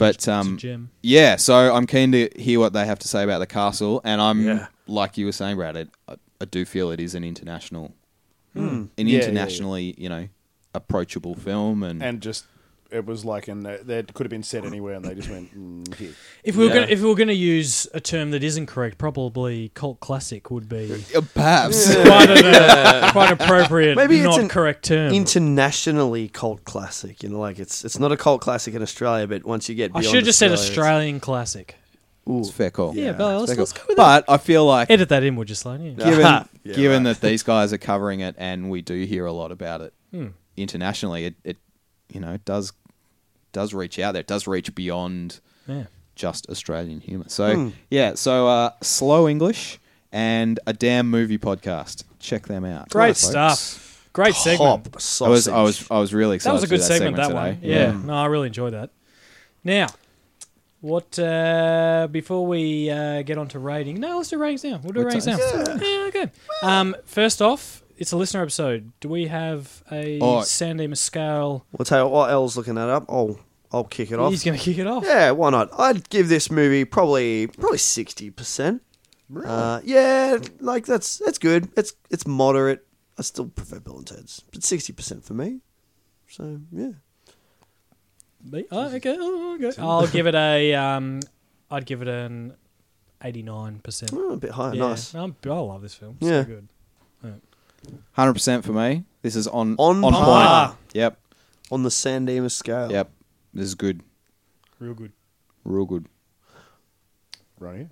[SPEAKER 1] but um,
[SPEAKER 2] gem.
[SPEAKER 1] yeah. So I'm keen to hear what they have to say about the castle, and I'm
[SPEAKER 3] Yeah.
[SPEAKER 1] like you were saying, Brad. It, I, I do feel it is an international,
[SPEAKER 3] Hmm.
[SPEAKER 2] Hmm.
[SPEAKER 1] an
[SPEAKER 4] Yeah, yeah, yeah.
[SPEAKER 1] internationally you know approachable film, and,
[SPEAKER 4] And just it was like, and that, that could have been said anywhere, and they just went mm, here.
[SPEAKER 2] If we were
[SPEAKER 3] Yeah.
[SPEAKER 2] gonna, if we were going to use a term that isn't correct, probably cult classic would
[SPEAKER 3] (laughs)
[SPEAKER 2] be
[SPEAKER 1] Uh, perhaps
[SPEAKER 2] quite an, uh, quite appropriate,
[SPEAKER 3] Maybe it's
[SPEAKER 2] not
[SPEAKER 3] an
[SPEAKER 2] correct term.
[SPEAKER 3] internationally cult classic. You know, like it's it's not a cult classic in Australia, but once you get
[SPEAKER 2] I
[SPEAKER 3] beyond
[SPEAKER 2] should have just said
[SPEAKER 3] Australia,
[SPEAKER 2] Australian classic.
[SPEAKER 1] it's fair call.
[SPEAKER 2] Yeah,
[SPEAKER 1] It's
[SPEAKER 2] but
[SPEAKER 1] fair
[SPEAKER 2] let's,
[SPEAKER 1] call.
[SPEAKER 2] let's go with that.
[SPEAKER 1] But I feel like
[SPEAKER 2] Edit that in, would you, Sloan? (laughs)
[SPEAKER 1] (laughs)
[SPEAKER 2] Yeah.
[SPEAKER 1] given
[SPEAKER 3] Yeah,
[SPEAKER 1] given that these guys are covering it and we do hear a lot about it
[SPEAKER 2] Hmm.
[SPEAKER 1] internationally, it, it you know it does does reach out there. It does reach beyond
[SPEAKER 2] yeah.
[SPEAKER 1] just Australian humour. So
[SPEAKER 2] Hmm.
[SPEAKER 1] yeah, so uh, slow English and a damn movie podcast. Check them out.
[SPEAKER 2] Great
[SPEAKER 1] folks.
[SPEAKER 2] stuff. Great segment.
[SPEAKER 3] Top
[SPEAKER 1] I
[SPEAKER 3] sausage.
[SPEAKER 1] was I was I was really
[SPEAKER 2] That
[SPEAKER 1] excited.
[SPEAKER 2] was a
[SPEAKER 1] to
[SPEAKER 2] good
[SPEAKER 1] do
[SPEAKER 2] segment, that one.
[SPEAKER 1] segment today.
[SPEAKER 2] Yeah. No, I really enjoyed that. Now, what uh, before we uh, get on to rating? No, let's do ratings now. We'll do
[SPEAKER 1] We're
[SPEAKER 2] ratings now. Yeah. okay. Um, first off, it's a listener episode. Do we have a
[SPEAKER 1] Oh.
[SPEAKER 2] Sandy Mascal?
[SPEAKER 3] We'll tell you what L's looking that up. I'll I'll kick it off.
[SPEAKER 2] He's going to kick it off.
[SPEAKER 3] Yeah, why not? I'd give this movie probably probably sixty percent. Uh, yeah, like that's that's good. It's it's moderate. I still prefer Bill and Ted's, but sixty percent for me. So yeah,
[SPEAKER 2] Me- Oh, okay. Oh, okay. I'll give it a. Um, I'd give it an eighty-nine percent.
[SPEAKER 3] Oh, a bit higher.
[SPEAKER 2] Yeah.
[SPEAKER 3] Nice.
[SPEAKER 2] I'm, I love this film.
[SPEAKER 3] Yeah.
[SPEAKER 2] So good.
[SPEAKER 1] Hundred percent for me. This is on
[SPEAKER 3] On
[SPEAKER 1] on
[SPEAKER 3] par.
[SPEAKER 1] point. Yep.
[SPEAKER 3] on the San Dimas scale.
[SPEAKER 1] Yep. This is good.
[SPEAKER 2] Real good.
[SPEAKER 1] Real good.
[SPEAKER 4] Right here.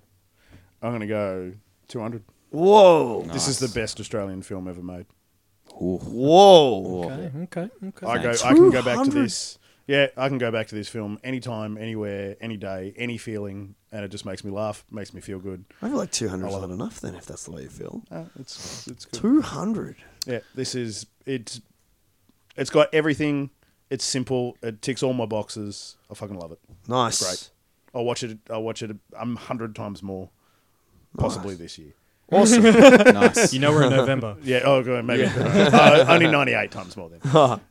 [SPEAKER 4] I'm going to go 200.
[SPEAKER 3] Whoa.
[SPEAKER 4] This is the best Australian film ever made.
[SPEAKER 1] Ooh.
[SPEAKER 3] Whoa.
[SPEAKER 2] Okay, okay, okay.
[SPEAKER 4] I go.
[SPEAKER 1] Thanks.
[SPEAKER 4] I can go back to
[SPEAKER 3] 200.
[SPEAKER 4] this. Yeah, I can go back to this film anytime, anywhere, any day, any feeling, and it just makes me laugh, makes me feel good.
[SPEAKER 3] I feel like 200 is not enough then, if that's the way you feel.
[SPEAKER 4] Uh, it's it's good.
[SPEAKER 3] 200.
[SPEAKER 4] Yeah, this is it's it's got everything. It's simple. It ticks all my boxes. I fucking love it.
[SPEAKER 3] Nice.
[SPEAKER 4] Great. I'll watch it. I'll watch it a hundred times more, possibly this year.
[SPEAKER 1] (laughs) nice.
[SPEAKER 2] (laughs) You know we're in November.
[SPEAKER 4] Yeah. Oh, good. Maybe (laughs) uh, only ninety-eight times (laughs) more then.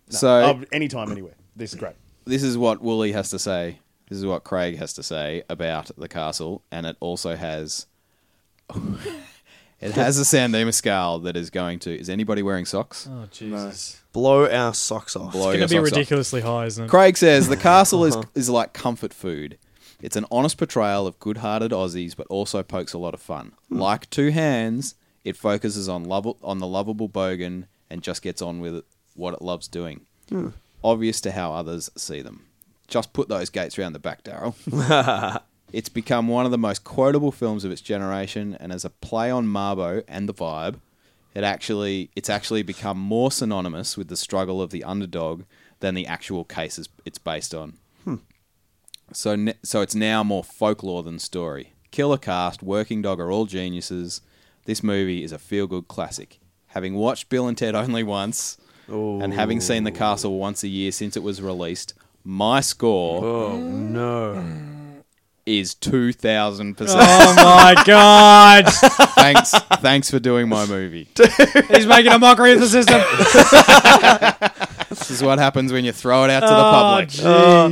[SPEAKER 1] So
[SPEAKER 4] Uh, anytime, anywhere. This is great.
[SPEAKER 1] this is what Wooly has to say. This is what Craig has to say about the castle, and it also has (laughs) it has a San Dimas scale that is going to. Is anybody wearing socks?
[SPEAKER 2] Oh Jesus!
[SPEAKER 3] Blow our socks off.
[SPEAKER 1] Blow
[SPEAKER 2] It's
[SPEAKER 1] your
[SPEAKER 2] going to be
[SPEAKER 1] socks off.
[SPEAKER 2] ridiculously high, isn't it?
[SPEAKER 1] Craig says the castle is is like comfort food. It's an honest portrayal of good-hearted Aussies, but also pokes a lot of fun. Like Two Hands, it focuses on love on the lovable bogan and just gets on with what it loves doing. Obvious to how others see them. Just put those gates round the back, Daryl. It's become one of the most quotable films of its generation, and as a play on Marbo and the vibe, it actually it's actually become more synonymous with the struggle of the underdog than the actual cases it's based on. So ne- so it's now more folklore than story. Killer cast, Working Dog are all geniuses. This movie is a feel good classic. Having watched Bill and Ted only once, and having seen The Castle once a year since it was released, my score
[SPEAKER 3] No.
[SPEAKER 1] is two thousand percent.
[SPEAKER 2] Oh my God!
[SPEAKER 1] Thanks, thanks for doing my movie.
[SPEAKER 2] He's making a mockery of the system.
[SPEAKER 1] This is what happens when you throw it out to the
[SPEAKER 2] Oh
[SPEAKER 1] public.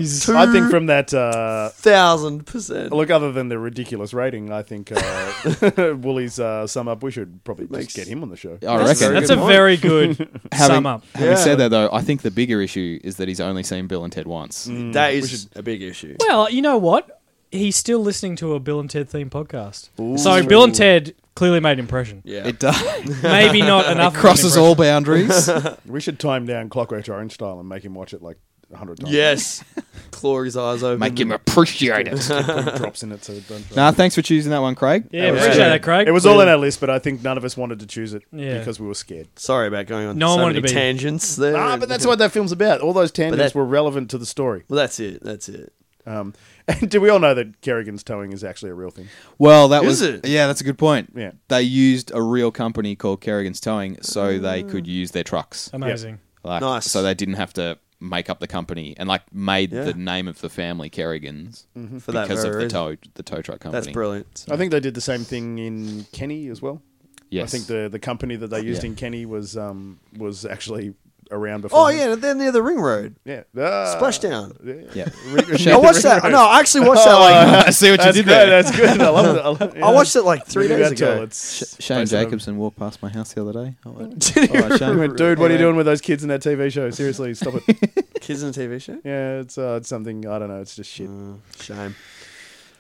[SPEAKER 2] jeez!
[SPEAKER 4] I think from that. Uh,
[SPEAKER 3] 1000%.
[SPEAKER 4] Look, other than the ridiculous rating, I think uh, (laughs) Woolly's uh, sum up. We should probably
[SPEAKER 3] Makes-
[SPEAKER 4] just get him on the show.
[SPEAKER 1] I
[SPEAKER 3] That's
[SPEAKER 1] reckon.
[SPEAKER 2] That's a
[SPEAKER 3] point.
[SPEAKER 2] very good
[SPEAKER 1] having,
[SPEAKER 2] sum up.
[SPEAKER 1] Having
[SPEAKER 3] Yeah.
[SPEAKER 1] said that, though, I think the bigger issue is that he's only seen Bill and Ted once.
[SPEAKER 3] That is a big issue.
[SPEAKER 2] Well, you know what? He's still listening to a Bill and Ted themed podcast. so Bill and Ted clearly made impression.
[SPEAKER 3] Yeah.
[SPEAKER 1] It does. (laughs)
[SPEAKER 2] (laughs) Maybe not enough. of an
[SPEAKER 1] crosses
[SPEAKER 2] impression.
[SPEAKER 1] all boundaries.
[SPEAKER 4] We should time down Clockwork Orange style and make him watch it like a hundred times.
[SPEAKER 3] (laughs) yes. Claw his eyes open.
[SPEAKER 1] Make him appreciate it.
[SPEAKER 4] Put drops in it. So it don't drop.
[SPEAKER 1] nah, thanks for choosing that one, Craig.
[SPEAKER 2] Yeah, appreciate that, Craig.
[SPEAKER 4] It was all on our list, but I think none of us wanted to choose it
[SPEAKER 2] Yeah.
[SPEAKER 4] because we were scared.
[SPEAKER 3] Sorry about going on
[SPEAKER 2] No
[SPEAKER 3] so
[SPEAKER 2] one wanted
[SPEAKER 3] many
[SPEAKER 2] to be-
[SPEAKER 3] tangents there.
[SPEAKER 4] Ah, but that's what that film's about. All those tangents
[SPEAKER 3] that-
[SPEAKER 4] were relevant to the story. (laughs)
[SPEAKER 3] Well, that's it. That's it.
[SPEAKER 4] Um, and do we all know that Kerrigan's towing is actually a real thing?
[SPEAKER 1] Well, that
[SPEAKER 3] Is
[SPEAKER 1] was
[SPEAKER 3] it?
[SPEAKER 1] yeah, that's a good point.
[SPEAKER 4] Yeah.
[SPEAKER 1] They used a real company called Kerrigan's Towing, so they could use their trucks.
[SPEAKER 2] Amazing.
[SPEAKER 1] Like,
[SPEAKER 3] Nice.
[SPEAKER 1] So they didn't have to make up the company and like made
[SPEAKER 3] Yeah.
[SPEAKER 1] the name of the family Kerrigan's
[SPEAKER 3] For that
[SPEAKER 1] because of the
[SPEAKER 3] very reason.
[SPEAKER 1] tow the tow truck company.
[SPEAKER 3] That's brilliant.
[SPEAKER 4] I think they did the same thing in Kenny as well.
[SPEAKER 1] Yes.
[SPEAKER 4] I think the the company that they used
[SPEAKER 1] Yeah.
[SPEAKER 4] in Kenny was um, was actually around before.
[SPEAKER 3] Oh,
[SPEAKER 4] him.
[SPEAKER 3] yeah. They're near the ring road.
[SPEAKER 4] yeah. Ah.
[SPEAKER 3] Splashdown.
[SPEAKER 4] (laughs)
[SPEAKER 1] Yeah.
[SPEAKER 2] (laughs)
[SPEAKER 3] (laughs) I watched that. No, I actually watched that like.
[SPEAKER 1] I see what you
[SPEAKER 4] That's
[SPEAKER 1] did
[SPEAKER 4] good.
[SPEAKER 1] there.
[SPEAKER 4] That's good. I love it. I, love, yeah.
[SPEAKER 3] I watched it like three
[SPEAKER 4] Maybe
[SPEAKER 3] days
[SPEAKER 4] that's all.
[SPEAKER 3] ago.
[SPEAKER 4] It's
[SPEAKER 1] Shane
[SPEAKER 4] based on-
[SPEAKER 1] Jacobson walked past my house the other day. I went,
[SPEAKER 4] (laughs)
[SPEAKER 3] Did you
[SPEAKER 1] "All right, Shane."
[SPEAKER 4] I went, Oh, dude, what are you doing with those kids in that TV show? Seriously, stop it.
[SPEAKER 3] Kids in a TV show?
[SPEAKER 4] yeah, it's, uh, it's something I don't know. It's just shit.
[SPEAKER 3] Uh, Shame.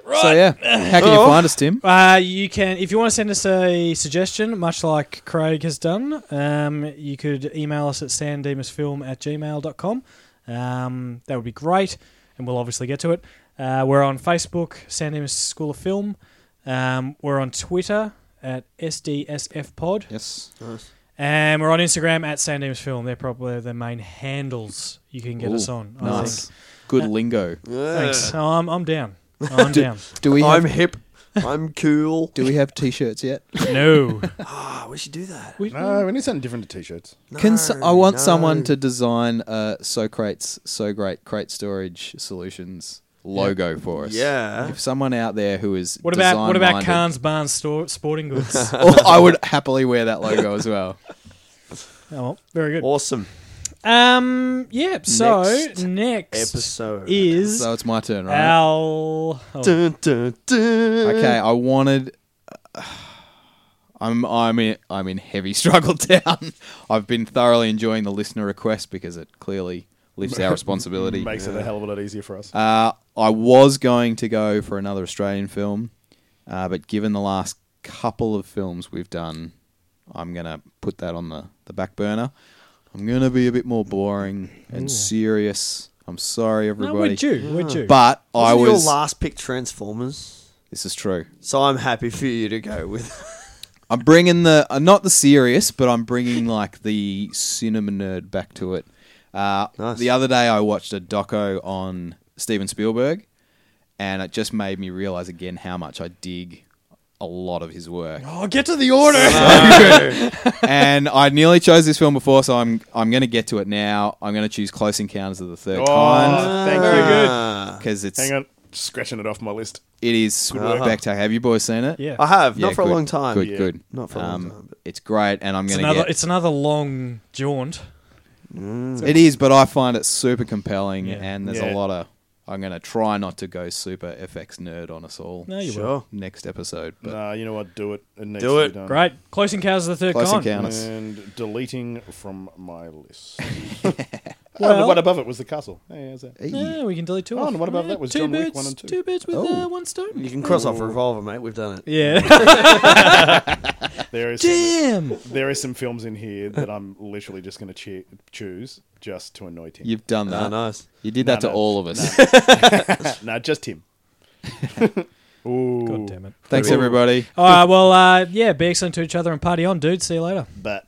[SPEAKER 1] So yeah, how can
[SPEAKER 3] Oh.
[SPEAKER 1] you find us, Tim?
[SPEAKER 2] Uh, you can, if you want to send us a suggestion, much like Craig has done, um, you could email us at sandemusfilm at gmail.com. Um, that would be great, and we'll obviously get to it. Uh, we're on Facebook, San Dimas School of Film. Um, we're on Twitter at SDSFpod,
[SPEAKER 1] Yes.
[SPEAKER 2] and we're on Instagram at San Dimas Film. They're probably the main handles you can get us
[SPEAKER 1] Ooh,
[SPEAKER 2] on. I
[SPEAKER 1] Nice.
[SPEAKER 2] think.
[SPEAKER 1] Good lingo.
[SPEAKER 2] Thanks. Oh, I'm,
[SPEAKER 1] (laughs)
[SPEAKER 2] I'm down. I'm down.
[SPEAKER 1] Do we
[SPEAKER 3] I'm
[SPEAKER 1] have
[SPEAKER 3] hip. I'm cool.
[SPEAKER 1] (laughs) do we have t-shirts
[SPEAKER 3] (laughs)
[SPEAKER 1] yet?
[SPEAKER 2] No.
[SPEAKER 3] Ah, we should do that.
[SPEAKER 2] We-
[SPEAKER 4] No, we need something different to t-shirts.
[SPEAKER 1] Can so, I want
[SPEAKER 3] no.
[SPEAKER 1] someone to design uh, Socrates So Great Crate Storage Solutions logo for us?
[SPEAKER 3] Yeah.
[SPEAKER 1] If someone out there who is
[SPEAKER 2] What about what about
[SPEAKER 1] design-minded-
[SPEAKER 2] Khan's Barn Store Sporting Goods? oh,
[SPEAKER 1] (laughs) Oh, I would happily wear that logo as
[SPEAKER 3] (laughs)
[SPEAKER 1] well.
[SPEAKER 2] Oh, well, very good.
[SPEAKER 3] Awesome
[SPEAKER 2] Um, yeah. So next,
[SPEAKER 1] Next
[SPEAKER 3] episode.
[SPEAKER 2] is
[SPEAKER 1] So it's my turn, right?
[SPEAKER 2] our oh,
[SPEAKER 3] Dun, dun, dun.
[SPEAKER 1] Okay, I wanted. I'm I'm in I'm in heavy (laughs) struggle down. I've been thoroughly enjoying the listener request because it clearly lifts our responsibility.
[SPEAKER 4] (laughs) Makes it a hell of a lot easier for us.
[SPEAKER 1] Uh, I was going to go for another Australian film, uh, but given the last couple of films we've done, I'm going to put that on the, the back burner. I'm gonna be a bit more boring and serious. I'm sorry,
[SPEAKER 2] No,
[SPEAKER 1] everybody.
[SPEAKER 2] we're due. We're due.
[SPEAKER 1] But I
[SPEAKER 3] Wasn't
[SPEAKER 1] was.
[SPEAKER 3] your last pick Transformers,
[SPEAKER 1] this is true.
[SPEAKER 3] so I'm happy for you to
[SPEAKER 1] (laughs)
[SPEAKER 3] go with.
[SPEAKER 1] I'm bringing the uh, not the serious, but I'm
[SPEAKER 3] (laughs)
[SPEAKER 1] bringing like the cinema nerd back to it. Uh,
[SPEAKER 3] Nice.
[SPEAKER 1] The other day, I watched a doco on Steven Spielberg, and it just made me realize again how much I dig a lot of his
[SPEAKER 3] (gasps)
[SPEAKER 1] work.
[SPEAKER 2] oh, get to the order.
[SPEAKER 1] and I nearly chose this film before, so I'm I'm going to get to it now. I'm going to choose Close Encounters of the Third
[SPEAKER 4] Oh,
[SPEAKER 1] Kind
[SPEAKER 4] thank you.
[SPEAKER 3] Ah.
[SPEAKER 1] because it's
[SPEAKER 4] Hang on, scratching it off my list.
[SPEAKER 1] it is spectacular. Have you boys seen it?
[SPEAKER 2] yeah.
[SPEAKER 3] I have Uh-huh. not
[SPEAKER 1] Yeah,
[SPEAKER 3] for
[SPEAKER 1] good,
[SPEAKER 3] a long time.
[SPEAKER 1] Good,
[SPEAKER 4] Yeah.
[SPEAKER 1] good. Um,
[SPEAKER 3] Not for a long time, but-
[SPEAKER 1] It's great, and I'm
[SPEAKER 2] It's
[SPEAKER 1] going to
[SPEAKER 2] another,
[SPEAKER 1] get.
[SPEAKER 2] it's another long jaunt.
[SPEAKER 1] It is, but I find it super compelling,
[SPEAKER 2] Yeah.
[SPEAKER 1] and there's
[SPEAKER 4] Yeah.
[SPEAKER 1] a lot of. I'm going to try not to go super FX nerd on us all.
[SPEAKER 2] No, you
[SPEAKER 3] Sure.
[SPEAKER 1] Next episode, but
[SPEAKER 4] Nah, you know what? Do it. It needs
[SPEAKER 3] Do
[SPEAKER 4] to
[SPEAKER 3] it.
[SPEAKER 4] Be done.
[SPEAKER 2] will. Great. Close Encounters of the Third
[SPEAKER 1] Close
[SPEAKER 2] Kind.
[SPEAKER 1] Encounters.
[SPEAKER 4] And deleting from my list. oh, the
[SPEAKER 2] Well-
[SPEAKER 4] one above it was the castle. Hey, how's that?
[SPEAKER 2] Yeah, we can delete two.
[SPEAKER 4] Oh,
[SPEAKER 2] off.
[SPEAKER 4] and what about
[SPEAKER 2] Yeah,
[SPEAKER 4] that was
[SPEAKER 2] two
[SPEAKER 4] John
[SPEAKER 2] birds,
[SPEAKER 4] Wick one and two.
[SPEAKER 2] Two birds with
[SPEAKER 1] Oh.
[SPEAKER 2] uh, one stone.
[SPEAKER 3] You can cross off Revolver, mate. We've done it.
[SPEAKER 2] (laughs) Yeah.
[SPEAKER 4] There is some,
[SPEAKER 2] Damn.
[SPEAKER 4] there is some films in here that I'm literally just going to che- choose just to annoy Tim.
[SPEAKER 1] you've done that.
[SPEAKER 3] Ah, nice.
[SPEAKER 1] You did that to
[SPEAKER 4] No, no.
[SPEAKER 1] all of
[SPEAKER 4] (laughs)
[SPEAKER 1] us.
[SPEAKER 4] nah, Ah, just Tim. Ooh,
[SPEAKER 2] God damn it.
[SPEAKER 1] Thanks, everybody.
[SPEAKER 2] All right. Well, uh, yeah. Be excellent to each other and party on, dude. See you later.
[SPEAKER 4] but.